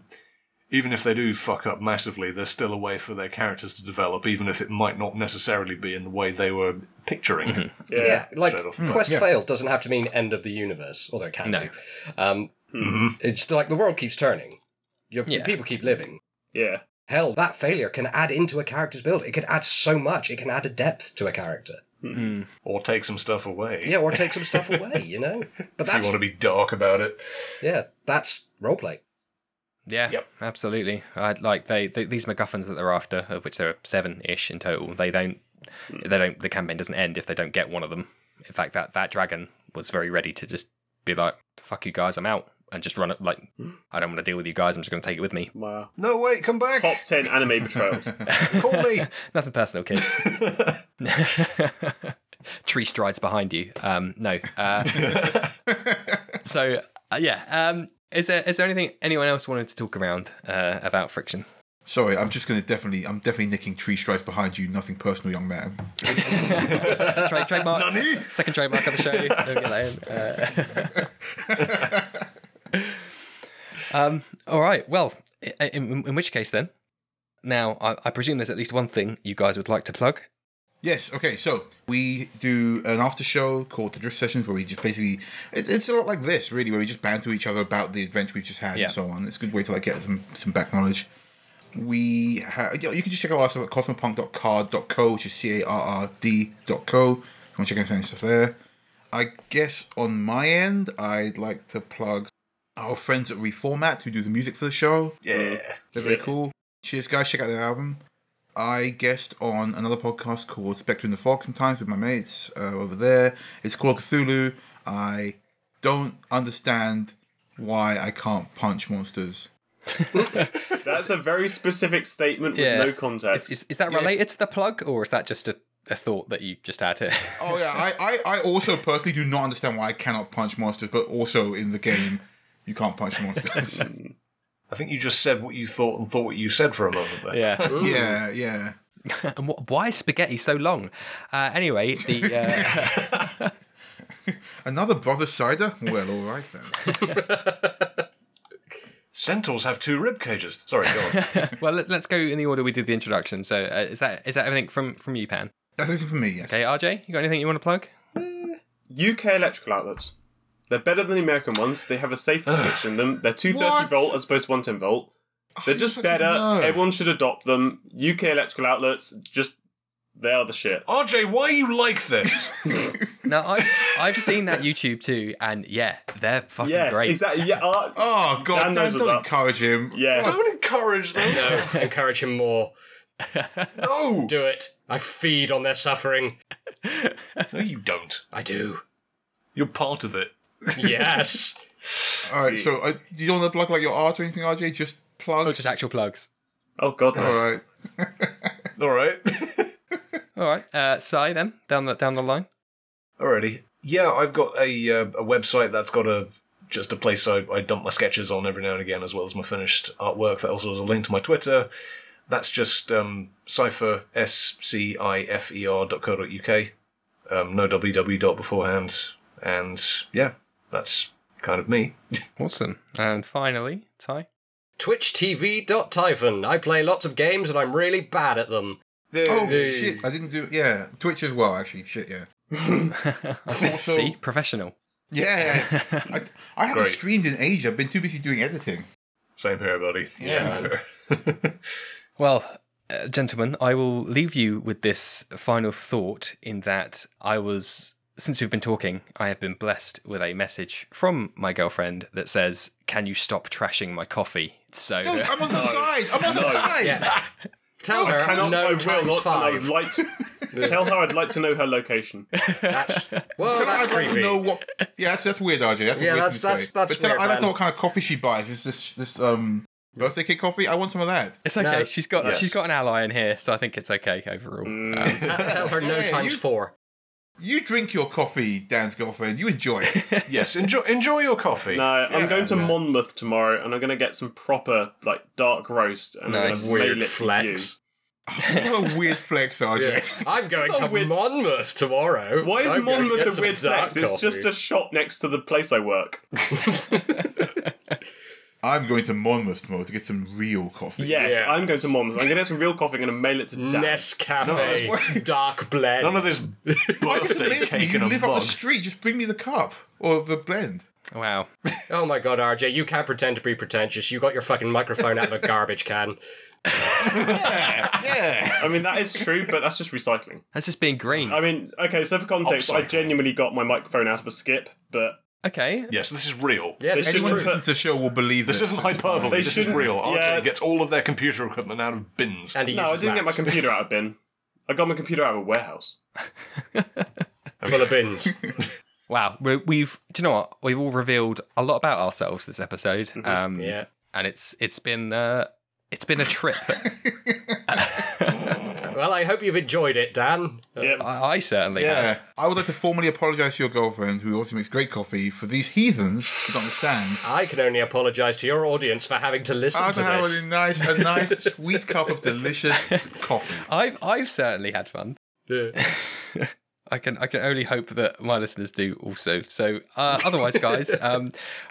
Speaker 3: even if they do fuck up massively, there's still a way for their characters to develop, even if it might not necessarily be in the way they were picturing.
Speaker 4: Yeah.
Speaker 5: Yeah, like mm,
Speaker 3: Straight off the bat.
Speaker 5: quest
Speaker 2: Yeah.
Speaker 5: failed doesn't have to mean end of the universe, although it can
Speaker 6: No.
Speaker 5: do. Um,
Speaker 3: Mhm.
Speaker 5: it's like the world keeps turning. Your
Speaker 6: Yeah.
Speaker 5: people keep living.
Speaker 4: Yeah.
Speaker 5: Hell, that failure can add into a character's build. It can add so much. It can add a depth to a character.
Speaker 3: Or take some stuff away.
Speaker 5: Yeah, or take some stuff away, you know. But
Speaker 3: If you
Speaker 5: that's
Speaker 3: want to be dark about it.
Speaker 5: yeah, that's roleplay.
Speaker 6: Yeah,
Speaker 3: Yep.
Speaker 6: absolutely. I like they, they these MacGuffins that they're after, of which there are seven ish in total. They don't, they don't. The campaign doesn't end if they don't get one of them. In fact, that that dragon was very ready to just be like, "Fuck you guys, I'm out," and just run it. Like, I don't want to deal with you guys. I'm just going to take it with me.
Speaker 4: Wow.
Speaker 3: No, wait, come back.
Speaker 4: Top 10 anime betrayals.
Speaker 3: Call me.
Speaker 6: Nothing personal, kid. Tree strides behind you. Um, no. Uh, so uh, yeah. Um, is there is there anything anyone else wanted to talk around uh, about friction?
Speaker 2: Sorry, I'm just gonna definitely I'm definitely nicking tree stripes behind you. Nothing personal, young man.
Speaker 6: Trade, trademark. Second trademark of the show. Don't get that in. Uh, um, all right. Well, i- i- in, in which case then, now I, I presume there's at least one thing you guys would like to plug.
Speaker 2: Yes. Okay. So we do an after show called the Drift Sessions, where we just basically it, it's a lot like this, really, where we just banter each other about the adventure we've just had
Speaker 6: Yeah.
Speaker 2: and so on. It's a good way to like get some some back knowledge. We ha- you you can just check out our stuff at cosmopunk.card.co, which is c a r r d dot co. If you want to check out any stuff there. I guess on my end, I'd like to plug our friends at Reformat who do the music for the show.
Speaker 3: Yeah.
Speaker 2: They're very cool. Cheers, guys. Check out their album. I guest on another podcast called Spectre in the Fog sometimes with my mates uh, over there. It's called Cthulhu. I don't understand why I can't punch monsters.
Speaker 4: That's a very specific statement with
Speaker 6: Yeah.
Speaker 4: no context.
Speaker 6: Is, is, is that related to the plug, or is that just a, a thought that you just had?
Speaker 2: Oh, yeah. I, I, I also personally do not understand why I cannot punch monsters, but also in the game, you can't punch monsters.
Speaker 3: I think you just said what you thought and thought what you said for a moment there.
Speaker 6: yeah.
Speaker 2: yeah, yeah.
Speaker 6: and wh- why is spaghetti so long? Uh, anyway, the. Uh,
Speaker 2: Another brother cider? Well, all right then.
Speaker 3: Centaurs have two rib cages. Sorry, go on.
Speaker 6: well, let, us go in the order we did the introduction. So, uh, is that is that everything from from you, Pan?
Speaker 2: That's it for me, yes.
Speaker 6: Okay, RJ, you got anything you want to plug?
Speaker 4: UK electrical outlets. They're better than the American ones. They have a safer switch in them. They're 230
Speaker 2: What?
Speaker 4: volt as opposed to 110 volt. They're
Speaker 5: Oh,
Speaker 2: you're
Speaker 4: just
Speaker 2: such a
Speaker 4: better.
Speaker 2: nerd.
Speaker 4: Everyone should adopt them. UK electrical outlets, just they are the shit.
Speaker 3: RJ, why are you like this?
Speaker 6: Now I've I've seen that YouTube too, and yeah, they're fucking
Speaker 4: Yes,
Speaker 6: great.
Speaker 4: exactly. Yeah, uh,
Speaker 2: Oh, God. Dan
Speaker 4: Dan knows what's
Speaker 2: don't
Speaker 4: up.
Speaker 2: encourage him.
Speaker 4: yeah.
Speaker 3: Don't encourage them.
Speaker 5: Encourage him more.
Speaker 3: No.
Speaker 5: Do it. I feed on their suffering.
Speaker 3: No, you don't.
Speaker 5: I do.
Speaker 3: You're part of it.
Speaker 5: Yes.
Speaker 2: All right, so uh, you don't want to plug like your art or anything, RJ? Just plug.
Speaker 6: Oh, just actual plugs.
Speaker 4: Oh god, no.
Speaker 2: All right.
Speaker 3: All right.
Speaker 6: All right, uh, Si then down the down the line.
Speaker 3: Alrighty. Yeah, I've got a uh, a website that's got a just a place I, I dump my sketches on every now and again, as well as my finished artwork. That also has a link to my Twitter. That's just um, cipher s c i f e r dot co dot uk. Um, no www dot beforehand, and yeah, that's kind of me.
Speaker 6: Awesome. And finally, Ty.
Speaker 5: TwitchTV.Typhon. I play lots of games and I'm really bad at them.
Speaker 2: Oh
Speaker 5: Hey.
Speaker 2: shit! I didn't do. Yeah, Twitch as well. Actually, shit. Yeah. Also-
Speaker 6: See, professional.
Speaker 2: Yeah. I, I haven't
Speaker 3: Great.
Speaker 2: streamed in Asia. I've been too busy doing editing.
Speaker 3: Same here, buddy.
Speaker 2: Yeah.
Speaker 3: Same here.
Speaker 6: Well, uh, gentlemen, I will leave you with this final thought in that I was, since we've been talking, I have been blessed with a message from my girlfriend that says, Can you stop trashing my coffee? So,
Speaker 2: No, I'm on the side. I'm on the side.
Speaker 5: Tell
Speaker 2: No, I
Speaker 5: her
Speaker 2: cannot,
Speaker 5: I'm
Speaker 2: I
Speaker 5: no
Speaker 2: will
Speaker 5: times
Speaker 4: I would
Speaker 5: five.
Speaker 4: like to- tell her I'd like to know her location.
Speaker 5: Well,
Speaker 2: Tell her
Speaker 5: that's
Speaker 2: I'd like to
Speaker 5: creepy.
Speaker 2: know what. Yeah, that's, that's weird, RJ. That's a
Speaker 5: Yeah,
Speaker 2: weird
Speaker 5: that's-
Speaker 2: thing to
Speaker 5: that's-
Speaker 2: say.
Speaker 5: that's
Speaker 2: But tell her
Speaker 5: weird,
Speaker 2: I'd like to know
Speaker 5: man.
Speaker 2: what kind of coffee she buys. Is this this um birthday cake coffee? I want some of that.
Speaker 6: It's okay.
Speaker 5: No.
Speaker 6: she's got
Speaker 3: Yes.
Speaker 6: she's got an ally in here, so I think it's okay overall. Um,
Speaker 5: Tell her no
Speaker 2: Yeah,
Speaker 5: times
Speaker 2: you-
Speaker 5: four.
Speaker 2: You drink your coffee, Dan's girlfriend. You enjoy it.
Speaker 3: yes, enjoy enjoy your coffee.
Speaker 4: No, I'm
Speaker 2: Yeah,
Speaker 4: going to Monmouth tomorrow, and I'm going to get some proper like dark roast, and
Speaker 6: Nice.
Speaker 4: I'm going to mail
Speaker 5: Weird
Speaker 4: it
Speaker 5: flex.
Speaker 2: what a weird flex, RJ.
Speaker 5: I'm going
Speaker 4: not
Speaker 5: to
Speaker 4: weird-
Speaker 5: Monmouth tomorrow.
Speaker 4: to you. Why is
Speaker 5: I'm gonna get
Speaker 4: Monmouth a
Speaker 5: some
Speaker 4: weird
Speaker 5: dark
Speaker 4: flex? It's
Speaker 5: coffee.
Speaker 4: just a shop next to the place I work.
Speaker 2: I'm going to Monmouth tomorrow to get some real coffee.
Speaker 4: Yes,
Speaker 5: Yeah.
Speaker 4: I'm going to Monmouth. I'm going to get some real coffee. I'm going to mail it to Dan.
Speaker 5: Nescafe
Speaker 2: that's-
Speaker 5: dark blend.
Speaker 3: None of this
Speaker 2: Why couldn't
Speaker 3: birthday
Speaker 2: you
Speaker 3: cake
Speaker 2: you
Speaker 3: and a
Speaker 2: live up
Speaker 3: mug.
Speaker 2: the street. Just bring me the cup or the blend.
Speaker 6: wow.
Speaker 5: Oh my god, RJ, you can't pretend to be pretentious. You got your fucking microphone out of a garbage can.
Speaker 2: Yeah.
Speaker 4: I mean that is true, but that's just recycling.
Speaker 6: That's just being green.
Speaker 4: I mean, okay, so for context, I
Speaker 3: Upcycling.
Speaker 4: genuinely got my microphone out of a skip, but
Speaker 6: Okay.
Speaker 3: Yes, this is real.
Speaker 5: Yeah,
Speaker 4: They
Speaker 5: this is
Speaker 4: shouldn't
Speaker 5: true.
Speaker 2: Anyone the show will believe
Speaker 3: This
Speaker 2: it,
Speaker 3: isn't
Speaker 2: so it's
Speaker 3: hyperbole.
Speaker 2: fine.
Speaker 3: This is real. RJ
Speaker 4: Yeah.
Speaker 3: gets all of their computer equipment out of bins.
Speaker 5: And he
Speaker 4: no, I
Speaker 5: uses
Speaker 4: didn't get my
Speaker 5: racks.
Speaker 4: computer out of bin. I got my computer out of a warehouse.
Speaker 5: full of bins.
Speaker 6: Wow. We- We've do you know what? We've all revealed a lot about ourselves this episode. Um,
Speaker 5: Yeah.
Speaker 6: And it's it's been uh, it's been a trip.
Speaker 5: Well, I hope you've enjoyed it, Dan.
Speaker 4: Yep.
Speaker 6: I, I certainly have.
Speaker 2: Yeah. I would like to formally apologize to your girlfriend, who also makes great coffee, for these heathens who don't understand.
Speaker 5: I can only apologise to your audience for having to listen
Speaker 2: I
Speaker 5: to
Speaker 2: to have
Speaker 5: this.
Speaker 2: a nice, a nice sweet cup of delicious coffee.
Speaker 6: I've I've certainly had fun.
Speaker 5: Yeah.
Speaker 6: I can I can only hope that my listeners do also. So uh, otherwise, guys, um,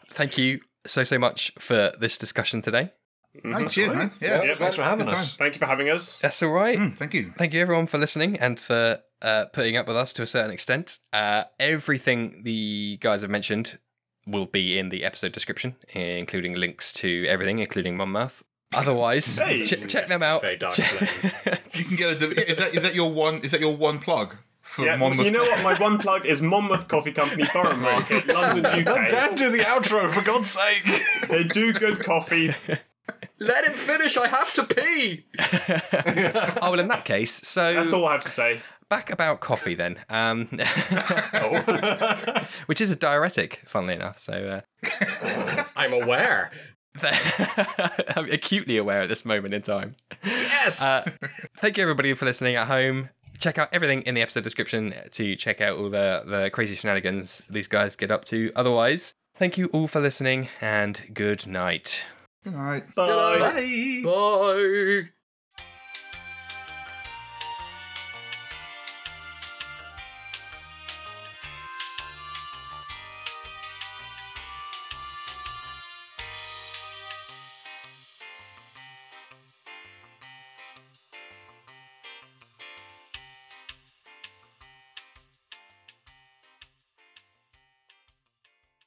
Speaker 6: thank you so so much for this discussion today.
Speaker 4: Mm-hmm.
Speaker 2: Nice, cheers, man. Yeah.
Speaker 4: Yep.
Speaker 3: Thanks for having us.
Speaker 4: Thank you for having us.
Speaker 6: That's all right.
Speaker 2: Mm, thank you.
Speaker 6: Thank you everyone for listening and for uh, putting up with us to a certain extent. Uh, everything the guys have mentioned will be in the episode description, including links to everything, including Monmouth. Otherwise,
Speaker 4: Hey.
Speaker 6: che- check them out.
Speaker 5: Very dark
Speaker 6: Che-
Speaker 2: You can get a. Is that, is that your one? Is that your one plug for
Speaker 4: Yeah,
Speaker 2: Monmouth?
Speaker 4: you know what? My one plug is Monmouth Coffee Company, Borough Market, London,
Speaker 3: Let
Speaker 4: UK.
Speaker 3: Dan do the outro, for God's sake.
Speaker 4: They do good coffee.
Speaker 5: Let him finish. I have to pee.
Speaker 6: oh well, in that case, so
Speaker 4: That's all I have to say.
Speaker 6: back about coffee then, um,
Speaker 4: Oh.
Speaker 6: which is a diuretic, funnily enough. So
Speaker 5: I'm aware.
Speaker 6: uh, I'm acutely aware at this moment in time.
Speaker 5: Yes.
Speaker 6: Uh, thank you everybody for listening at home. Check out everything in the episode description to check out all the, the crazy shenanigans these guys get up to. Otherwise, thank you all for listening and good night.
Speaker 2: Good night.
Speaker 4: Bye.
Speaker 5: Bye.